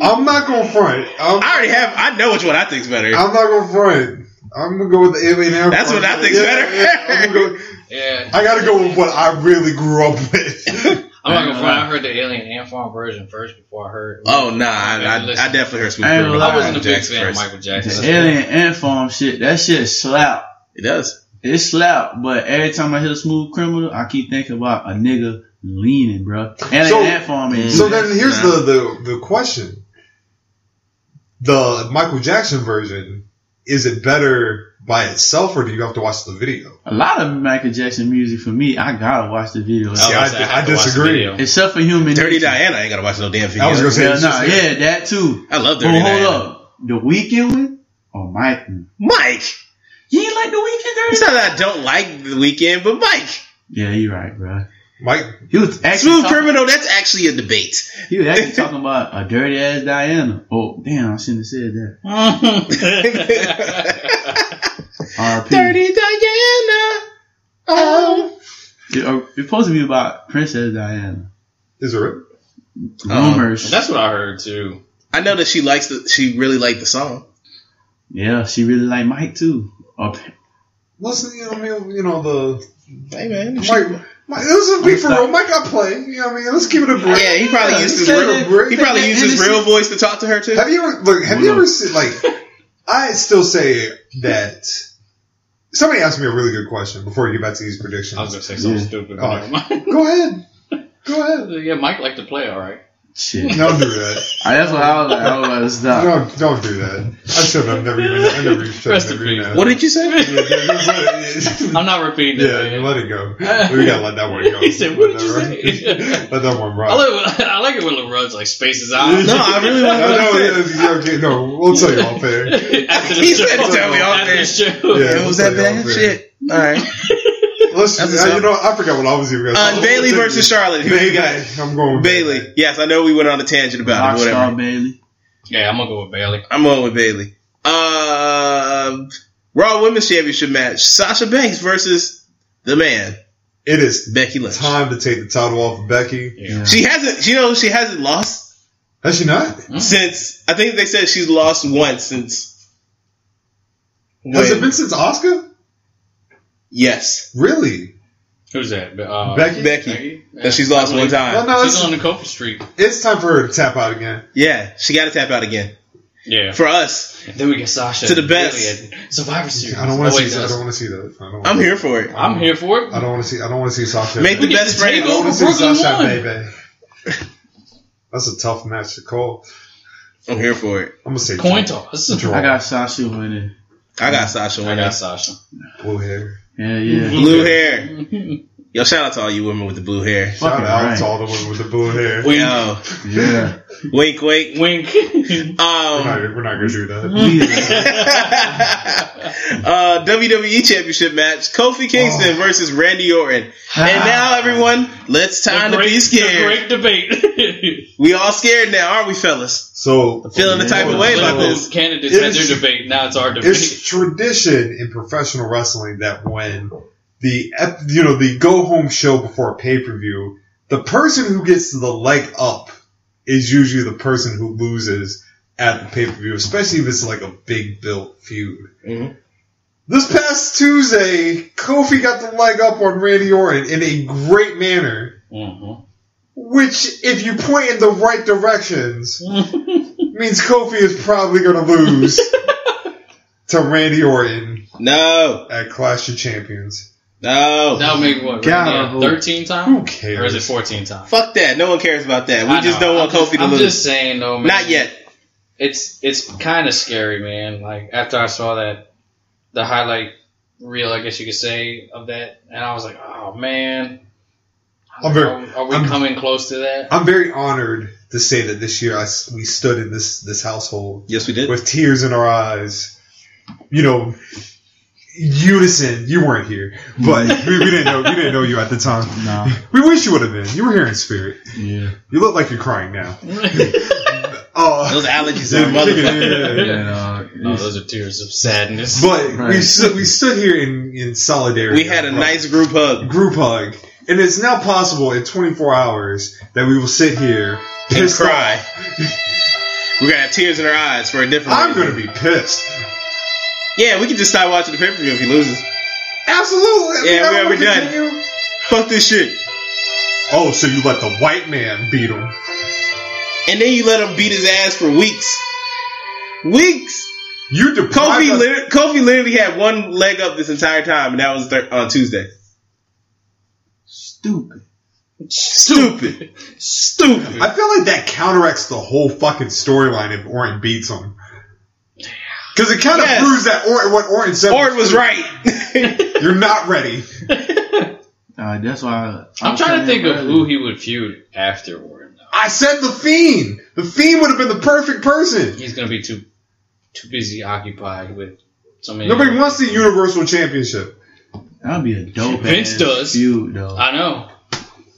I: I'm not going to front. I'm,
E: I already have. I know which one I think's better.
I: I'm not going to front. I'm going to go with the E alien Air
E: That's
I: Force.
E: what I think's better.
I: I'm gonna go,
F: Yeah.
I: I got to go with what I really grew up with.
F: I'm not gonna
D: Uh,
F: front. I heard the Alien Ant Farm version first before I heard.
E: Oh nah, I, I,
F: Listen,
E: I definitely heard Smooth
D: I ain't
E: Criminal.
D: gonna lie.
F: I wasn't a big
E: Jackson
F: fan
E: first.
F: of Michael
D: The
F: Jackson.
D: alien and farm shit. That shit slap.
E: It does.
D: It slap. But every time I hit a smooth criminal, I keep thinking about a nigga leaning, bro. Alien
I: So-
D: and farm ain't
I: So
D: do that.
I: then here's the, the the question. The Michael Jackson version, is it better by itself or do you have to watch the video?
D: a lot of Michael Jackson music for me. I gotta watch the video.
I: See, I- I disagree.
D: Except for human.
E: Oh. Dirty
D: Nature.
E: Diana ain't gotta watch no damn video.
I: I was gonna say
D: Yeah,
I: it's
D: nah,
I: just-
D: yeah, that too.
E: I love
D: But
E: Dirty
D: hold
E: Diana.
D: up, the weekend one or Mike? one?
E: Mike.
D: You ain't like the weekend,
E: It's
D: Dirty?
E: not that I don't like the weekend, but Mike.
D: Yeah, you right, bro.
I: Mike
D: He was actually
E: Smooth
D: talking-
E: Criminal, that's actually a debate.
D: He was actually talking about a dirty ass Diana. Oh, damn, I shouldn't have said that. RP.
E: Dirty Diana. Oh.
D: It's uh, supposed to be about Princess Diana.
I: is it real?
E: Oh.
D: Rumors.
F: That's what I heard too.
E: I know that she likes the she really liked the song.
D: yeah, she really liked Mike too. Oh, Up-
I: Listen, you know, I mean, you know the
E: Hey man. she-
I: Mike. Mike this is a week for
D: Stop.
I: real. Mike got play. You know what I mean? Let's give it a break.
E: yeah, he probably
I: Yeah,
E: used
I: he
E: his
I: said
E: real
I: it, bro.
E: he probably
D: That
E: used his
D: innocent-
E: real voice to talk to her too.
I: Have you ever look? Have you
D: Hold
I: ever
D: on.
I: seen like? I still say that. Somebody asked me a really good question before we get back to these predictions.
F: I was gonna say something
D: Yeah.
F: stupid.
I: Oh.
F: But never mind.
I: Go ahead. Go ahead.
F: yeah, Mike liked to play. All right.
D: Shit.
I: Don't do that.
D: I- that's what I was like. I was like, stop.
I: No, don't do that. I should have never even. I never even should
F: Rest
I: have
F: in
I: never even
F: peace.
I: asked.
E: what did you say?
I: Yeah, yeah,
F: I'm not repeating
I: yeah,
F: that.
I: yeah,
F: man.
I: let it go. We gotta let that one go.
F: He said, "What did you
I: Let that
F: say?"
I: run- Let that one
F: I
I: run.
F: like, I like it when LeBron's like spaces out.
E: No, I really want
I: No,
E: to
I: no, yeah, yeah, okay, no, we'll tell you all fair. Yeah,
F: after the
E: He
F: show.
E: said to tell me off
F: after
E: air.
F: the show.
E: It was that bad shit. Alright.
I: Let's,
E: That's
I: uh,
E: what's
I: you know, I forgot what I was even going to
E: Uh, Bailey versus Charlotte. Who you got?
I: I'm going with
E: Bailey. Yes, I know we went on a tangent about it. Whatever.
D: Rockstar Bailey.
F: Yeah, I'm gonna go with Bailey.
E: I'm on with Bailey. Uh, Raw Women's Championship match: Sasha Banks versus the man
I: It is
E: Becky Lynch.
I: time to take the title off of Becky.
F: Yeah.
E: She hasn't, you know, she hasn't lost
I: Has she not?
E: since. I think they said she's lost once since.
I: Has it
E: when-
I: been since Oscar?
E: Yes,
I: Really?
F: Who's that? Uh,
I: Becky?
E: Becky. That she's lost one
I: Well,
E: time.
I: no,
F: She's on
I: it's,
F: the Kofi Street.
I: it's time for her to tap out again.
E: Yeah, she got to tap out again
F: Yeah.
E: for us.
F: then we get Sasha
E: To the
F: and
E: best.
F: Bailey at Survivor Series.
I: I don't want
F: Oh,
I: to
F: wait,
I: see. I
F: that's-
I: don't want to see that. I don't.
E: I'm
I: wanna-
E: here for it.
F: I'm here for it.
I: I don't want to see. I don't want to see Sasha.
E: Make the
F: get
E: best
F: to
E: friend
F: take
I: I
E: go.
F: over.
I: want to see
F: Brooklyn
I: Sasha,
F: won.
I: baby. That's a tough match to call.
E: I'm here for it.
I: I'm gonna say
F: Coin toss.
I: Draw.
D: I got Sasha winning.
E: I got Sasha
F: I
E: winning.
F: got Sasha.
I: blue hair.
D: Yeah, yeah.
E: Blue hair. Yo, shout out to all you women with the blue hair.
I: Shout
D: Fucking
I: out
D: right.
I: to all the women with the blue hair.
E: Wink. Yo,
D: Yeah.
E: wink, wink.
F: Wink.
I: We're not,
E: Um,
I: we're not gonna do that.
D: yeah.
E: uh, WWE Championship match: Kofi Kingston
I: Oh.
E: versus Randy Orton. And now, everyone, let's time
F: The
E: to be
F: great-
E: scared.
F: the Great debate.
E: We all scared now, aren't we, fellas?
I: So
E: Feeling the type of way about
F: Political
E: this.
F: candidates
I: It
F: had
I: is-
F: their debate. Now it's our debate.
I: it's tradition in professional wrestling that when the ep- you know the go home show before a pay per view, the person who gets the leg up is usually the person who loses at the pay per view, especially if it's like a big built feud.
E: Mhm.
I: This past Tuesday, Kofi got the leg up on Randy Orton in a great manner.
F: Mhm.
I: Which, if you point in the right directions, means Kofi is probably going to lose to Randy Orton
E: No,
I: at Clash of Champions.
E: no.
F: That'll make what?
D: God,
F: yeah,
D: who-
F: 13
I: Who
F: times?
I: cares?
F: Or is it 14 times?
E: Fuck that. No one cares about that. We
F: I
E: just
F: know.
E: don't want
F: I'm
E: Kofi
F: just-
E: to
F: I'm
E: lose.
F: just saying, though, man.
E: Not yet.
F: It's it's kind of scary, man. Like after I saw that, the highlight reel, I guess you could say, of that, and I was like, oh man,
I: I'm very-
F: are, are we
I: I'm-
F: coming close to that?
I: I'm very honored to say that this year I s we stood in this, this household
E: Yes, we did.
I: with tears in our eyes. You know, unison. You weren't here, but we, we didn't know. We didn't know you at the time.
D: Nah.
I: We wish you would have been. You were here in spirit.
D: Yeah.
I: You look like you're crying now. Oh,
E: Those allergies are motherfucking.
D: Yeah.
F: No,
D: dog.
F: Oh, those are tears of sadness.
I: But we
D: Right.
I: stood, we stood here in, in solidarity.
E: We had a
I: Bro-
E: nice group hug.
I: group hug, and it's now possible in 24 hours that we will sit here
E: and
I: pissed off.
E: cry. We're gonna have tears in our eyes for a different.
I: I'm
E: reason.
I: gonna be pissed.
E: Yeah, we can just stop watching the pay per view if he loses.
I: Absolutely.
E: Yeah,
I: I
E: we-
I: mean,
E: we're
I: I
E: done.
I: wanna continue.
E: Fuck this shit.
I: Oh, so you let the white man beat him?
E: And then you let him beat his ass for weeks. Weeks.
I: You deprived
E: Kofi,
I: us-
E: liter- Kofi literally had one leg up this entire time, and that was thir- on Tuesday.
D: Stupid.
E: Stupid. Stupid.
I: I feel like that counteracts the whole fucking storyline if Orton beats him. Because it kind of
E: Yes.
I: proves that Orton, what Orton said.
E: Ford was right.
I: You're not ready.
D: Uh, that's why. I,
F: I'm
D: I was
F: trying to
D: telling
F: think
D: you
F: of
D: earlier.
F: who he would feud afterward. though.
I: I said the fiend. The fiend would have been the perfect person.
F: He's gonna be too too busy occupied with so many.
I: Nobody wants the Universal Championship.
D: That'd be a dope.
F: Vince
D: ass
F: does.
D: Feud though.
F: I know.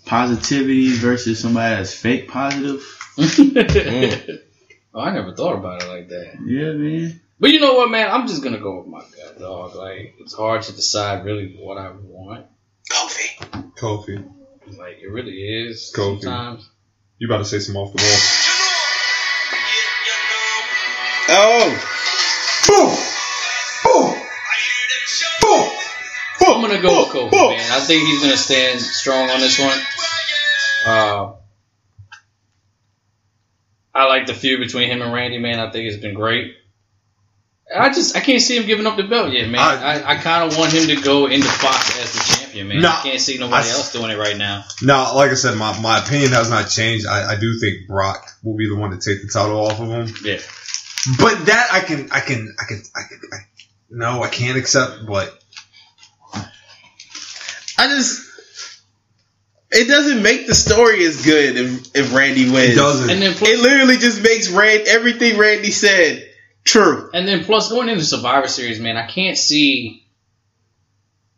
D: Positivity versus somebody that's fake positive.
F: Oh, I never thought about it like that.
D: Yeah, man.
F: But you know what, man? I'm just gonna go with my gut, dog. Like it's hard to decide really what I want.
E: Kofi.
I: Kofi,
F: Like it really is
I: Kofi.
F: sometimes.
I: you about to say some off the wall.
E: Oh.
I: Boom! Boom! Boom!
F: I'm gonna go with Kofi, man. I think he's gonna stand strong on this one. Uh, I like the feud between him and Randy, man. I think it's been great. I just I can't see him giving up the belt yet, man. I, I, kind of want him to go into Fox as the champion, man.
I: Nah.
F: I can't see nobody
I: I-
F: else doing it right now.
I: Now, like I said, my, my opinion has not changed. I, I do think Brock will be the one to take the title off of him.
F: Yeah.
I: But that I can I can I can I can I, no I can't accept. But
E: I just. It doesn't make the story as good if, if Randy wins.
I: it doesn't.
F: And then plus,
E: It literally just makes Rand everything Randy said true.
F: And then plus going into Survivor Series, man, I can't see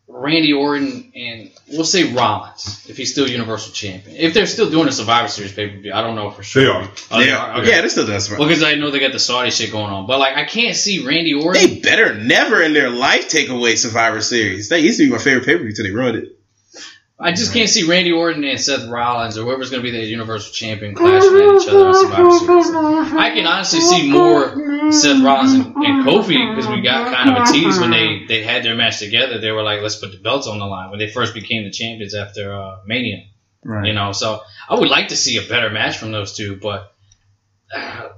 F: Randy Orton and we'll say Rollins if he's still Universal Champion. If they're still doing a Survivor Series pay per view, I don't know for sure.
I: They are.
F: Oh,
E: yeah, yeah, this still does.
F: Well, because I know they got the Saudi shit going on, but like I can't see Randy Orton.
E: They better never in their life take away Survivor Series. That used to be my favorite pay per view until they ruined it.
F: I just can't see Randy Orton and Seth Rollins or whoever's going to be the Universal Champion clashing at each other in Survivor Series. I can honestly see more Seth Rollins and, and Kofi because we got kind of a tease when they, they had their match together. They were like, let's put the belts on the line when they first became the champions after uh, Mania.
D: Right.
F: You know, so I would like to see a better match from those two, but uh,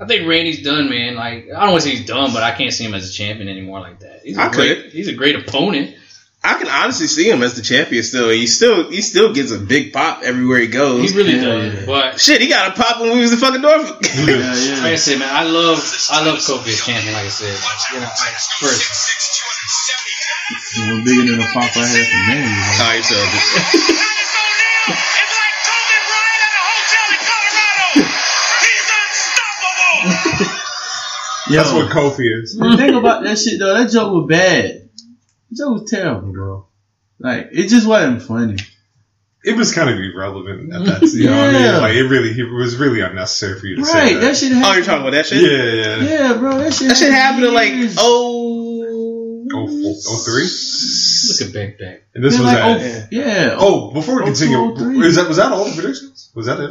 F: I think Randy's done, man. Like I don't want to say he's done, but I can't see him as a champion anymore like that. He's a
E: I
F: great, he's a great opponent.
E: I can honestly see him as the champion still. He still he still gets a big pop everywhere he
F: He
E: goes.
F: really
D: Yeah,
F: does,
D: yeah.
F: but
E: Shit, he got a pop when we was in fucking Norfolk.
D: Yeah,
F: Like I
D: yeah.
F: said, man, I love I love Kofi as champion. Like I said, you know, like, first
D: We're bigger than a pop I had for many. years.
E: All right, so just,
G: It's like Kobe Bryant at a hotel in Colorado. He's unstoppable.
D: Yo,
I: That's what Kofi is.
D: the thing about that shit though, that joke was bad. That joke was terrible, bro. Like it just wasn't funny.
I: It was kind of irrelevant at that. You know, what I
D: Yeah.
I: mean, like it really, it was really unnecessary for you to say
D: Right?
I: that.
D: That shit.
E: oh,
D: Happened.
E: you're talking about that shit?
I: yeah, yeah.
D: Yeah, bro. That shit.
E: That shit happened in like
D: years.
E: oh,
I: Oh, four, oh three.
F: Look at Big Bang.
I: And this
D: Been
I: was
D: like,
I: at.
D: oh, yeah.
I: Oh, before we
D: oh,
I: continue,
D: 203.
I: is that was that all the predictions? Was that it?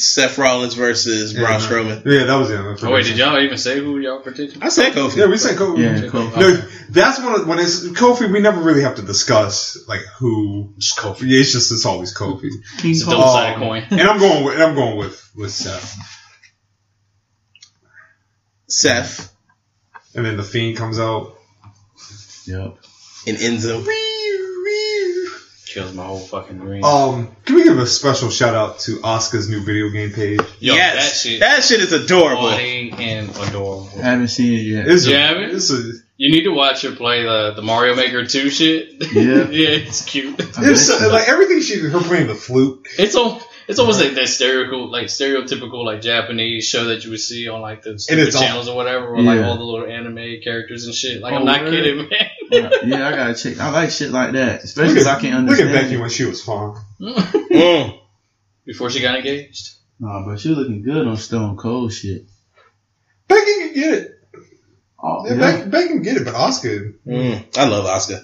E: Seth Rollins versus Braun Strowman.
I: Yeah, that was the end.
F: Oh wait, did y'all even say who y'all predicted?
E: I said Kofi.
I: Yeah, we said Kofi.
D: Yeah, cool.
I: No, that's one of when it's Kofi. We never really have to discuss like who.
E: It's Kofi.
I: Yeah, it's just it's always Kofi.
D: King
F: a
D: Kong.
F: double sided coin.
I: and I'm going. With, and I'm going with with Seth.
E: Seth
I: And then the fiend comes out.
D: Yep.
E: and Enzo.
F: Kills my whole fucking dream.
I: Um, can we give a special shout out to Oscar's new video game page?
F: Yo,
E: yes,
F: that shit
E: is adorable.
F: funny and adorable.
D: I haven't seen it yet.
I: It's
F: Yeah, I
I: a,
F: mean-
I: it's a,
F: You need to watch her play uh, the, the Mario Maker 2 shit.
D: Yeah.
F: yeah, it's cute.
D: I
I: it's
D: bet
I: a- like everything she her playing the flute.
F: It's all it's almost like that stereotypical like stereotypical like Japanese show that you would see on like the stupid
I: it's all-
F: channels or whatever, or like
D: Yeah.
F: all the little anime characters and shit. Like
D: Oh,
F: I'm not
D: word.
F: kidding, man.
D: you- yeah, I gotta check. I like shit like that, especially
I: Look
D: because
I: at,
D: I can't
I: look at
D: understand.
I: Becky when she was fine.
E: Mm.
F: Before she got engaged.
D: Nah, but she looking good on Stone Cold shit.
I: Becky can get it.
D: Oh,
I: Yeah,
D: yeah.
I: Becky, Becky can get it, but Oscar
E: Mm. I love Oscar.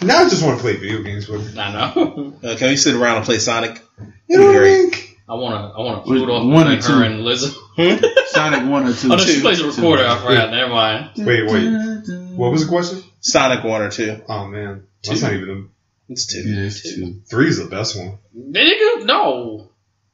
I: now I just want to play video games with her.
F: I know.
E: Uh, can we sit around and play Sonic?
I: You know what I
E: Great.
I: mean?
F: I wanna I wanna
D: Was
F: Pluto
D: one or
F: between
D: two?
F: her and Lizzo.
D: Sonic one or two.
F: Oh no, she
D: Two.
F: plays a recorder, I
D: Two.
F: forgot, never mind.
I: Wait, wait. What was the question?
E: Sonic one or two?
I: Oh man, that's not even
E: It's two.
D: Yeah, it's two.
I: a, three's the best one.
F: Nigga, no.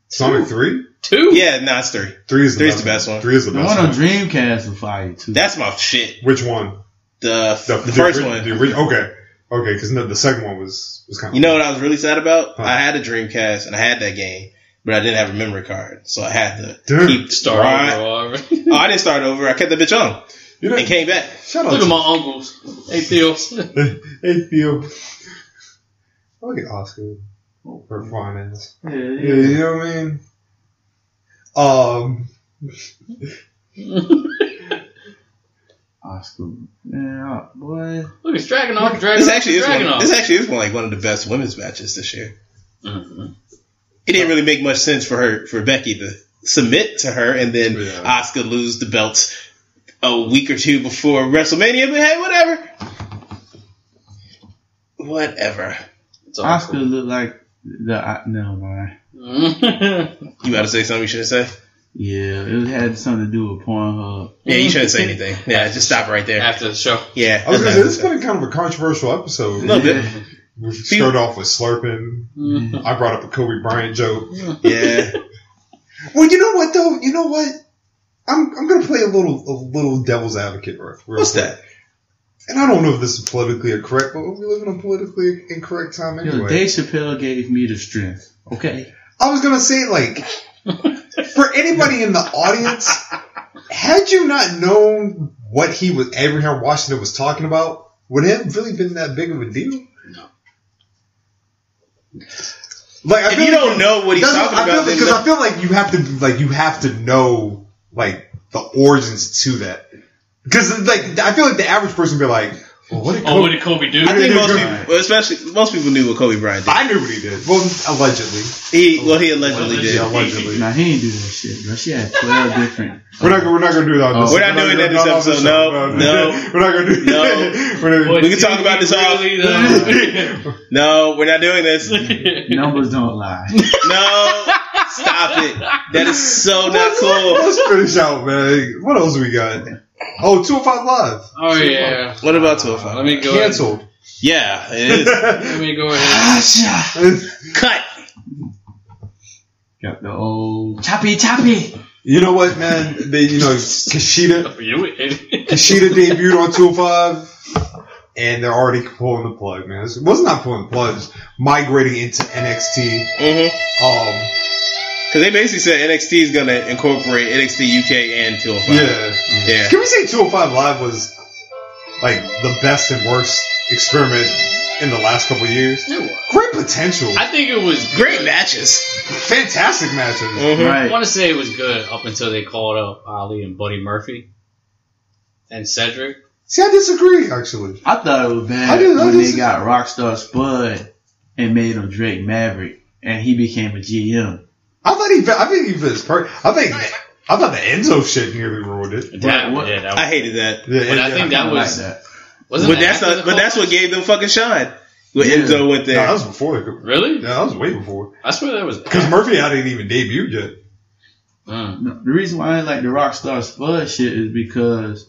I: Sonic three,
F: Two?
E: Yeah, no, it's three.
I: three is the
E: Three's
I: best
E: the best one.
I: Three is the
D: The
I: best
D: one
I: one.
D: on Dreamcast was fire too.
E: That's my shit.
I: Which one?
E: The the, first
I: ori-
E: one.
I: The ori- okay, okay, because no, the second one was was kind of
E: You know what I was really sad about?
I: Huh.
E: I had a Dreamcast and I had that game, but I didn't have a memory card, so I had to
I: Dude.
E: keep
F: Star
E: right.
F: Wars.
E: Oh, I didn't start over. I kept that bitch on
I: You know,
E: and came back.
I: shout out
F: Look at
I: to
F: my uncles. Hey Theo.
I: hey Theo. Look at Oscar, Oh, her fine ass.
D: yeah,
I: Yeah, you know what I mean. Um,
D: Oscar. Yeah, boy.
F: Look, it's Dragonoff, Dragonoff,
E: This actually is one.
F: Dragonoff.
E: This actually is one, like one of the best women's matches this year.
F: Mm-hmm.
E: It didn't really make much sense for her for Becky to submit to her and then
I: Yeah.
E: Oscar lose the belt a week or two before WrestleMania. But hey, whatever. Whatever.
F: It's all
D: Oscar
F: cool.
D: look like the. I, never mind.
E: You gotta say something you shouldn't say.
D: Yeah, it had something to do with Pornhub.
E: Yeah, you shouldn't say anything. Yeah, just stop right there.
F: After the show.
E: Yeah.
I: I was gonna
E: that's
I: say
E: not-
I: this has been kind of a controversial episode.
E: a little bit.
I: We started off with slurping. I brought up a Kobe Bryant joke.
E: Yeah.
I: Well, you know what though? You know what? I'm I'm gonna play a little a little devil's advocate. Real real
E: What's
I: quick.
E: that?
I: And I don't know if this is politically correct, but we live in a politically incorrect time
D: Yo,
I: anyway.
D: Dave Chappelle gave me the strength. Okay.
I: I was gonna say like, for anybody in the audience, had you not known what he was Abraham Washington was talking about, would it have really been that big of a deal? No. Like I
E: If
I: feel
E: you
I: like-
E: don't know what he's
I: That's
E: talking
I: I feel,
E: about, then
I: because I feel like you have to like you have to know like the origins to that. Because like I feel like the average person would be like, well, what did
F: Oh, what
I: Kobe?
F: did Kobe do?
E: I think
I: Yeah,
E: most
I: yeah.
E: people, well, especially most people knew what Kobe Bryant did.
I: I knew what he did. Well, allegedly.
E: He well, he allegedly did.
I: Yeah, allegedly.
D: Now he ain't do that shit, bro. She had twelve different.
I: We're not, we're not gonna do that. On
D: Oh.
I: this.
D: We're
E: not
I: gonna-
E: doing that
I: not
E: this
I: on
E: episode. No,
I: show.
E: no.
I: we're not gonna do
E: No.
I: that. We're not
E: We can talk about this all. No, we're not doing this. No,
D: Numbers don't lie.
E: stop it. That is so not cool.
I: Let's finish out, man. What else we got? Oh, 205 Live.
F: Oh yeah.
E: What about 205?
F: Let me go.
I: Canceled.
E: Yeah, it is.
F: Ahead. Let me go ahead.
E: Cut.
D: Got the old choppy choppy.
I: you know what, man? They, you know,
E: Ah.
I: Kashida,
F: You idiot.
I: Kashida debuted on 205, and they're already pulling the plug, man. It was not pulling the plug, it's migrating into NXT.
E: hmm
I: Um,
E: Because they basically said NXT is going to incorporate NXT UK and 205.
I: yeah.
E: Yeah.
I: Can we say 205 Live was like the best and worst experiment in the last couple of years?
F: It was.
I: Great potential,
F: I think it was
E: Great matches.
I: fantastic matches.
F: I
E: Mhm.
D: Right.
F: want to say it was good up until they called up Ali and Buddy Murphy and Cedric.
I: See, I disagree actually.
D: I thought it was bad
I: I didn't- I
D: when
I: didn't-
D: they got Rockstar Spud and made him Drake Maverick, and he became a GM.
I: I thought he, I think he was per- I think I thought the Enzo shit nearly ruined it.
F: That,
D: what-
F: yeah, that was,
E: I hated that.
I: Yeah,
F: But I think that
D: I
F: was-
D: like that.
F: wasn't
E: But that's,
F: after
E: not,
F: the
E: but that's
F: call?
E: what gave them fucking shine. When
D: Yeah.
E: Enzo went
I: no,
E: there.
I: that was before. the-
F: Really?
I: Yeah, that was way before.
F: I swear that was.
I: Because Murphy hadn't even debuted yet.
F: Mm.
D: No, the reason why I didn't like the Rockstar Spud shit is because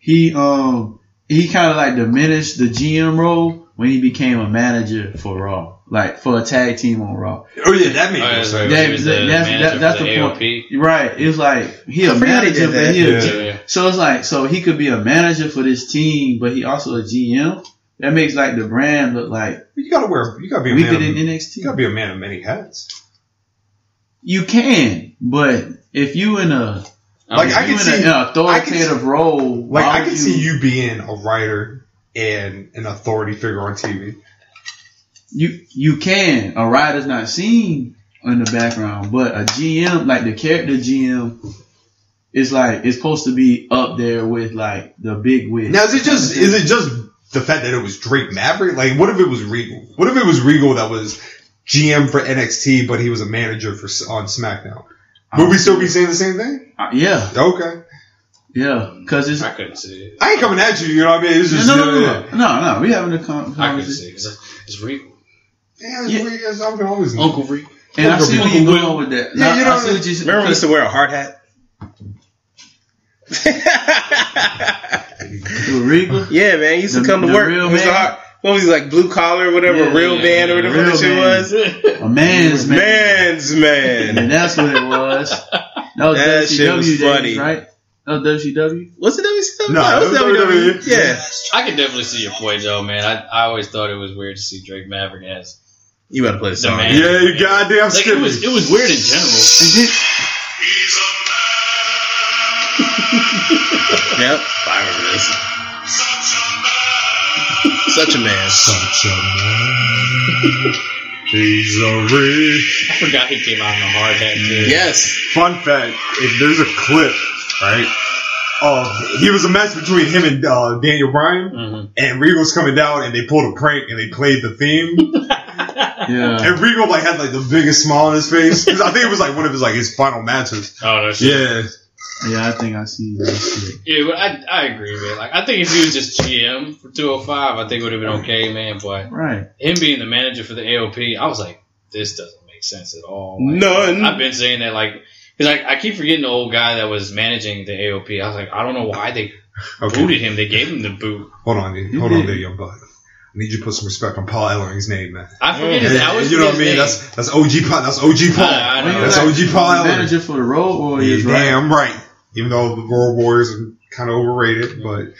D: he um he kind of like diminished the GM role when he became a manager for Raw, like for a tag team on Raw.
I: Oh yeah, that made no
F: Oh, yeah,
I: sense.
D: That-
F: he was the
D: that- that's-
F: manager
D: that- that's
F: for
D: the point.
F: AOP.
D: Right? It's like he a
E: I forgot he
D: manager,
E: did
D: but
E: that.
D: he a
I: Yeah.
D: G-
F: Yeah.
D: so it's like so he could be a manager for this team, but he also a GM. That makes like the brand look like
I: You gotta wear. You gotta be a
D: weaker
I: man. Of,
D: than
I: you gotta
D: NXT.
I: be a man of many hats.
D: You can, but if you in a
F: Oh,
I: Like I
D: you
I: can
D: in
I: see.
F: uh,
D: a, an authoritative
I: I can
D: role,
I: Like
D: why
I: I
D: would
I: can see you being a writer and an authority figure on TV.
D: you you can a rider's not seen in the background, but a GM like the character GM is like it's supposed to be up there with like the big wig.
I: Now is it just is it just the fact that it was Drake Maverick? Like what if it was Regal? What if it was Regal that was GM for NXT, but he was a manager for on SmackDown? Would we still be saying the same thing?
D: Uh, yeah,
I: Okay,
D: yeah, because it's
F: I couldn't see it.
I: I ain't coming at you. You know what I mean? It's
D: no,
I: just
D: no, no, no, no, no. We having a con-
F: I couldn't
D: conversation,
F: see it 'cause it's real.
I: Yeah,
D: Yeah.
I: it's- it's- I'm always
F: Uncle Rick.
D: and I see where
I: Uncle
D: you
I: Will.
D: going with that.
I: Yeah,
D: I-
I: you
D: I
I: don't-
D: see what you-
E: Remember when they used to wear a hard hat?
D: with Regal?
E: Yeah, man. He used to
D: The-
E: come to
D: the
E: work.
D: real
E: He was
D: man?
E: hard- what was he like, blue collar or whatever,
F: Yeah,
E: real
F: yeah,
E: man or whatever
D: real
E: that shit
D: man.
E: was?
D: A man's man.
E: Man's
D: And
E: man.
D: that's what it was. That was
E: That
D: WCW
E: shit was
D: days,
E: funny.
D: right? That was WCW.
E: was it WCW?
I: No,
E: it was
I: it was
E: WWE.
I: WWE.
E: Yeah.
F: I could definitely see your point, Joe, man. I, I always thought it was weird to see Drake Maverick as.
E: You better play the song.
F: man.
I: Yeah, you goddamn
F: Like,
I: skippy.
F: it was, it was weird in general.
D: And then-
G: He's a
E: Yep. I remember this. Such a man.
F: I forgot he came out in a hard hat, too.
E: Yes.
I: Fun fact: if there's a clip, right? Of he was a match between him and uh, Daniel Bryan,
F: Mhm.
I: and Regal's coming down, and they pulled a prank, and they played the theme.
D: yeah.
I: And Regal like had like the biggest smile on his face. 'Cause I think it was like one of his like his final matches.
F: Oh, no shit.
I: Yeah,
D: Yeah, I think I see that shit.
F: Yeah, but I, I agree, man. Like, I think if he was just GM for 205, I think it would have been okay, man. But
D: Right.
F: him being the manager for the AOP, I was like, this doesn't make sense at all. Like,
E: None.
F: I've been saying that, like, because I, I keep forgetting the old guy that was managing the AOP. I was like, I don't know why they
I: okay.
F: booted him. They gave him the boot.
I: Hold on, dude.
D: You
I: hold on
D: did.
I: there, young buck. I need you to put some respect on Paul Ellering's name, Oh, man.
F: I forget his.
I: Yeah,
F: I always
I: you know what I
F: forget
I: mean?
F: his name.
I: That's that's OG Paul. That's OG Paul.
F: I- I know.
I: That's
D: When
I: OG
D: you're
I: Paul
D: like
I: Ellering.
D: Manager for the Road Warriors,
I: Yeah,
D: right?
I: Damn right. Even though the Royal Warriors are kind of overrated, but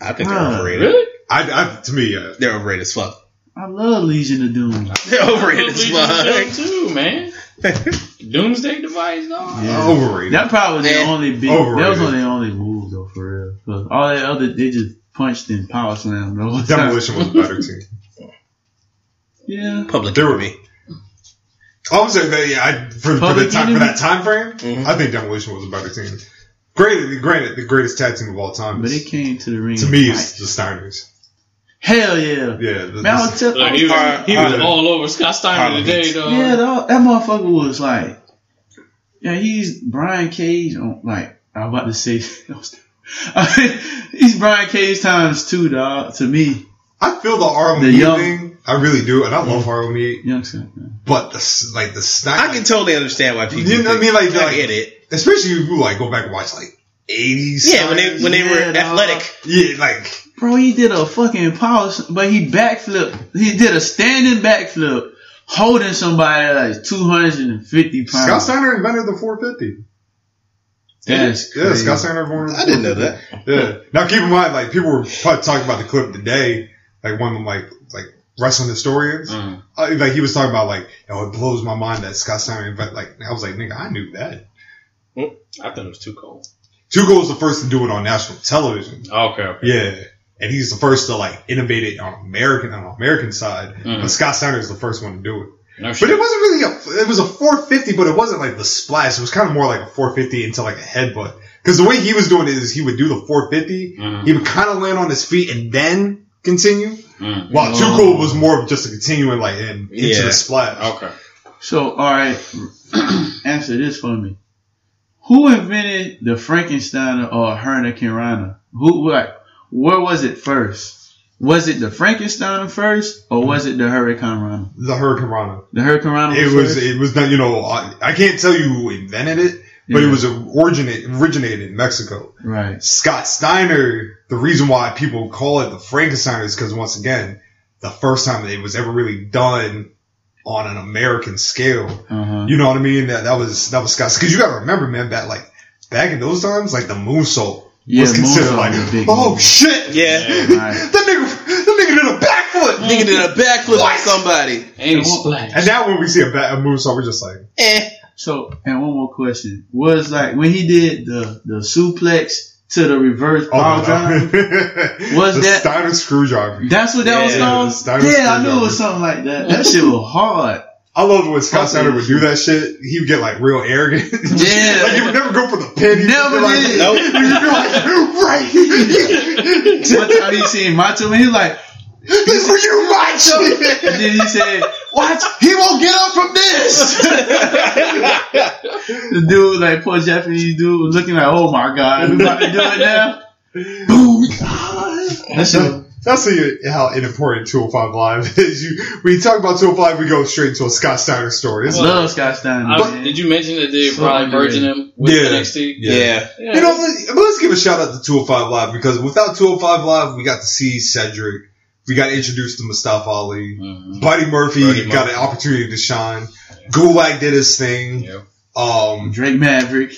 E: I think they're
D: Huh.
E: overrated.
F: Really?
I: I, I to me, uh,
E: They're overrated as fuck.
D: I love Legion of Doom.
E: They're overrated as
F: Them
E: fuck.
F: too, man. Doomsday device, dog.
D: Yeah.
I: overrated.
D: That probably was
E: Oh, Man.
D: their only big. That was
I: Overrated.
D: one of their only moves though, for real. 'Cause all that other, they just punched and power slammed the whole time.
I: Demolition was a better team.
D: Yeah.
E: Public
I: They were-
E: enemy.
I: Oh, I'm saying that yeah, I, for, for, the
D: Public
I: time, for
D: Enemy?
I: that time frame,
E: Mhm.
I: I think Demolition was a better team. Granted, granted, the greatest tag team of all time.
D: But
I: is-
D: it came to the ring.
I: to
D: and
I: me,
D: fight.
I: it's the Steiners.
D: hell yeah.
I: Yeah, the,
D: Man, I was tell-
F: Look, he was,
E: Har-
F: he was
E: Har-
F: all over Scott Steiner
E: Harlem Heat.
F: today, though.
D: yeah, dog, that motherfucker was like, yeah, he's Brian Cage on like I'm about to say, he's Brian Cage times two, dog. To me,
I: I feel the Harlem
D: The
I: Heat
D: young-
I: E
D: Mm-hmm.
I: thing. I really do, and I love Harlem Heat.
D: youngster.
I: E, But the s- like the Steiners,
E: I can totally understand why people.
I: You know what I
E: think-
I: mean? Like-
E: I
I: like-
E: get it.
I: especially if you like go back and watch like eighties.
E: Yeah, when they when they
D: Yeah,
E: were
D: dog.
E: athletic.
I: yeah, like
D: Bro, he did a fucking power, s- but he backflip. He did a standing backflip, holding somebody like two hundred and fifty pounds.
I: Scott Steiner invented the 450.
D: That's
I: Yeah,
D: crazy.
I: Scott Steiner invented.
E: I didn't know that.
I: Yeah. Now keep in mind, like people were probably talking about the clip today, like one of them, like like wrestling historians,
F: Mm.
I: Uh, like he was talking about like, oh, it blows my mind that Scott Steiner, but like I was like, nigga, I knew that.
F: I thought it was too cold.
I: Tuco was the first to do it on national television.
F: Okay. okay.
I: Yeah. And he's the first to like innovate it on American on the American side,
F: Mm.
I: but Scott Steiner is the first one to do it.
F: No
I: But it
F: shit.
I: wasn't really a. It was a 450, but it wasn't like the splash. It was kind of more like a 450 into like a headbutt. Because the way he was doing it is he would do the 450,
F: Mhm.
I: he would kind of land on his feet and then continue.
F: Mm.
I: While
D: Oh.
I: Too Cool was more of just a continuing like in, into
E: Yeah. Oh.
I: the splash.
F: Okay.
D: So, all right, answer this for me. Who invented the Frankenstein or Hurricane Who what? Where was it first? Was it the Frankenstein first, or was it the Hurricane Rana?
I: The Hurricane Rana.
D: The Hurricane Rana.
I: It was.
D: first?
I: It was not. You know, I, I can't tell you who invented it, but
D: Yeah.
I: it was originated originated in Mexico.
D: right.
I: Scott Steiner, the reason why people call it the Frankenstein is because once again, the first time it was ever really done on an American scale.
D: Uh huh.
I: You know what I mean? That that was that was Scott. Because you got to remember, man, that like back in those times, like the moonsault
D: Yeah,
I: was considered
D: moonsault
I: like,
D: was big,
I: oh
D: man."
I: shit,
E: Yeah.
D: right.
I: that nigga, that nigga did a backflip.
E: Nigga did a backflip on
I: What?
E: somebody.
F: And splash.
I: And now when we see a, ba- a moonsault, we're just like,
E: Eh.
D: So, and one more question was like when he did the the suplex to the reverse
I: oh,
D: power
I: no.
D: drive. Was
I: the
D: that-
I: Steiner screwdriver?
D: That's what that
E: Yeah,
D: was
I: the
D: called.
I: Steiner
D: Yeah, I knew it
I: screwdriver.
D: was something like that. That shit was hard.
I: I loved when Scott
D: Fuck
I: Steiner
D: this.
I: would do that shit. He would get like real arrogant.
D: Yeah.
I: like he would never go for the pin. He would
D: Never
I: be like,
D: did.
I: Nope. He'd be like, right. this
D: One time he seen Macho and he like,
I: for you, Mike.
D: and then he said,
I: What? He won't get up from this.
D: the dude like poor Japanese dude was looking like, oh my god, we about to do it now. Boom. That shit. was-
I: That's how you- how inimportant 205 Live is. You, when you talk about 205, we go straight to a Scott Steiner story. It's-
D: Love Scott Steiner.
F: I was-
D: man.
F: did you mention that they
D: So
F: probably
D: underrated.
F: merging him with
I: Yeah.
F: NXT?
E: Yeah.
F: Yeah.
I: You know, let's, but let's give a shout out to 205 Live because without 205 Live, we got to see Cedric. We got introduced to Mustafa Ali.
F: Mhm.
I: Buddy Murphy
E: Buddy
I: got
E: Murphy.
I: an opportunity to shine. Gulag did his thing.
F: Yeah.
I: Um,
D: Drake Maverick,
I: Drake,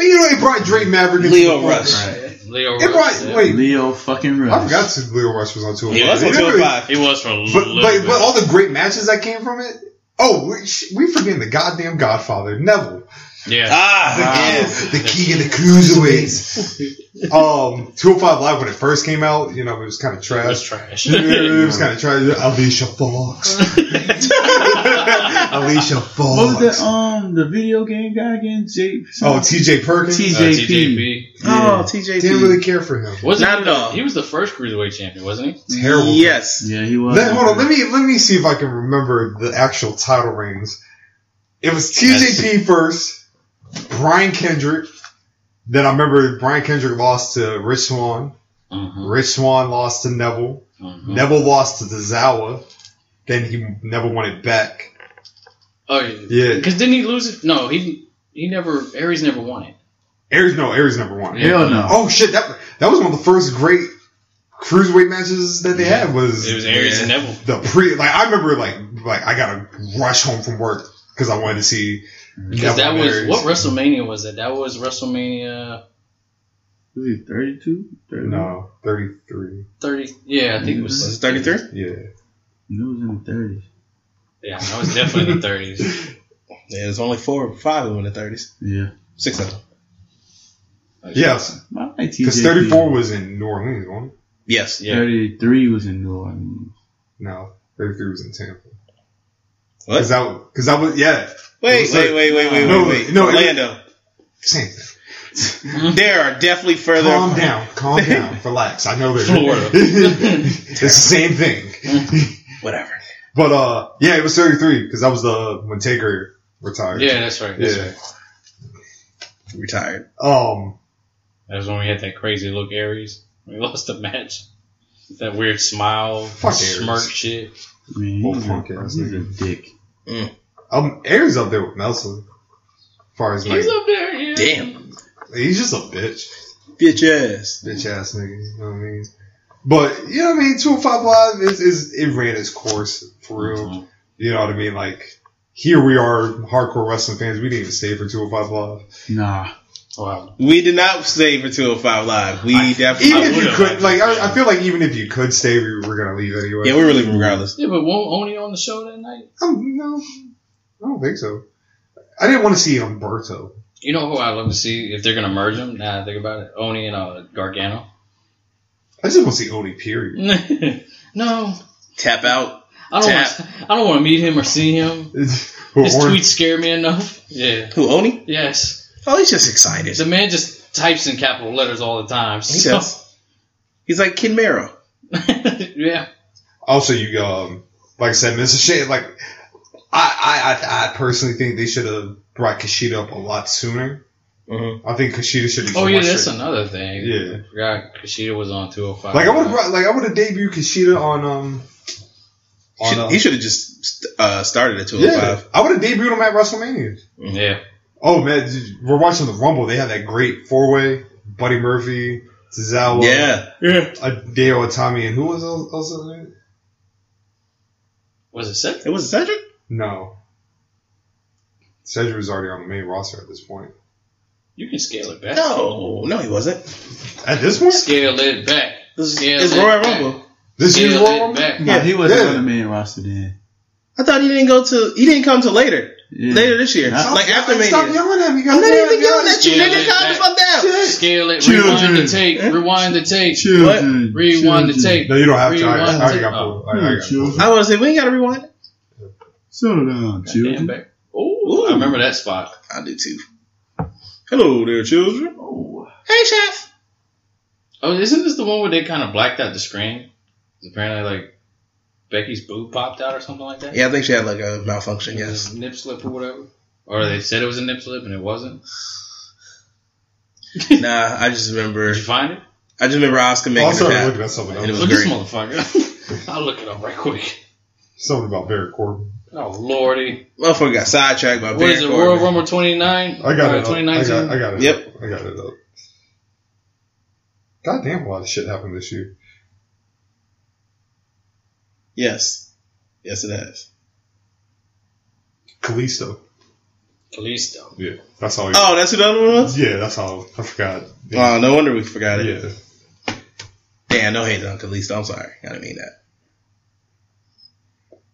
I: you know, he brought Drake Maverick. into
E: Leo
I: the fold.
E: Rush.
F: Leo
I: It
F: Rush,
I: brought,
F: yeah.
I: wait,
D: Leo fucking Rush.
I: I forgot to Leo Rush was on 205.
E: He was on
I: didn't really-
E: 205.
F: He was for a
I: But,
F: little
I: but,
F: bit.
I: but all the great matches that came from it. Oh, we, sh- we forgetting the goddamn Godfather, Neville.
F: yeah.
E: Ah, yes.
I: the key in the cruiserweights. um, 205 Live when it first came out, you know, it was kind of
F: It was
I: trash.
F: trash. Uh,
I: it was kind of trash. Alicia Fox. Alicia Fox.
D: What was that? Um, the video game guy again, Jake.
I: oh, TJ Perkins.
D: TJ.
F: Uh,
D: Yeah.
E: Oh, TJP.
I: Didn't really care for him.
F: Was
E: Not at all.
F: He was the first cruiserweight champion, wasn't he?
I: Terrible.
E: Yes.
D: yeah, he was.
I: Let, hold on, let me let me see if I can remember the actual title rings. It was TJP first, Brian Kendrick. Then I remember Brian Kendrick lost to Rich Swan.
F: Mm-hmm.
I: Rich Swan lost to Neville.
F: uh-huh.
I: Neville lost to Tozawa. Then he never won it back.
F: Oh yeah.
I: Yeah,
F: Because didn't he lose it? No, he he never. Aries never won it.
I: Aries no, Aries never won.
D: Hell no.
I: Oh shit, that that was one of the first great cruiserweight matches that they had was
F: It was Aries
E: Yeah.
F: and Neville.
I: the pre like I remember like like I gotta rush home from work because I wanted to see Neville
F: Because that
I: and
F: was
I: Aries.
F: what WrestleMania was that? That was WrestleMania
D: Was he 32? 31?
I: no thirty three
F: thirty. Yeah, I think it
E: Was
I: Mm-hmm.
F: was.
E: it 33?
I: yeah
D: He was in the 30s.
F: Yeah, that was definitely the thirties.
E: Yeah, it was only four or five of them in the 30s.
D: Yeah.
E: Six of them.
F: Oh,
I: yes
D: I like TJP.
I: because thirty four was in New Orleans wasn't it?
E: Yes.
F: Yeah.
D: 33 was in New Orleans.
I: no thirty three was in Tampa
E: What?
I: because that because that was yeah
E: Wait,
I: It was
E: wait,
I: like-
E: wait, wait, wait,
I: No,
E: wait, wait.
I: no, it-
E: Orlando.
I: same thing.
E: There are definitely further.
I: Calm down, calm down, relax. I know there's
F: Florida.
I: it's the same thing.
E: Whatever.
I: But uh, yeah, it was 33 because that was the when Taker retired.
F: Yeah, that's right. That's
I: yeah.
F: right.
E: Retired.
I: Um,
F: That was when we had that crazy look Aries. We lost the match. That weird smile,
I: Fuck Aries.
F: smirk shit.
D: Man,
I: Old
D: he's,
I: punk
D: a,
I: ass
D: he's a
I: nigga.
D: dick.
I: um, Aries up there with Nelson. As far as like,
F: He's up there. Yeah.
E: Damn.
I: he's just a bitch.
E: Bitch ass.
I: bitch ass niggas. You know what I mean? But you know what I mean. Two and five live is, is it ran its course for real. You know what I mean? Like here we are, hardcore wrestling fans. We didn't even stay for two and five live.
D: Nah.
F: Wow.
E: We did not stay for 205 Live. We
I: Even
E: definitely.
I: if you
F: would've
I: could, like,
F: liked to
I: I, I feel like even if you could stay, we were gonna leave anyway.
E: Yeah, we're leaving regardless.
F: Yeah, but won't Oni on the show that night?
I: I'm, Um, no, I don't think so. I didn't want to see Umberto.
F: You know who I'd love to see if they're gonna merge them? Now that I think about it, Oni and uh, Gargano.
I: I just want to see Oni. Period.
F: no,
E: Tap out.
F: I don't. Wanna, I don't want to meet him or see him.
I: Or-
F: His
I: or-
F: tweets scare me enough. Yeah.
E: Who, Oni?
F: Yes.
E: Oh, he's just excited.
F: The man just types in capital letters all the time.
E: He
F: so-
E: does. He's like Kid Mero.
F: yeah.
I: Also, you um, like I said, Mr. Shane, like I, I, I, I personally think they should have brought Kushida up a lot sooner.
E: Mm-hmm.
I: I think Kushida should. have
F: Oh yeah,
I: much
F: that's
I: sooner.
F: another thing.
I: Yeah.
F: I forgot Kushida was on 205.
I: Like I would have brought, like I would have debuted Kushida on um. On,
E: Should-
I: uh,
E: he should have just uh, started at 205.
I: yeah, I would have debuted him at WrestleMania.
F: Yeah.
I: Oh man, dude, we're watching the Rumble. They had that great four way: Buddy Murphy, Tozawa,
E: Yeah.
F: Yeah.
I: Hideo Itami, and who was else? else in it?
F: Was it sick?
E: It was Cedric?
I: No, Cedric was already on the main roster at this point.
F: You can scale it back.
E: No. No, he wasn't.
I: At this point,
F: Scale it back.
E: This is
F: Yeah,
E: it's
F: they-
E: Royal Rumble.
I: this year's
F: Scale
I: Royal
F: it
I: Rumble.
F: back.
D: Nah,
E: Yeah.
D: he wasn't
I: Yeah.
D: on the main roster then.
E: I thought he didn't go to. He didn't come to later.
D: Yeah.
E: Later this year.
D: Nah.
E: Like after Mania.
I: Stop yelling at me.
E: I'm not even yelling at you,
F: Yeah,
E: nigga.
F: yeah,
E: Calm
F: yeah.
E: the fuck down.
F: Scale it. Rewind
D: Children.
F: the tape. Rewind the tape.
D: Children.
F: Rewind the
D: children.
F: tape.
I: No, you don't have to. I,
F: Rewind
I: I
F: the
I: already
F: tape.
I: got
F: Oh,
I: pulled. I, I got pulled.
E: I was like, we ain't gotta rewind. it.
D: Settle down,
F: damn
D: children.
F: back. Ooh, I remember that spot.
E: I do too. Hello there, children.
D: Oh.
E: Hey, chef.
F: Oh, isn't this the one where they kind of blacked out the screen? 'Cause Apparently, like Becky's boob popped out or something like that.
E: Yeah, I think she had like a malfunction.
F: It was
E: Yes.
F: a nip slip or whatever. Or they said it was a nip slip and it wasn't.
E: nah, I just remember.
F: Did you find it?
E: I just remember Oscar making
I: Also,
E: a
I: I'm looking
E: tap.
I: at something
E: It
I: else.
E: was
F: Look at this
E: great.
F: motherfucker. I'll look it up right quick.
I: Something about Barry Corbin.
F: Oh lordy,
E: Motherfucker got sidetracked by
F: what is it?
E: Baron
F: Royal
E: Corbin.
F: Rumble 29?
I: I got
F: Uh,
I: it. Up. I
F: 2019.
I: got. I got it.
E: Yep.
I: Up. I got it up. Goddamn, a lot of shit happened this year.
E: Yes. Yes, it has.
I: Kalisto.
F: Kalisto.
I: Yeah, that's all.
E: Oh, that's who the other one was.
I: Yeah, that's all. I forgot. Yeah.
E: Oh, no wonder we
D: Uh,
E: forgot it.
I: yeah.
E: Damn, no hate on Kalisto. I'm sorry. I didn't mean that.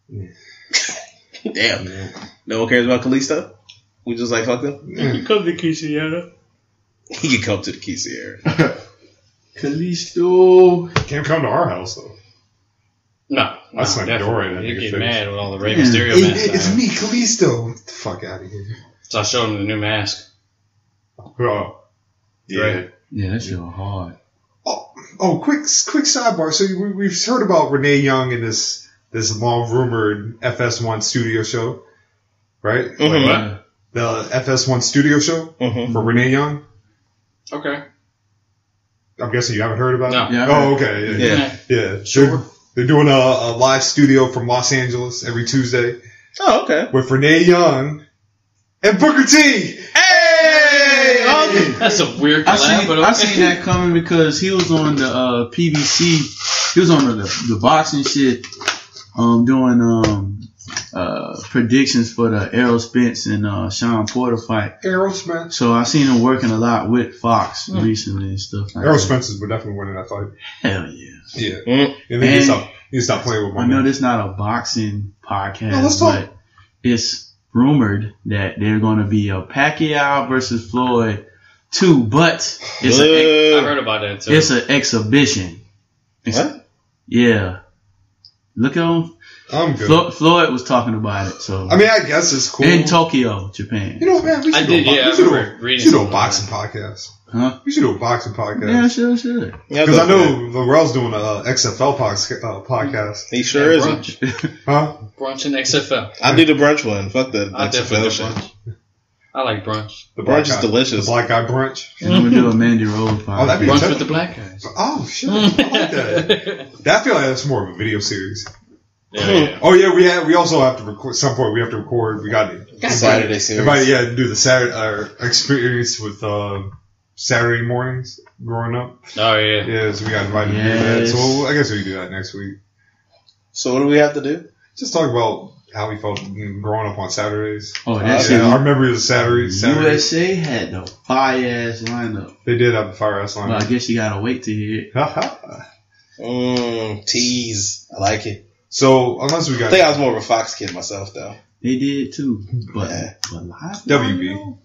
E: Damn. No one cares about Kalisto? We just like fuck them?
F: Come to Kisiana.
E: He can come to the Key Sierra.
D: Kalisto.
I: Can't come to our house though.
F: No,
I: That's
F: no,
I: like Dory, that
F: definitely. You
I: nigga
F: get
I: face.
F: mad with all the Rey
D: Yeah.
F: Mysterio
I: It-
F: masks.
I: it- it's
F: I have.
I: me, Kalisto. Get the fuck out of here.
F: So I showed him the new mask.
I: Oh. Yeah.
F: Right.
D: Yeah, that shit was hard.
I: Oh, oh, quick, quick sidebar. So we, we've heard about Renee Young and this this long rumored FS1 studio show, right?
D: Mm-hmm.
E: Mhm.
I: Like, the FS1 studio show
E: Mhm.
I: for Renee Young.
F: Okay.
I: I'm guessing you haven't heard about
F: No.
I: it.
D: Yeah.
I: Oh, okay. Yeah,
E: Yeah.
I: yeah. They're-
F: Sure.
I: They're doing a, a live studio from Los Angeles every Tuesday
E: Oh, okay.
I: with Renee Young and Booker T.
E: Hey! Oh,
F: That's a weird
D: I
F: collab,
D: seen,
F: but
D: I
F: okay.
D: seen that coming because he was on the uh, PBC. He was on the, the, boxing shit, um, doing um, uh, predictions for the Errol Spence and uh, Sean Porter fight.
I: Errol Spence.
D: So I seen him working a lot with Fox recently and stuff like
I: Errol
D: that.
I: Spence would definitely winning that fight.
D: Hell yeah!
I: Yeah.
E: Mm.
I: And then
D: And-
I: he stop, he stop playing with my
D: I know
I: man.
D: this not a boxing podcast,
I: No, let's talk.
D: but it's rumored that they're going to be a Pacquiao versus Floyd two, but it's a
F: I
E: Ugh.
F: heard about that too.
D: It's an exhibition. Ex-
E: What?
D: Yeah. Look at him.
I: I'm good.
D: Flo- Floyd was talking about it. So
I: I mean, I guess it's cool.
D: in Tokyo, Japan.
I: You know, man, we should
F: I
I: do
F: did,
I: a, bo-
F: yeah,
I: we should do,
F: I
I: a,
F: remember
I: we
F: reading
I: should do a
F: something
I: boxing podcast.
D: Huh?
I: We should do a boxing
D: Yeah,
I: podcast.
D: sure, sure.
E: Yeah,
I: Because I
E: that's
I: know Laurel's doing a uh, XFL pox, uh, podcast.
E: He sure is.
F: brunch,
I: Huh?
F: brunch and XFL.
E: I do the brunch one. Fuck the
F: I definitely
E: XFL
F: do
E: shit.
F: brunch. I like brunch.
I: The
E: Brunch is
I: guy-
E: delicious.
I: The black guy brunch.
D: And I'm gonna do a Mandy Rose podcast.
I: Oh, that'd be
F: Brunch
I: tough.
F: with the black guys.
I: Oh, shit.
F: Hmm.
I: I like that. that. I feel like that's more of a video series.
F: Yeah, yeah.
I: Oh, yeah, we have, we also have to record, some point we have to record, we got to.
E: Saturday series.
I: Everybody, yeah, do the Saturday, uh, experience with, um Saturday mornings. growing up.
F: Oh yeah.
I: Yeah, so we got invited to do that. So we'll- I guess we do that next week.
E: So what do we have to do?
I: Just talk about how we felt growing up on Saturdays.
D: Oh,
I: Yeah,
D: that shit.
I: I remember it was Saturdays. Saturdays.
D: USA had the fire ass lineup.
I: They did have the fire ass
D: Well, I
I: line.
D: guess you gotta wait to hear it.
E: Mm, tease. I like it.
I: so unless we
E: I
I: got
E: think I was more of a Fox kid myself though.
D: They did too, but
E: Yeah.
D: but live
I: WB.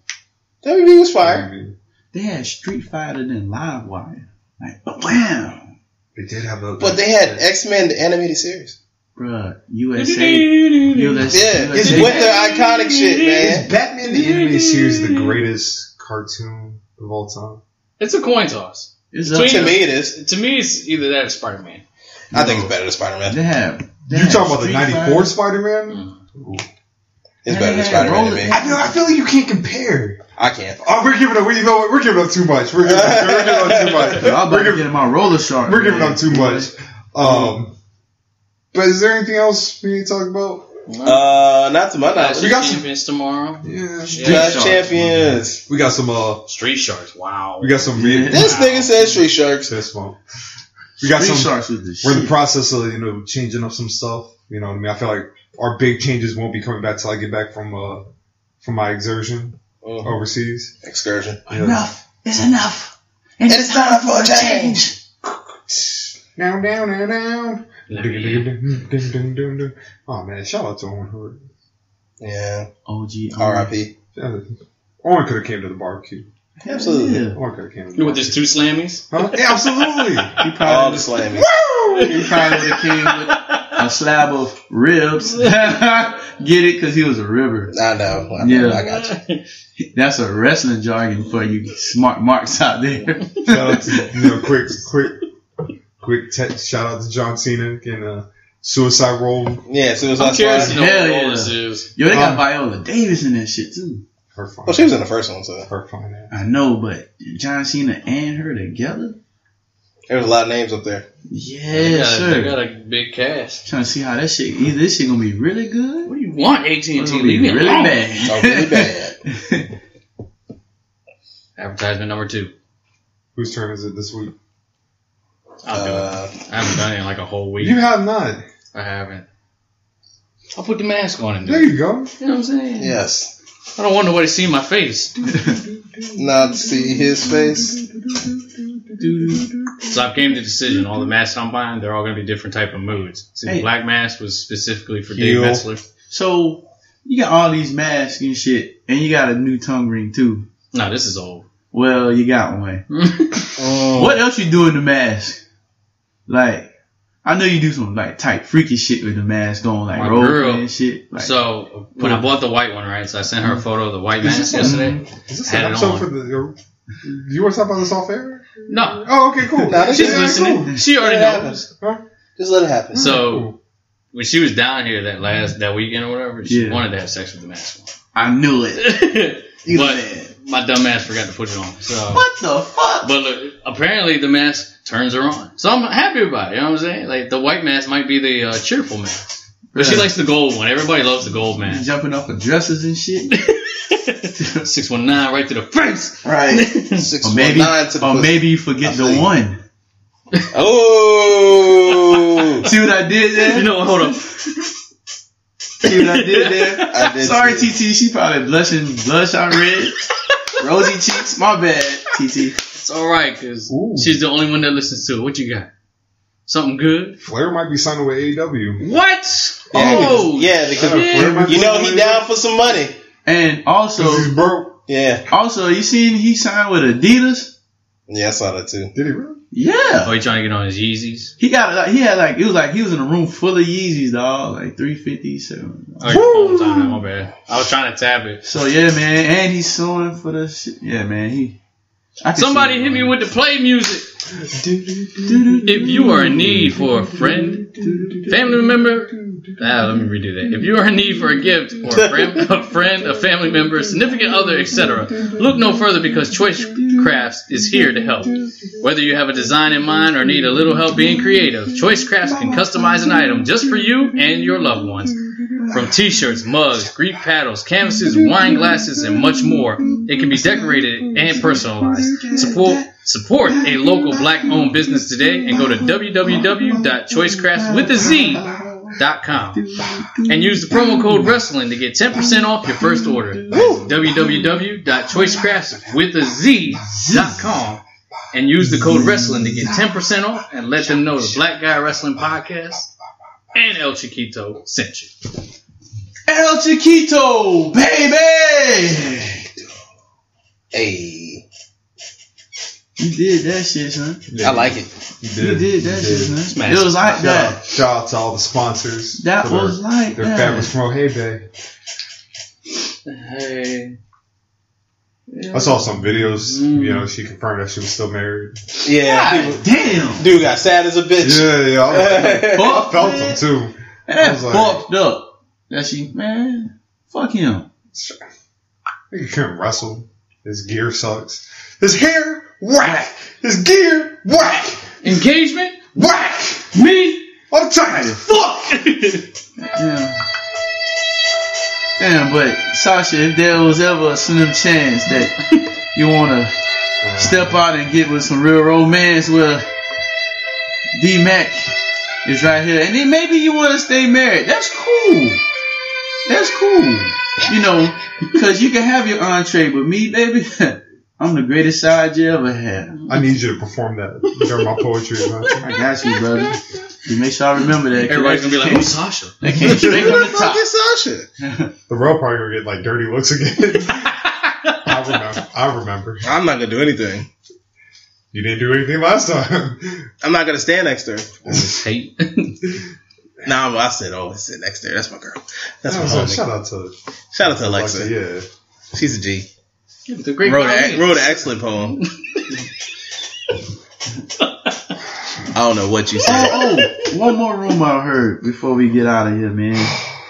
E: WB was fire.
D: They had Street Fighter than Live Wire. Like, wow,
I: They did have a
E: But they had X Men the animated series.
D: bruh, USA, USA,
E: Yeah, it's with their iconic shit, man.
I: Is Batman the anime series the greatest cartoon of all time?
F: It's a coin toss.
D: It's
F: Between
E: To
D: up
E: me, it is.
F: To me, it's either that or Spider Man.
E: I think it's better than Spider Man.
D: They have. They
I: You
D: have
I: talking about the
D: Street
I: '94
D: Fighter.
I: Spider Man?
E: It's better than
D: Yeah,
E: Spider Man to
D: roll it.
E: me.
I: I feel, I feel like you can't compare.
E: I can't.
I: Oh, we're giving up. We, you know what? We're giving up too much. We're giving, we're giving up too much.
D: Yo, I'm about
I: We're
D: to
I: giving,
D: get in my roller shark.
I: we're giving
D: man.
I: up too much. Um, but is there anything else we need to talk about?
E: Uh, not to my knowledge.
F: We
I: got
F: got
I: some-
F: champions tomorrow.
I: Yeah,
E: Clash
D: Sharks.
E: champions.
I: we got some. Uh,
F: Street Sharks. Wow.
I: we got some. re-
E: This nigga said Street Sharks.
I: This one. We got
D: Street
I: some.
D: sharks with the
I: We're in the
D: shit.
I: process of you know changing up some stuff. You know what I mean? I feel like our big changes won't be coming back till I get back from uh from my exertion
E: Oh,
I: overseas.
E: excursion.
D: enough is enough. And
E: it's time for a change.
I: Down, down, down, down.
F: Let me-
I: Oh man, shout out to Owen Hurt.
E: Yeah.
D: OG.
E: R.I.P.
I: Yeah, Owen could have came to the barbecue.
E: Absolutely.
D: Yeah.
I: Owen could have came. To the
F: You with this two slammies?
I: barbecue. Huh? Yeah, absolutely.
D: He
E: All
D: probably,
E: the slamming.
D: he probably would have came with a slab of ribs. Get it? Because he was a river.
E: I know. I know.
D: Yeah.
E: I got you.
D: That's a wrestling jargon for you smart marks out there.
I: shout out to you know, quick, quick, quick. Te- shout out to John Cena and uh, Suicide Roll.
E: Yeah, as soon as I
F: I'm curious to
E: saw
F: know
D: Hell
F: what
D: yeah.
F: all this is.
D: Yo, they got
I: Um,
D: Viola Davis in that shit too.
I: Her fine.
E: Well, Oh, she was in the first one, so
I: her fine. ass.
D: I know, but John Cena and her together?
E: there was a lot of names up there.
D: Yeah,
F: got,
D: sure.
F: They got a big cast.
D: Trying to see how that shit. Either this shit gonna be really good,
F: What do you want, AT and
D: it's
F: T?
D: gonna be
F: Leave me
D: really
F: alone.
D: bad.
E: Oh, really bad.
F: Advertisement number two.
I: Whose turn is it this week?
F: I'll do it.
E: Uh,
F: I haven't done it in like a whole week.
I: You have not.
F: I haven't. I'll put the mask on and do
I: There
F: it.
I: you go.
F: You know what I'm saying?
E: yes.
F: I don't want nobody seeing my face.
E: Not to see his face.
F: So I came to the decision. All the masks I'm buying, they're all going to be different type of moods. See,
D: Hey.
F: the black mask was specifically for
E: Heel.
F: Dave Metzler.
D: so you got all these masks and shit, and you got a new tongue ring too.
F: No, this is old.
D: Well, you got one.
F: Oh.
E: Mm.
D: What else you do in the mask? Like, I know you do some like type freaky shit with the mask on, like
F: My
D: role
F: girl.
D: playing shit. Like,
F: So when I bought the white one, right? So I sent her a photo of the white mask yesterday.
I: Is this
F: Had
I: an
F: it
I: episode
F: on.
I: for the? Do you want to talk about this off air?
F: No,
I: Oh, okay, cool.
E: Nah, this
F: she's
E: is
I: Yeah,
F: listening. She already
E: Yeah.
F: knows.
E: Just let it happen.
D: Hmm.
F: So when she was down here that last that weekend or whatever, she
D: Yeah.
F: wanted to have sex with the mask.
D: I knew it. You
F: but
D: said.
F: my dumb ass forgot to put it on. So,
D: What the fuck?
F: but look, apparently the mask turns her on. So I'm happy about it. You know what I'm saying? Like the white mask might be the uh, cheerful mask, but she
D: Yeah.
F: likes the gold one. Everybody loves the gold mask.
D: Jumping off of dresses and shit.
F: Six one nine right to the face.
E: right. Six
D: Or
E: foot
D: maybe,
E: nine to the
D: or
E: pussy.
D: maybe you forget
E: I
D: the
E: think.
D: one.
E: Oh,
D: See what I did there?
F: You know, what? hold on.
D: See what I did there?
E: I did
D: Sorry,
E: see
D: TT. She probably blushing, blush out red, rosy cheeks. My bad, TT.
F: It's all right because
I: Ooh.
F: she's the only one that listens to it. What you got? Something good?
I: Flair might be signing with E AEW.
F: What?
E: Yeah,
F: oh,
E: yeah, because
I: Flair might be
E: you know
I: signing
E: he
I: with
E: down for some money.
D: And
I: AEW.
D: also,
I: He's broke.
E: Yeah,
D: also, you seen he signed with Adidas?
E: yeah, I saw that too.
I: Did he really?
D: Yeah,
F: Oh, you trying to get on his Yeezys?
D: he got like he had like it was like he was in a room full of Yeezys, dog, like three fifty seven.
F: Oh, your phone time. My bad. I was trying to tap it.
D: So yeah, man, and he's suing for the shit. Yeah, man, he. I can
F: Somebody
D: see-
F: hit me with the play music. If you are in need for a friend, family member, ah, let me redo that. If you are in need for a gift or a friend, a, friend, a family member, significant other, etc., look no further because Choice Crafts is here to help. Whether you have a design in mind or need a little help being creative, Choice Crafts can customize an item just for you and your loved ones. From t-shirts, mugs, Greek paddles, canvases, wine glasses, and much more, it can be decorated and personalized. Support support a local black-owned business today and go to www.choicecraftwithaz.com and use the promo code wrestling to get 10% off your first order. www.choicecraftswithaz.com and use the code wrestling to get 10% off and let them know the Black Guy Wrestling Podcast and El Chiquito sent you.
D: El Chiquito, baby.
E: Hey,
D: You did that shit, son.
E: I like it.
D: You did that shit, son.
E: Smash.
D: It was like
I: Shout out,
D: that.
I: shout out to all the sponsors.
D: That
I: for their-
D: was like
I: their
D: that.
I: fabrics from Hey Bay.
F: Hey.
I: I saw some videos. You know, she confirmed that she was still married.
E: Yeah,
D: God damn.
E: dude got sad as a bitch.
I: Yeah, yeah. I,
D: Fuck,
I: felt
D: man.
I: them too. I
D: That
I: was like-
D: fucked up. That she, man, fuck him.
I: He couldn't wrestle. His gear sucks. His hair whack. His gear whack.
F: Engagement?
I: Whack.
F: Me?
I: I'm tired. Fuck.
D: Damn. Damn, but Sasha, if there was ever a slim chance that you want to step out and get with some real romance, well, D Mac is right here. And then maybe you want to stay married. That's cool. That's cool. You know, because you can have your entree, but me, baby, I'm the greatest side you ever had.
I: I need you to perform that during my poetry.
D: I
I: Man.
D: got you, brother. You make sure I remember that. 'cause
F: Everybody's gonna be like,
D: that
F: who's Sasha?
D: came- that came straight from the top.
E: Sasha.
I: The real probably gonna get like dirty looks again. I remember. I remember.
E: I'm not gonna do anything.
I: You didn't do anything last time.
E: I'm not gonna stand next to her.
F: Hate.
E: Nah, but I said always sit next to her. That's my girl. That's
I: I
E: my
I: was like,
E: homie.
I: shout out to
E: Shout out to Alexa.
I: Oh, Yeah.
E: She's a G.
F: the great
E: Wrote
F: Colleen.
E: an, wrote an excellent poem. I don't know what you said.
D: oh, oh, one more rumor I heard before we get out of here, man.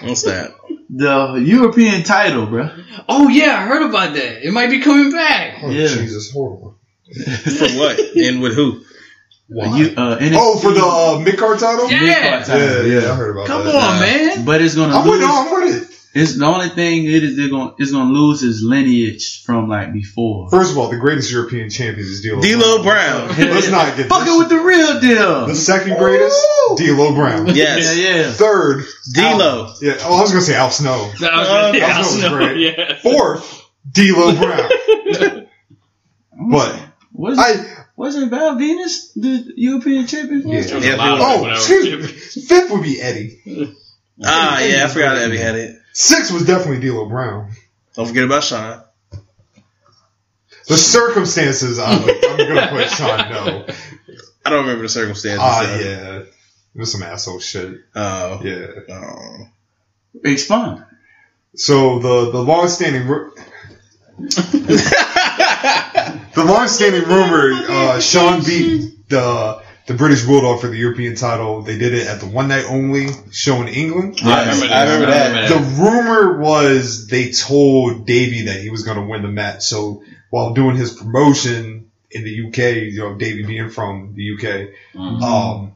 E: What's that?
D: The European title, bro.
F: Oh yeah, I heard about that. It might be coming back.
I: Oh,
D: Yeah.
I: Jesus, horrible.
E: For what? And with who?
D: You, uh, NXT
I: Oh, for the uh, mid card title.
F: Yeah.
D: mid-card
I: yeah,
D: title.
I: yeah, I heard about
F: Come
I: that.
F: on, man.
D: But it's gonna
I: I'm with,
D: lose.
I: it, I'm with it.
D: It's the only thing it is they're gonna it's gonna lose its lineage from like before.
I: First of all, the greatest European champion is D'Lo.
E: D'Lo Brown.
I: Let's not get
D: Fuck
I: this.
D: it with the real
I: The
D: deal.
I: second greatest, D'Lo Brown.
D: Yeah,
E: Yes.
D: yeah.
I: Third,
E: D'Lo.
I: yeah. Oh, I was gonna say Al Snow.
F: That was, uh,
I: that
F: yeah,
I: was
F: I know,
I: great.
F: yeah.
I: Fourth, D'Lo Brown. but
D: Was
I: I
D: wasn't Val Venus the European champion? for us?
I: Yeah.
E: Yeah,
F: Loud
E: D'Lo.
F: or
I: oh
F: whatever.
I: excuse me. Fifth would be Eddie.
E: Ah, yeah. I forgot that we had it.
I: Sixth was definitely D'Lo Brown.
E: Don't forget about Sean.
I: The circumstances, I'm, I'm gonna put Sean no.
E: I don't remember the circumstances.
I: Ah,
E: so-
I: yeah. It was some asshole shit.
E: Oh.
I: Yeah.
E: Oh.
D: Expand.
I: So the the long-standing ru- the long-standing rumor, uh, Sean beat the the British Bulldog for the European title. They did it at the one night only show in England.
F: I remember that. I remember that.
I: The rumor was they told Davey that he was going to win the match. So while doing his promotion in the UK, you know, Davey being from the UK, um,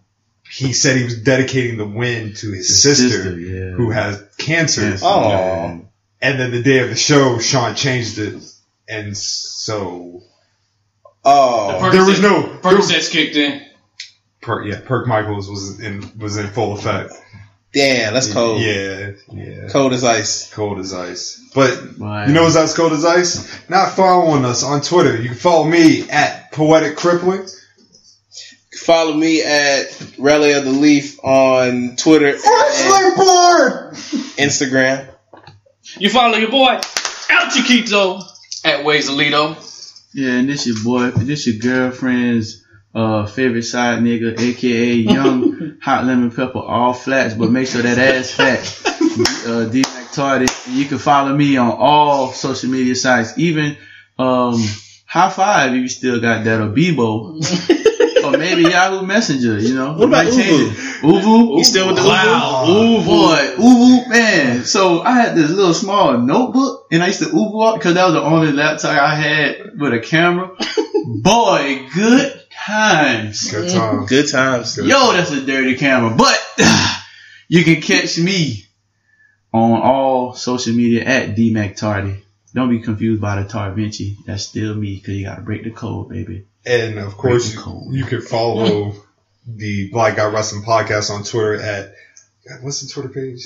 I: he said he was dedicating the win to his, sister,
D: yeah.
I: who has cancer.
D: Yes.
E: Oh.
I: And then the day of the show, Sean changed it, and so
E: Oh.
I: there was no there was-
F: Percocets kicked in.
I: Per, yeah, Perk Michaels was in was in full effect.
E: Damn, that's cold.
I: Yeah, yeah,
E: Cold as ice.
I: cold as ice. But
D: Wow.
I: you know what's as cold as ice? Not following us on Twitter. You can follow me at Poetic Crippling.
E: Follow me at Rally of the Leaf on Twitter and
I: Wrestling board.
E: Instagram.
F: You follow your boy, El Chiquito, at Waysalito.
D: Yeah, and this your boy, this your girlfriend's uh, favorite side nigga, aka young hot lemon pepper, all flats, but make sure that ass fat. Uh, D Mac Tardy. You can follow me on all social media sites, even um, High Five if you still got that, or Bebo, or maybe Yahoo Messenger. You know,
E: What about
D: Might change it. Uvu,
E: You still with the
F: Wow.
D: Ooh boy, ooh man. So I had this little small notebook, and I used to ooh walk because that was the only laptop I had with a camera. boy, good times.
I: Good time.
E: Good times.
D: Yo, that's a dirty camera, but you can catch me on all social media at DMACTardy. Don't be confused by the Tarvinci. That's still me because you got to break the code, baby.
I: And of course,
D: Breaking
I: you,
D: cold.
I: you can
F: Hmm.
I: follow the Black Guy Wrestling Podcast on Twitter at God, what's the Twitter page?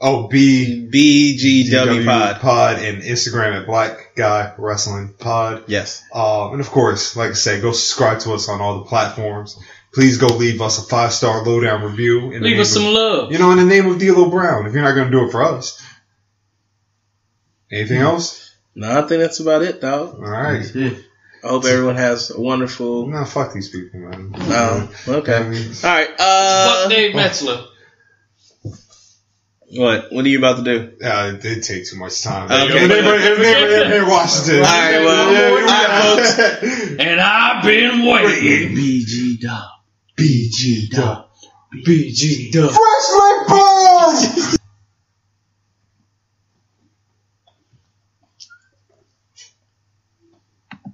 I: Oh, B
E: BGW Pod.
I: Pod and Instagram at Black Guy Wrestling Pod.
E: Yes.
I: Um, and of course, like I said, go subscribe to us on all the platforms. Please go leave us a five star lowdown review. in the
F: Leave
I: name
F: us some
I: of-
F: love.
I: You know, in the name of D'Lo Brown, if you're not going to do it for us.
E: Hmm.
I: Anything else?
E: No, I think that's about it, dog.
I: All right.
E: Hmm.
D: That's it.
E: I hope everyone has a wonderful.
I: No, fuck these people, man.
E: Um,
I: I
E: okay.
I: mean,
E: All right.
F: Fuck
E: Uh,
F: Dave Metzler.
E: what? What are you about to do?
I: uh, it did take too much time.
E: Okay.
I: Everybody, everybody, everybody watched it.
E: All right, well, all right, folks.
F: And I've been waiting.
D: BG Dub.
I: BG
D: Dub.
I: Wrestling balls!